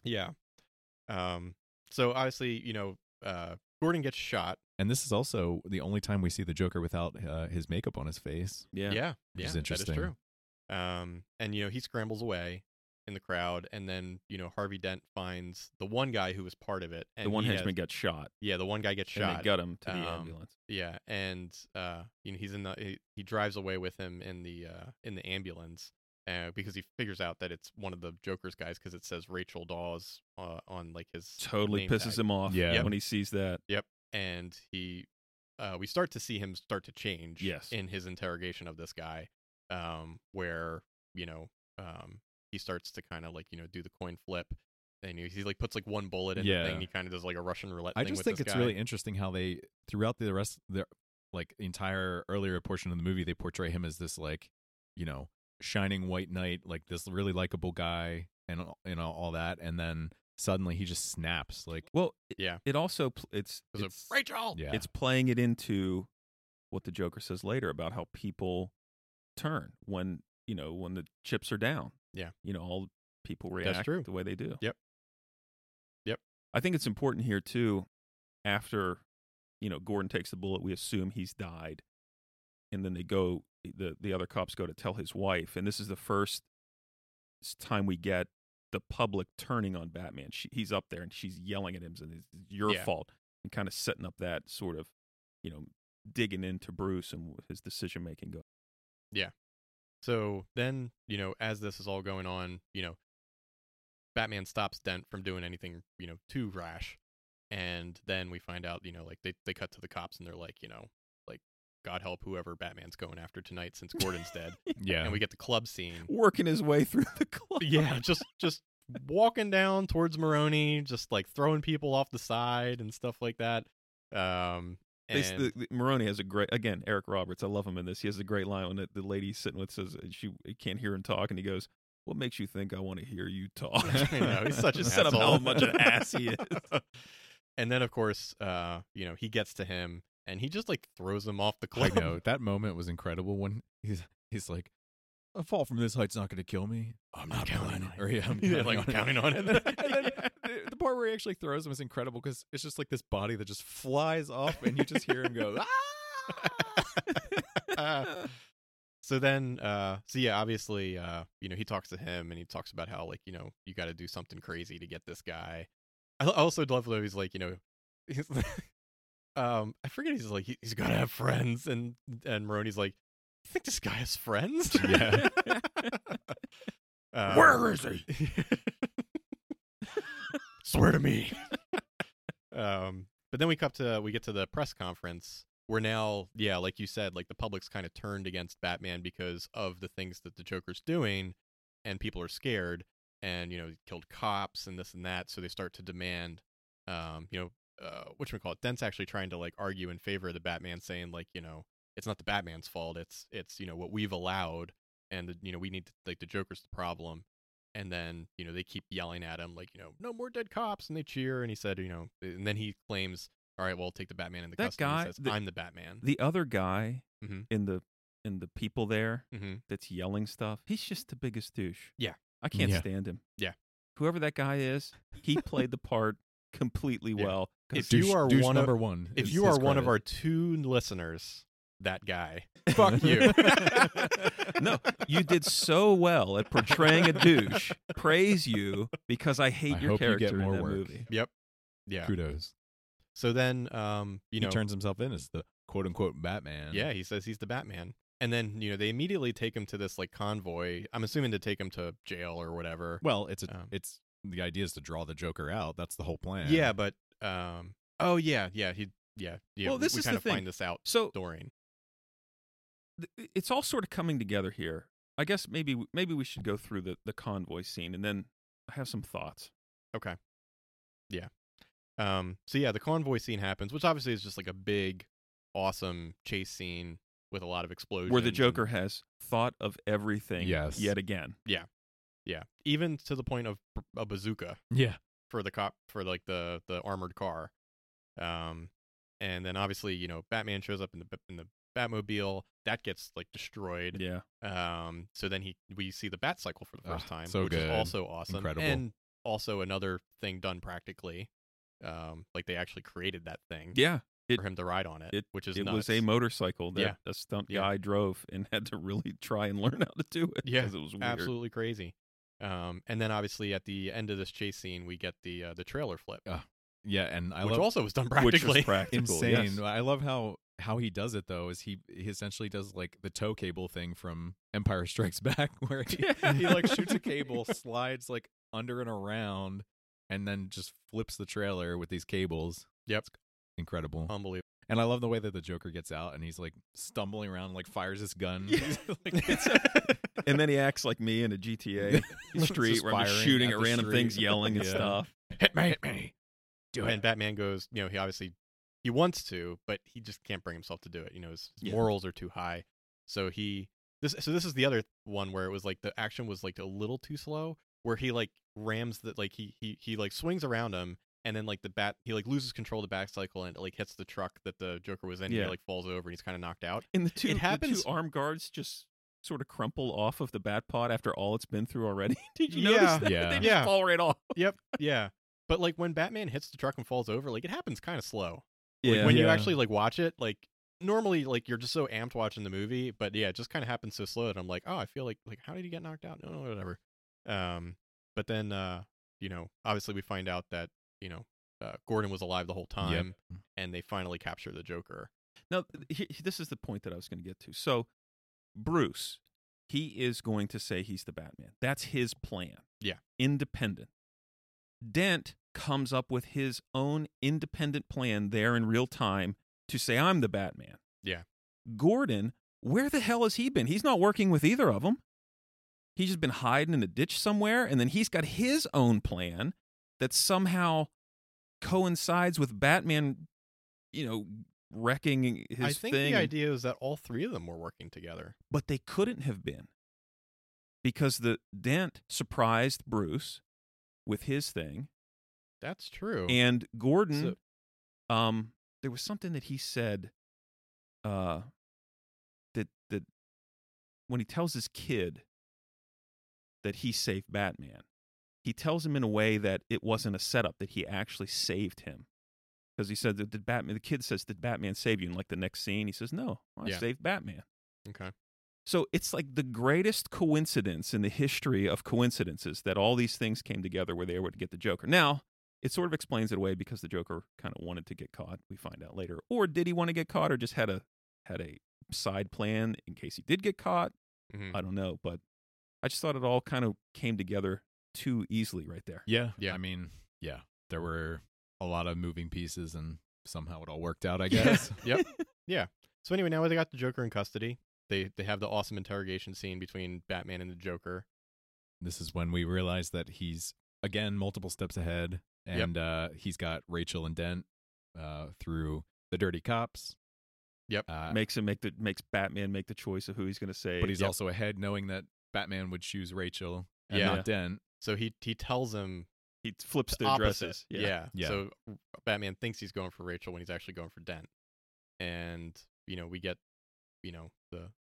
Yeah. Um. So obviously, you know, uh, Gordon gets shot.
And this is also the only time we see the Joker without uh, his makeup on his face.
yeah.
Yeah.
Which
yeah,
is
That
interesting.
is true. Um. And you know, he scrambles away in the crowd, and then you know, Harvey Dent finds the one guy who was part of it, and
the one
he has-
henchman got shot,
yeah, the one guy gets
and
shot.
they got him to the
Um,
ambulance.
yeah, and uh, you know, he's in the he, he drives away with him in the uh in the ambulance. Uh, because he figures out that it's one of the Joker's guys, because it says Rachel Dawes uh, on like his
Totally
name
pisses
tag.
him off.
Yeah.
when he sees that.
and he uh, we start to see him start to change
Yes.
in his interrogation of this guy um, where you know um, he starts to kind of like you know do the coin flip and he, he like puts like one bullet in the
Yeah.
thing he kind of does like a russian roulette
I
thing
just
with
think
this
it's
guy.
really interesting how they throughout the rest the like entire earlier portion of the movie they portray him as this like you know shining white knight like this really likable guy and all- and all- all that, and then suddenly he just snaps like
Well,
Yeah.
it also pl- it's
It was
it's,
like, Rachel.
yeah,
it's playing it into what the Joker says later about how people turn when you know when the chips are down.
Yeah.
you know all people react
true.
the way they do.
Yep. Yep.
I think it's important here too. After you know Gordon takes the bullet, we assume he's died, and then they go the the other cops go to tell his wife, and this is the first s- time we get the public turning on Batman. She, he's up there and she's yelling at him, and it's your
Yeah.
fault, and kind of setting up that sort of, you know, digging into Bruce and his decision making. Go,
So then, you know, as this is all going on, you know, Batman stops Dent from doing anything, you know, too rash. And then we find out, you know, like they, they cut to the cops and they're like, you know, like, God help whoever Batman's going after tonight since Gordon's dead.
yeah,
And we get the club scene.
working his way through the club.
yeah, just just walking down towards Maroni, just like throwing people off the side and stuff like that. Um,
They,
and
s- the, the, Maroni has a great again. Eric Roberts, I love him in this. He has a great line when the, the lady he's sitting with says she can't hear him talk, and he goes, "What makes you think I want to hear you talk?"
I know, he's such an
Set up
asshole.
how much an ass he is.
and then of course, uh, you know, he gets to him and he just like throws him off the
I
cliff.
know that moment was incredible when he's he's like, a fall from this height's not going to kill me. I'm not
counting on it.
Or yeah, I'm
Yeah, like,
counting
I'm
on
counting
it.
on it.
And then- and then the, the part where he actually throws him is incredible because it's just like this body that just flies off, and you just hear him go.
Ah! so then, uh, so yeah, obviously, uh, you know, he talks to him and he talks about how like you know you got to do something crazy to get this guy. I I also love though he's like you know, he's um, I forget he's like he, he's got to have friends and and Maroni's like, you think this guy has friends?
Yeah.
Uh,
Where is he?
Swear to me. um, but then we come to we get to the press conference. We're now, yeah, like you said, like the public's kind of turned against Batman because of the things that the Joker's doing, and people are scared. And you know, he killed cops and this and that, so they start to demand, um, you know, uh, which we call it. Dent's actually trying to like argue in favor of the Batman, saying like, you know, it's not the Batman's fault. It's it's you know what we've allowed, and the, you know we need to, like the Joker's the problem. And then you know they keep yelling at him like you know no more dead cops, and they cheer. And he said you know, and then he claims, all right, well I'll take the Batman into
That
custody.
guy-
he says,
the-
I'm the Batman.
the other guy
Mm-hmm.
Mhm.
in the in the people there
hmm
that's yelling stuff. He's just the biggest douche.
Yeah.
I can't
Yeah.
stand him.
Yeah.
Whoever that guy is, he played the part completely
Yeah.
well. 'Cause
If you
Douche-
are
douche
one of-
number one.
If
is
you
his
are one of
credit.
our two listeners, that guy, fuck you.
No, you did so well at portraying a douche. Praise you because I hate
I
your
hope you get
character in
more
that
work.
movie.
Yep. Yeah.
kudos.
So then, um, you know,
he turns himself in as the quote unquote Batman.
Yeah, he says he's the Batman. And then, you know, they immediately take him to this like convoy. I'm assuming to take him to jail or whatever.
Well, it's a
Um,
it's the idea is to draw the Joker out. That's the whole plan.
yeah, but um oh yeah, yeah, he yeah, yeah.
Well,
we-
this
we
is
kind
the
of
thing.
find this out
So
during.
th- it's all sort of coming together here. I guess maybe maybe we should go through the, the convoy scene and then I have some thoughts.
Okay. Yeah. Um so yeah, the convoy scene happens, which obviously is just like a big awesome chase scene with a lot of explosions.
where the
and-
Joker has thought of everything
Yes.
yet again.
yeah. Even to the point of b- a bazooka.
yeah.
for the cop for like the the armored car um and then obviously you know batman shows up in the b- in the batmobile that gets like destroyed
Yeah.
um so then he we see the bat cycle for the first
Ah,
time
so
which is
good.
also awesome
Incredible.
and also another thing done practically um like they actually created that thing
Yeah. It-
for him to ride on it,
it-
which is
it
nuts.
was a motorcycle that
Yeah.
a stunt
Yeah.
guy drove and had to really try and learn how to do it.
Yeah,
'cause it was weird.
absolutely crazy um and then obviously at the end of this chase scene we get the uh, the trailer flip
Uh, Yeah, and I
which
love
also was done
Which was
practically
practical.
insane.
yes.
I love how how he does it though. Is he he essentially does like the tow cable thing from Empire Strikes Back, where he,
Yeah.
he like shoots a cable, slides like under and around, and then just flips the trailer with these cables.
Yep.
Incredible.
unbelievable
and I love the way that the Joker gets out and he's like stumbling around, like fires his gun.
Yeah. And then he acts like me in a GTA
Just
street where I'm just
firing
shooting
at
at
the
random
street.
things, yelling and
Yeah.
stuff.
hit me, hit me. Do
and Batman goes, you know, he obviously he wants to, but he just can't bring himself to do it. You know, his, his
Yeah.
morals are too high. So he this so this is the other one where it was like the action was like a little too slow, where he like rams that like he he he like swings around him and then like the bat he like loses control of the back cycle and it, like hits the truck that the Joker was in. and
Yeah.
He like falls over and he's kind of knocked out.
And the two, the two
happens-
arm guards just sort of crumple off of the bat pod after all it's been through already. Did you
Yeah.
notice that?
Yeah.
They just
Yeah.
fall right off.
Yep. Yeah. But like when Batman hits the truck and falls over, like it happens kind of slow. Like, when you
Yeah.
actually like watch it, like normally like you're just so amped watching the movie, but yeah, it just kind of happens so slow that I'm like, oh, I feel like like how did he get knocked out? No, no, whatever. Um, but then uh, you know, obviously we find out that you know uh, Gordon was alive the whole time, and they finally capture the Joker.
Now, th- he- he- this is the point that I was going to get to. So, Bruce, he is going to say he's the Batman. That's his plan.
Yeah.
Independent. Dent comes up with his own independent plan there in real time to say, I'm the Batman.
Yeah.
Gordon, where the hell has he been? He's not working with either of them. He's just been hiding in a ditch somewhere. And then he's got his own plan that somehow coincides with Batman, you know, wrecking his
I think
thing.
the
and-
idea is that all three of them were working together.
but they couldn't have been because the dent surprised Bruce with his thing,
That's true.
and Gordon.
So-
um, there was something that he said, uh, that that when he tells his kid that he saved Batman, he tells him in a way that it wasn't a setup that he actually saved him. Because he said that did Batman, the kid says, "Did Batman save you?" And like the next scene, he says, "No, I
Yeah.
saved Batman."
okay.
So it's like the greatest coincidence in the history of coincidences that all these things came together where they were to get the Joker. Now, it sort of explains it away because the Joker kind of wanted to get caught, we find out later. Or did he want to get caught or just had a had a side plan in case he did get caught?
Mhm.
I don't know, but I just thought it all kind of came together too easily right there.
Yeah.
Yeah.
I mean, yeah. There were a lot of moving pieces and somehow it all worked out, I
Yeah.
guess.
Yep. So anyway, now they got the Joker in custody. They they have the awesome interrogation scene between Batman and the Joker.
this is when we realize that he's again multiple steps ahead
Yep.
and uh he's got Rachel and Dent uh through the dirty cops.
Yep.
Uh,
makes him make the makes Batman make the choice of who he's going to save.
but he's
Yep.
also ahead knowing that Batman would choose Rachel and
Yeah.
not Dent.
So he he tells him
he flips
the
the
opposite.
addresses.
Yeah.
Yeah.
So Batman thinks he's going for Rachel when he's actually going for Dent, and you know we get, you know the,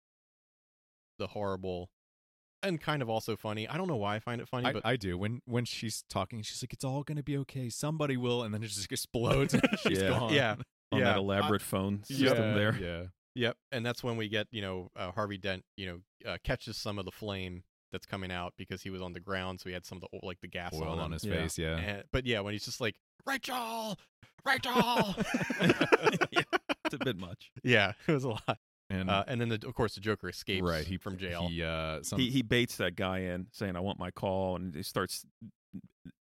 the horrible, and kind of also funny. I don't know why I find it funny,
I,
but
I do. When when she's talking, she's like, "It's all gonna be okay. Somebody will," and then it just explodes. and she's
Yeah.
gone.
yeah,
on
yeah, uh,
that elaborate phone system
Yeah,
there.
Yeah.
Yep. And that's when we get, you know, uh, Harvey Dent, you know, uh, catches some of the flame that's coming out because he was on the ground, so he had some of the o- like the gas
Oil
on,
on
him.
his
Yeah.
face. Yeah.
And- but yeah, when he's just like Rachel, Rachel.
Yeah. It's a bit much.
yeah, it was a lot.
And
Uh, and then, the, of course, the Joker escapes
right, he
from jail.
He uh, some,
he he baits that guy in, saying, "I want my call," and he starts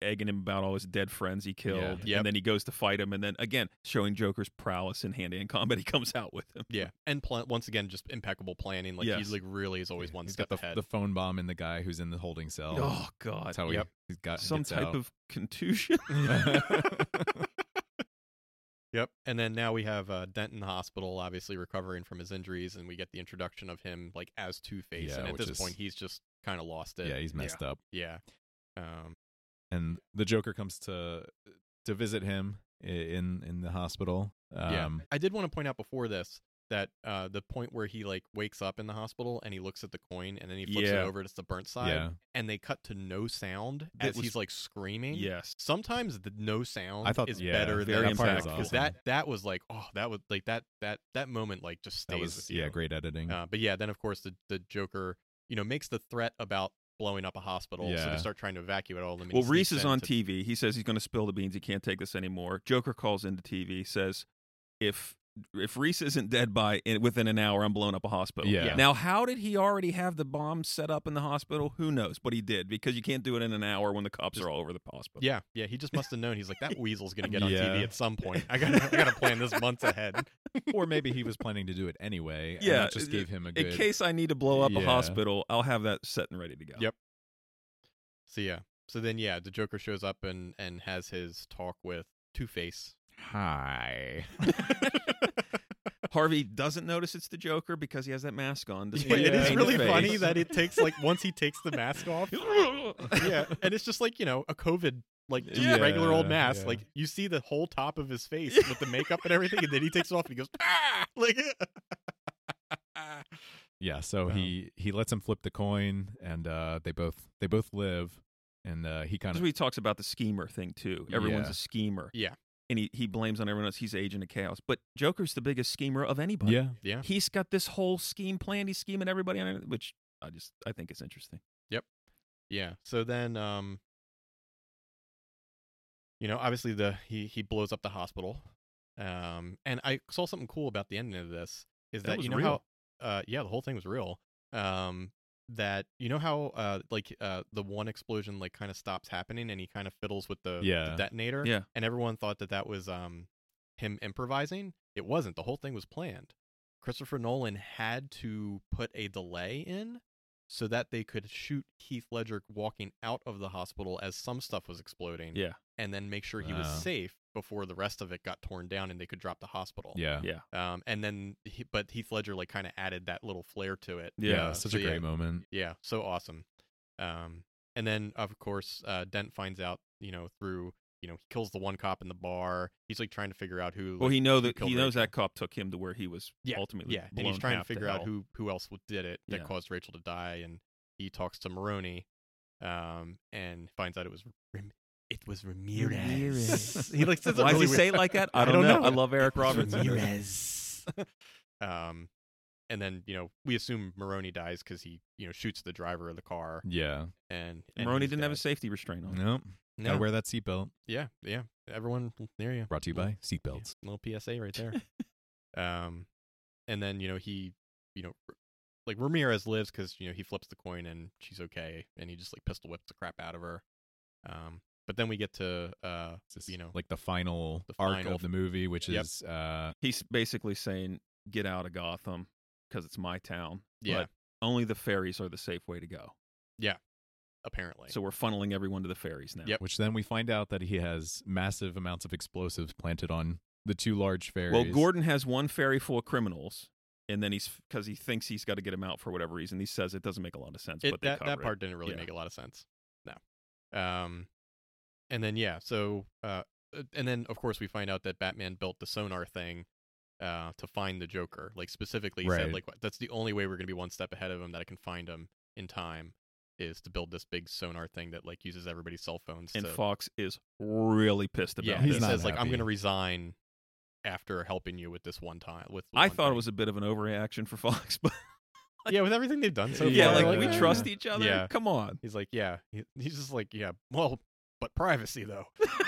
egging him about all his dead friends he killed.
Yep.
And then he goes to fight him, and then again showing Joker's prowess in hand-to-hand combat, he comes out with him.
yeah, and pl- once again, just impeccable planning. Like
Yes.
he's like really is always one
he's
step
got the,
ahead.
the phone bomb in the guy who's in the holding cell.
Oh God,
That's how he,
Yep.
he's got
some
gets
type
out.
of contusion.
yep. And then now we have uh, Dent in the hospital, obviously recovering from his injuries, and we get the introduction of him like as Two Face.
Yeah,
and at
which
this
is-
point, he's just kind of lost it.
yeah, he's messed up.
Yeah. Um,
And the Joker comes to to visit him i- in in the hospital. Um,
yeah. I did want to point out before this that uh, the point where he like wakes up in the hospital and he looks at the coin and then he flips
Yeah.
it over to the burnt side
yeah.
and they cut to no sound
That
as
was-
he's like screaming.
yes,
Sometimes the no sound
I thought-
is
yeah,
better than
very
the sound
impactful.
because that that was like oh that was like that that that moment like just stays
That
with
was
you.
yeah, great editing.
Uh, but yeah, then of course the the Joker you know makes the threat about blowing up a hospital, so
Yeah.
they start trying to evacuate all of them. and
Well,
he sneaks
Reese is
in
on
to-
TV. He says he's going to spill the beans. He can't take this anymore. Joker calls into TV, says, "If if Reese isn't dead by in, within an hour, I'm blowing up a hospital."
Yeah. Yeah.
Now, how did he already have the bomb set up in the hospital? Who knows? But he did because you can't do it in an hour when the cops are all over the hospital.
Yeah, yeah, he just must have known. He's like that weasel's gonna get on
Yeah.
TV at some point. I gotta I gotta plan this months ahead.
or maybe he was planning to do it anyway. and
Yeah,
that just gave him a
In
good.
case I need to blow up a
Yeah.
hospital, I'll have that set and ready to go.
Yep. So yeah, so then yeah, the Joker shows up and and has his talk with Two Face.
Hi.
Harvey doesn't notice it's the Joker because he has that mask on.
It
Despite
is
the
Yeah.
painted
really
face.
funny that it takes like once he takes the mask off. yeah, and it's just like you know a COVID like just
Yeah.
regular old mask.
Yeah.
Like you see the whole top of his face with the makeup and everything, and then he takes it off and he goes ah like.
Yeah, so
Wow.
he he lets him flip the coin, and uh, they both they both live, and uh, he kind
That's
of
what he talks about the schemer thing too. Everyone's
Yeah.
a schemer.
Yeah.
And he, he blames on everyone else. He's agent of chaos. But Joker's the biggest schemer of anybody.
yeah
yeah,
He's got this whole scheme planned. He's scheming everybody on it, which I just I think is interesting.
yeah. So then, um, you know, obviously the he he blows up the hospital, um, and I saw something cool about the ending of this is
That
that,
was
you know
real.
how, uh, yeah, the whole thing was real. Um, that you know how uh like uh the one explosion like kind of stops happening and he kind of fiddles with the, the
Yeah.
detonator
Yeah.
and everyone thought that that was um him improvising it wasn't the whole thing was planned christopher nolan had to put a delay in so that they could shoot Heath Ledger walking out of the hospital as some stuff was exploding
Yeah.
and then make sure he was
Wow.
safe before the rest of it got torn down and they could drop the hospital
yeah
Yeah.
um and then he, but Heath Ledger like kind of added that little flair to it
Yeah,
Uh,
such
so
a great
yeah,
moment.
yeah, so awesome. Um, and then of course uh, Dent finds out, you know, through you know he kills the one cop in the bar. He's like trying to figure out who.
Well,
like,
he know that
killed
he knows
Rachel.
that cop took him to where he was
Yeah,
ultimately.
yeah, and he's
blown
trying to
half
figure out
hell.
who who else w- did it that
Yeah.
caused Rachel to die, and he talks to Maroney, um, and finds out it was Ram- it was Ramirez.
Ramirez.
he like says it
Why
really
does he say it like that? I,
I
don't,
don't
know.
know.
I love Eric Roberts.
Ramirez. um, and then you know we assume Maroney dies because he you know shoots the driver of the car,
Yeah,
and, and
Maroney
he's
didn't have a
dead.
safety restraint on.
nope.
No.
Gotta wear that seatbelt.
Yeah, yeah. Everyone near you.
Brought to you
Little-
by seatbelts.
yeah, little PSA right there. um, and then you know he, you know, r- like Ramirez lives because you know he flips the coin and she's okay, and he just like pistol whips the crap out of her. Um, but then we get to uh,
This is,
you know,
like the final
the
arc
final-
of the movie, which
Yep.
is uh,
He's basically saying, "Get out of Gotham because it's my town."
Yeah.
But only the ferries are the safe way to go.
apparently.
So we're funneling everyone to the ferries now.
Yep.
which then we find out that he has massive amounts of explosives planted on the two large ferries.
Well, Gordon has one ferry full of criminals, and then he's because he thinks he's got to get him out for whatever reason. He says it doesn't make a lot of sense,
It-
but they
that that
cover it.
part didn't really
Yeah.
make a lot of sense. No. Um, and then yeah, so uh, uh, and then of course we find out that Batman built the sonar thing, uh, to find the Joker. Like specifically, he said
Right.
like "Wha- that's the only way we're gonna be one step ahead of him that I can find him in time is to build this big sonar thing that like uses everybody's cell phones.
And
to,
Fox is really pissed about
yeah,
this.
he
He's not
says like I'm
happy.
gonna resign after helping you with this one time. With the
I
one
thought it
thing."
was a bit of an overreaction for Fox, but
yeah with everything they've done so
Yeah,
yeah,
far,
like
like,
we
yeah.
trust each other.
Yeah.
Come on.
He's like, yeah. He- he's just like, yeah. Well, but privacy though.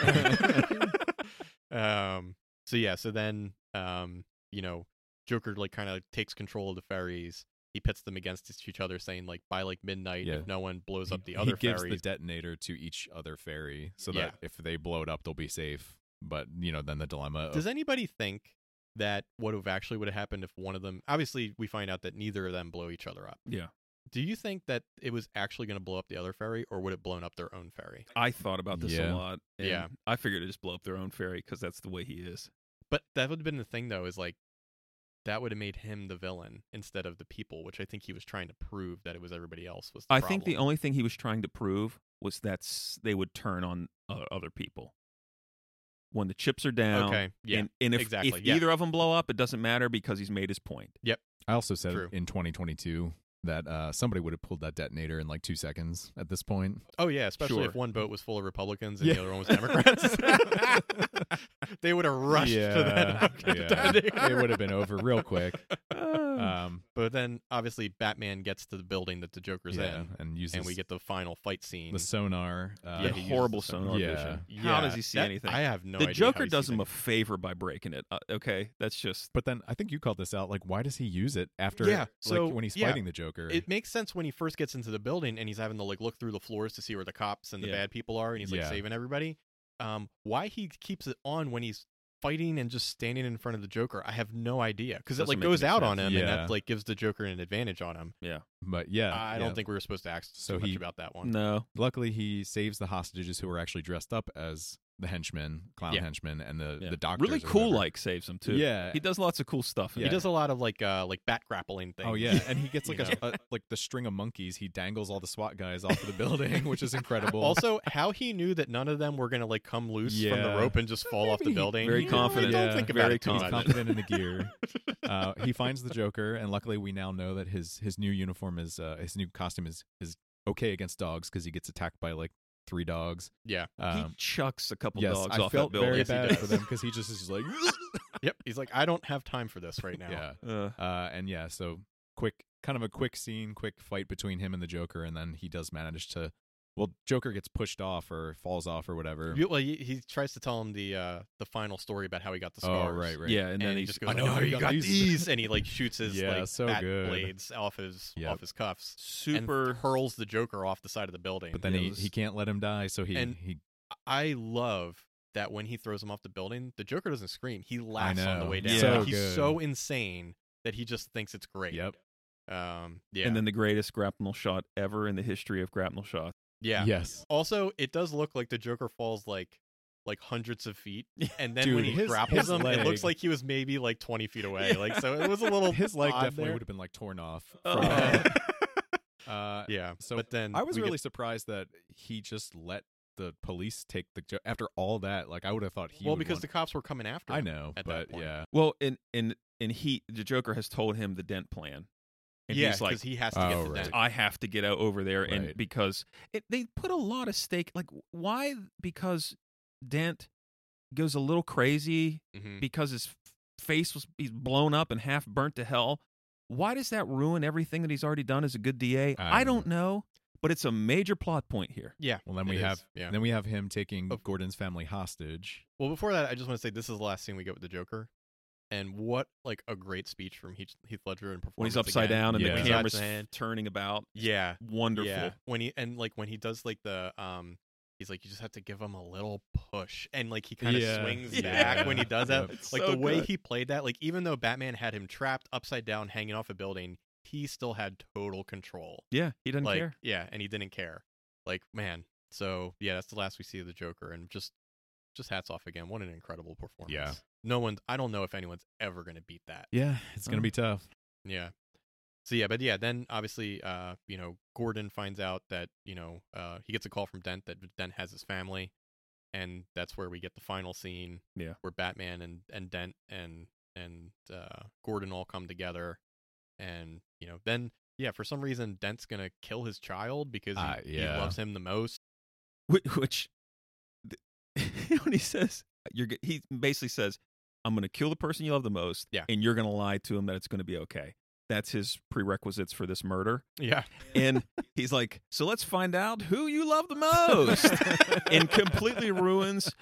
um. So yeah. So then, um, you know, Joker like kind of takes control of the ferries. He pits them against each other, saying like, by like midnight,
Yeah.
if no one blows
he,
up the other
he gives
ferries,
the detonator to each other ferry so
Yeah.
that if they blow it up, they'll be safe. But you know, then the dilemma. Of,
Does anybody think that would have actually would have happened if one of them? Obviously, we find out that neither of them blow each other up.
Yeah.
Do you think that it was actually going to blow up the other ferry, or would it blown up their own ferry?
I thought about this
Yeah.
a lot. and
Yeah.
I figured to just blow up their own ferry because that's the way he is.
But that would have been the thing though, is like that would have made him the villain instead of the people, which I think he was trying to prove that it was everybody else was. The
I think the
problem.
only thing he was trying to prove was that s- they would turn on uh, other people when the chips are down.
Okay, yeah,
and, and if,
exactly,
if
yeah.
either of them blow up, it doesn't matter because he's made his point.
I also said
True.
in 2022 that uh, somebody would have pulled that detonator in like two seconds at this point.
oh yeah, especially
Sure.
if one boat was full of Republicans and
Yeah.
the other one was Democrats, they would have rushed to that.
Yeah.
detonator.
it would have been over real quick.
Uh,
Um,
But then obviously Batman gets to the building that the Joker's
yeah,
in,
and uses
and we get the final fight scene.
the sonar. Uh,
Yeah,
the
he uses
horrible
the sonar.
sonar
Yeah.
vision.
yeah,
How does he see
that-
anything?
I have no
the
idea.
Joker does him a favor by breaking it. Uh, okay, that's just
But then I think you called this out. Like, why does he use it after?
Yeah,
like,
so-
when he's
yeah.
fighting the Joker,
It makes sense when he first gets into the building and he's having to like look through the floors to see where the cops and the
Yeah.
bad people are, and he's like
Yeah.
saving everybody. Um, why he keeps it on when he's fighting and just standing in front of the Joker, I have no idea. Because it
Doesn't
like
make
goes
any
out on
sense.
him, and
Yeah.
that like gives the Joker an advantage on him.
but yeah,
I
yeah.
don't think we were supposed to ask
So
so much
he-
about that one.
no.
Luckily, he saves the hostages who are actually dressed up as the henchman, clown
Yeah.
henchman, and the
Yeah.
the doctor.
Really cool. Like saves him too.
yeah.
he does lots of cool stuff. in
He
it.
does a lot of like uh like bat grappling things.
Oh yeah, and he gets
You
like a, a like the string of monkeys. He dangles all the SWAT guys off of the building, which is incredible.
Also, how he knew that none of them were gonna like come loose from the
Yeah.
rope and just fall off the
Maybe he-
building.
Very
You know, I
confident.
Don't
Yeah,
think about
very
it too much.
he's confident in the gear. Uh, he finds the Joker, and luckily we now know that his his new uniform is uh, his new costume is is okay against dogs because he gets attacked by like three dogs.
Yeah.
He
Um,
chucks a couple
yes,
dogs
I
off
felt
that building.
very
Yes, he
bad
does.
for them because he just is just like
Yep. He's like, I don't have time for this right now.
yeah,
Uh,
uh, and yeah, so quick kind of a quick scene, quick fight between him and the Joker, and then he does manage to. Well, Joker gets pushed off or falls off or whatever.
You- well, he, he tries to tell him the uh the final story about how he got the
oh
scars.
right, right.
Yeah, and,
And,
then
he
he's
just goes,
I
"Oh,
know
no,
you got
these."
these," and he like shoots his
Yeah,
like
so
bat
good.
blades off his
Yep.
off his cuffs. and
super.
hurls the Joker off the side of the building.
But then
Yeah,
he,
this-
he can't let him die, so he
And-
he
I love that when he throws him off the building, the Joker doesn't scream. He laughs on the
know.
way down.
So
Like, he's
good.
so insane that he just thinks it's great.
yep
Um, yeah.
And then the greatest grapnel shot ever in the history of grapnel shots.
yeah.
yes
Also, it does look like the Joker falls like like hundreds of feet, and then when
Dude,
he
his-
grapples
his
him, it looks
leg-
like he was maybe like twenty feet away.
Yeah.
Like so, it was a little
his leg
odd
definitely
there.
would have been like torn off.
Oh.
From, that. uh,
Yeah.
So
but then
I was
we get-
really surprised that he just let the police take the jo- after all that. Like I would have thought he
well
would
because
want-
the cops were coming after.
I
him.
know,
at that
but
point.
yeah,
Well, and and and he the Joker has told him the dent plan, and
yeah,
he's
because
like,
he has to get
Oh,
to
right.
them.
I have to get out over there, and
Right.
because it, they put a lot of stake. Like why? Because Dent goes a little crazy
Mhm.
because his f- face was he's blown up and half burnt to hell. Why does that ruin everything that he's already done as a good DA?
I
I
don't
don't know, but it's a major plot point here.
Yeah.
well then
it
we
is.
have
yeah.
then we have him taking
Of-
Gordon's family hostage.
Well, before that, I just want to say this is the last scene we get with the Joker, and what like a great speech from Heath, Heath Ledger and performance
When he's upside
again.
down and
Yeah.
the
Yeah.
camera's
Yeah, man.
turning about,
Yeah,
wonderful.
yeah. When he and like when he does like the um, he's like you just have to give him a little push, and like he kind of
Yeah.
swings
Yeah.
back when he does that.
Yep.
It's
Like
so
the way
good.
he played that, like even though Batman had him trapped upside down, hanging off a building, he still had total control.
Yeah, he doesn't
like
care.
yeah, and he didn't care. Like man, so yeah, that's the last we see of the Joker, and just just hats off again. What an incredible performance.
Yeah.
No one, I don't know if anyone's ever going to beat that.
Yeah, it's gonna
Oh.
be tough.
Yeah. So yeah, but yeah, then obviously, uh, you know, Gordon finds out that you know uh, he gets a call from Dent that Dent has his family, and that's where we get the final scene.
Yeah.
where Batman and and Dent and and uh, Gordon all come together, and you know, then yeah, for some reason Dent's gonna kill his child because he,
Ah,
he
yeah.
loves him the most.
Which, which th- when he says you're, g- he basically says, "I'm going to kill the person you love the most,
Yeah.
and you're going to lie to him that it's going to be okay." That's his prerequisites for this murder,
Yeah,
and he's like, "So let's find out who you love the most," and completely ruins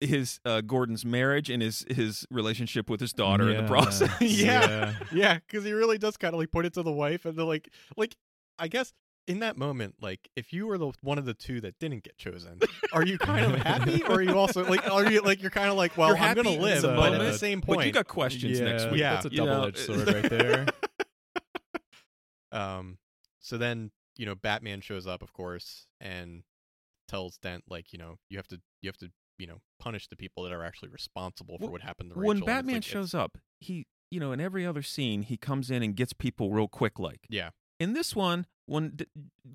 his uh, Gordon's marriage and his his relationship with his daughter in the process.
Yeah. yeah, because he really does kind of like put it to the wife, and they're like, like I guess in that moment, like if you were the one of the two that didn't get chosen, are you kind of happy, or are you also like, are you like you're kind of like, well,
You're
I'm
happy
gonna
in
live,
the
but at the
moment,
same point,
But you got questions
yeah,
next week.
Yeah.
that's a
You know, uh,
double edged sword right there.
um, so then you know Batman shows up, of course, and tells Dent like, you know, you have to, you have to, you know, punish the people that are actually responsible for
Wh-
what happened to Rachel.
when
And it's
Batman
like, it's-
shows up, he you know in every other scene he comes in and gets people real quick. Like
Yeah.
in this one, when d-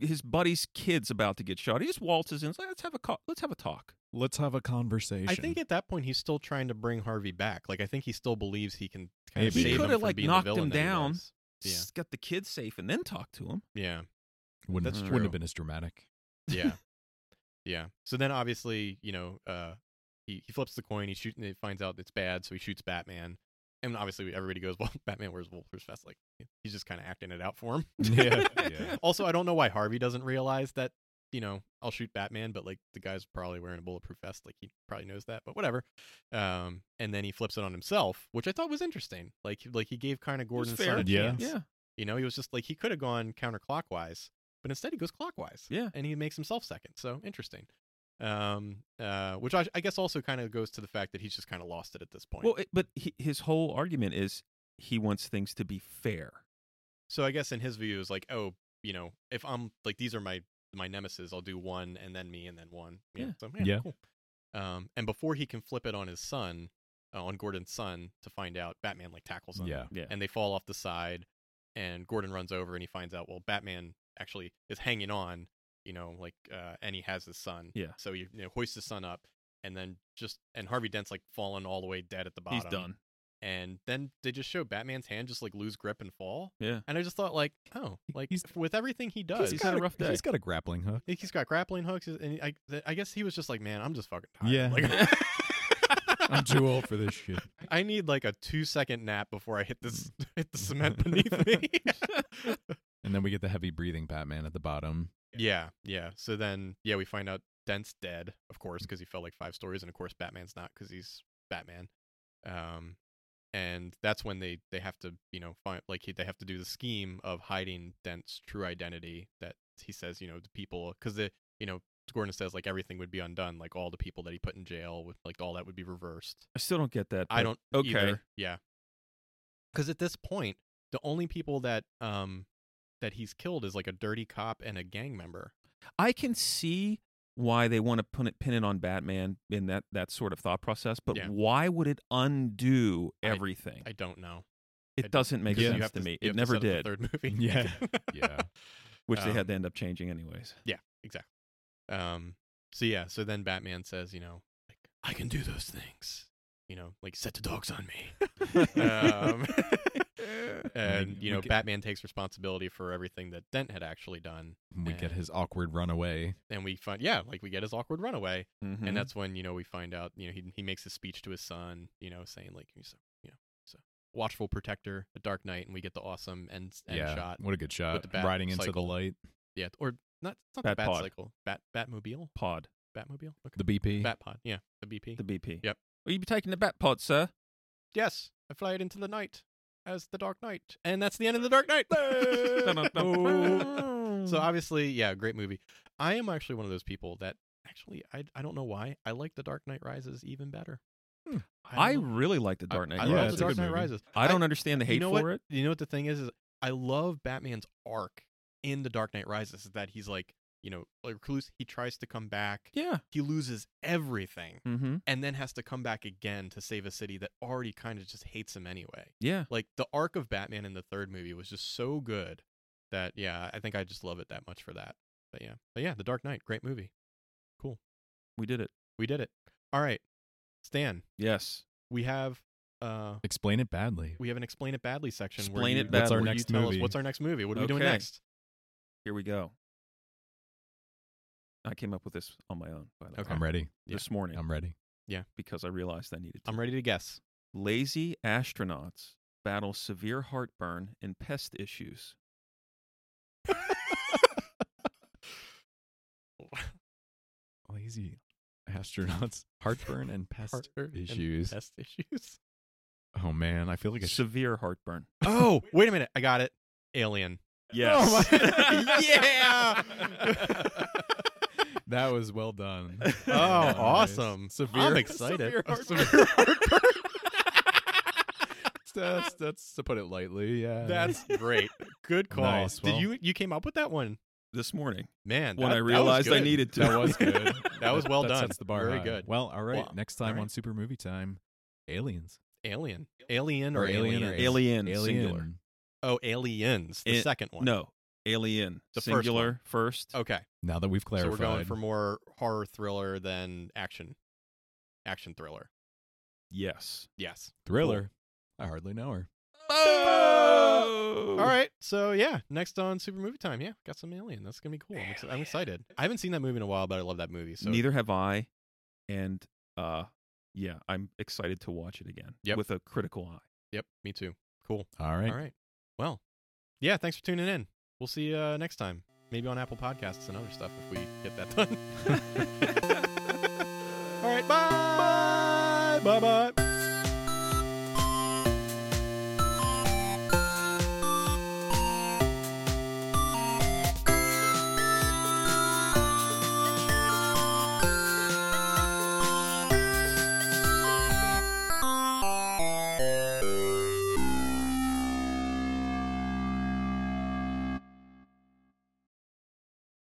his buddy's kid's about to get shot, he just waltzes in. He's like, let's have a co- let's have a talk.
Let's have a conversation.
I think at that point he's still trying to bring Harvey back. Like I think he still believes he can kind of
Maybe. He
save him
coulda,
from
like,
being the
knocked
villain
him
that he
down.
was. Yeah.
S- Get the kid safe and then talk to him.
Yeah,
wouldn't,
that's
wouldn't
true.
have been as dramatic.
yeah, yeah. So then obviously you know uh, he he flips the coin. He shoots. He finds out it's bad, so he shoots Batman. And obviously everybody goes, "Well, Batman wears Wolfers Vest." Like he's just kind of acting it out for him.
Yeah, yeah.
also, I don't know why Harvey doesn't realize that you know I'll shoot Batman, but like the guy's probably wearing a bulletproof vest. Like he probably knows that, but whatever. Um, and then he flips it on himself, which I thought was interesting. Like like he gave kind of Gordon's
fair.
son a
Yeah.
chance.
Yeah,
You know, he was just like he could have gone counterclockwise, but instead he goes clockwise.
Yeah.
and he makes himself second. So interesting. Um, uh, which I, I guess also kind of goes to the fact that he's just kind of lost it at this point.
Well, it, but he, his whole argument is he wants things to be fair.
so I guess in his view is like, oh, you know, if I'm like these are my my nemesis, I'll do one and then me and then one.
Yeah.
So yeah,
Yeah.
cool. Um, and before he can flip it on his son, uh, on Gordon's son, to find out, Batman like tackles him.
Yeah.
Yeah.
And they fall off the side, and Gordon runs over and he finds out, well, Batman actually is hanging on, you know, like, uh, and he has his son.
Yeah.
So he you know, hoists his son up, and then just, and Harvey Dent's like fallen all the way dead at the bottom.
He's done.
And then they just show Batman's hand just like lose grip and fall.
Yeah.
And I just thought, like, oh, like
He's-
with everything he does,
He's had a rough day.
He's got a grappling hook.
like, He's got grappling hooks, and I, I guess he was just like, man, I'm just fucking tired.
Yeah.
Like,
I'm too old for this shit.
I need like a two second nap before I hit this
Mm.
hit the cement beneath me.
And then we get the heavy breathing Batman at the bottom.
yeah, yeah. So then, yeah, we find out Dent's dead, of course, because he fell like five stories, and of course Batman's not, because he's Batman. Um, and that's when they they have to you know find like he, they have to do the scheme of hiding Dent's true identity that he says you know to people because the you know Gordon says like everything would be undone, like all the people that he put in jail would like all that would be reversed.
I still don't get that.
I
but
don't.
Okay.
either. Yeah. Because at this point, the only people that um that he's killed is like a dirty cop and a gang member.
I can see why they want to pin it, pin it on Batman in that that sort of thought process, but
Yeah.
why would it undo
I-
everything?
I don't know.
it
I-
doesn't make
Because you
sense
have
to, me.
you
It
have to
never
set up the
did,
Third movie.
Yeah. Yeah.
which they
um,
had to end up changing anyways.
exactly. Um. So yeah. So then Batman says, you know, like I can do those things. You know, like set the dogs on me. um, and you
we
know,
get-
Batman takes responsibility for everything that Dent had actually done,
And we get
And-
his awkward runaway.
and we find, yeah, like we get his awkward runaway,
Mhm.
and that's when you know we find out you know he he makes a speech to his son you know saying like he's a, you know he's a watchful protector a dark knight and we get the awesome end, end
yeah.
shot
What a good shot.
the bat
Riding into the
cycle.
light.
yeah or not it's not the
Bat
bat
pod.
cycle bat batmobile
pod
batmobile okay
The BP.
bat pod yeah the bp
the BP.
Yep.
Will you be taking the bat pod, sir?
yes i fly it into the night as the dark knight and that's the end of the dark knight Oh. so obviously yeah great movie i am actually one of those people that actually i, I don't know why i like the dark knight rises even better
Hmm.
I
don't know.
really like the Dark Knight.
I,
Yeah,
love
it's
the
a
dark
Rises.
good
knight
movie.
rises
I don't understand the hate
you know
for
what,
it.
You know what the thing is? Is I love Batman's arc in The Dark Knight Rises. Is that he's like you know a recluse. He tries to come back.
Yeah.
He loses everything,
Mm-hmm.
and then has to come back again to save a city that already kind of just hates him anyway.
Yeah.
Like the arc of Batman in the third movie was just so good that yeah, I think I just love it that much for that. But yeah, but yeah, The Dark Knight, great movie.
We did it.
We did it. All right, Stan,
Yes.
we have uh
Explain it badly.
we have an explain it badly section. where
Explain
you-
it That's our
badly. next
you tell
movie.
Us what's our next movie? What are we doing
Okay.
next?
Here we go. I came up with this on my own, by the
Okay.
way,
I'm ready.
this morning
I'm ready.
because I realized I needed to.
I'm ready to guess.
Lazy astronauts battle severe heartburn and pest issues.
Lazy astronauts, heartburn, and pest
Heartburn and
issues.
Test issues.
Oh man, I feel like I should.
Severe heartburn.
Oh, wait a minute. I got it. Alien.
Yes.
That was well done.
Oh,
Oh,
Nice.
awesome.
Severe.
I'm excited.
severe
A
heartburn.
severe heartburn.
that's that's to put it lightly. Yeah.
That's great. Good call.
Nice, well-
Did you you came up with that one?
This morning
Man,
when
that-
I
that was
realized I
good.
needed to.
that was good.
That was well
that
done.
Sets the bar
Very
high.
good.
Well, all right.
Well,
next time
all
on
right.
Super Movie Time, aliens
Alien. Alien or,
or
aliens?
alien,
alien.
singular.
Oh, aliens. The
It-
second one.
No, alien.
The first Oh.
singular first.
Okay.
Now that we've clarified,
So we're going for more horror thriller than action. Action thriller.
Yes.
Yes.
thriller. I hardly know her.
All right. So yeah, next on Super Movie Time. Yeah, got some Alien. That's gonna be cool. I'm, ex- I'm excited. I haven't seen that movie in a while, but I love that movie. So
Neither have I, and uh, yeah, I'm excited to watch it again
Yep.
with a critical eye.
Yep. Me too. Cool.
All right.
All right. Well, yeah. Thanks for tuning in. We'll see you uh, next time. Maybe on Apple Podcasts and other stuff if we get that done. All right. Bye. Bye. Bye. Bye.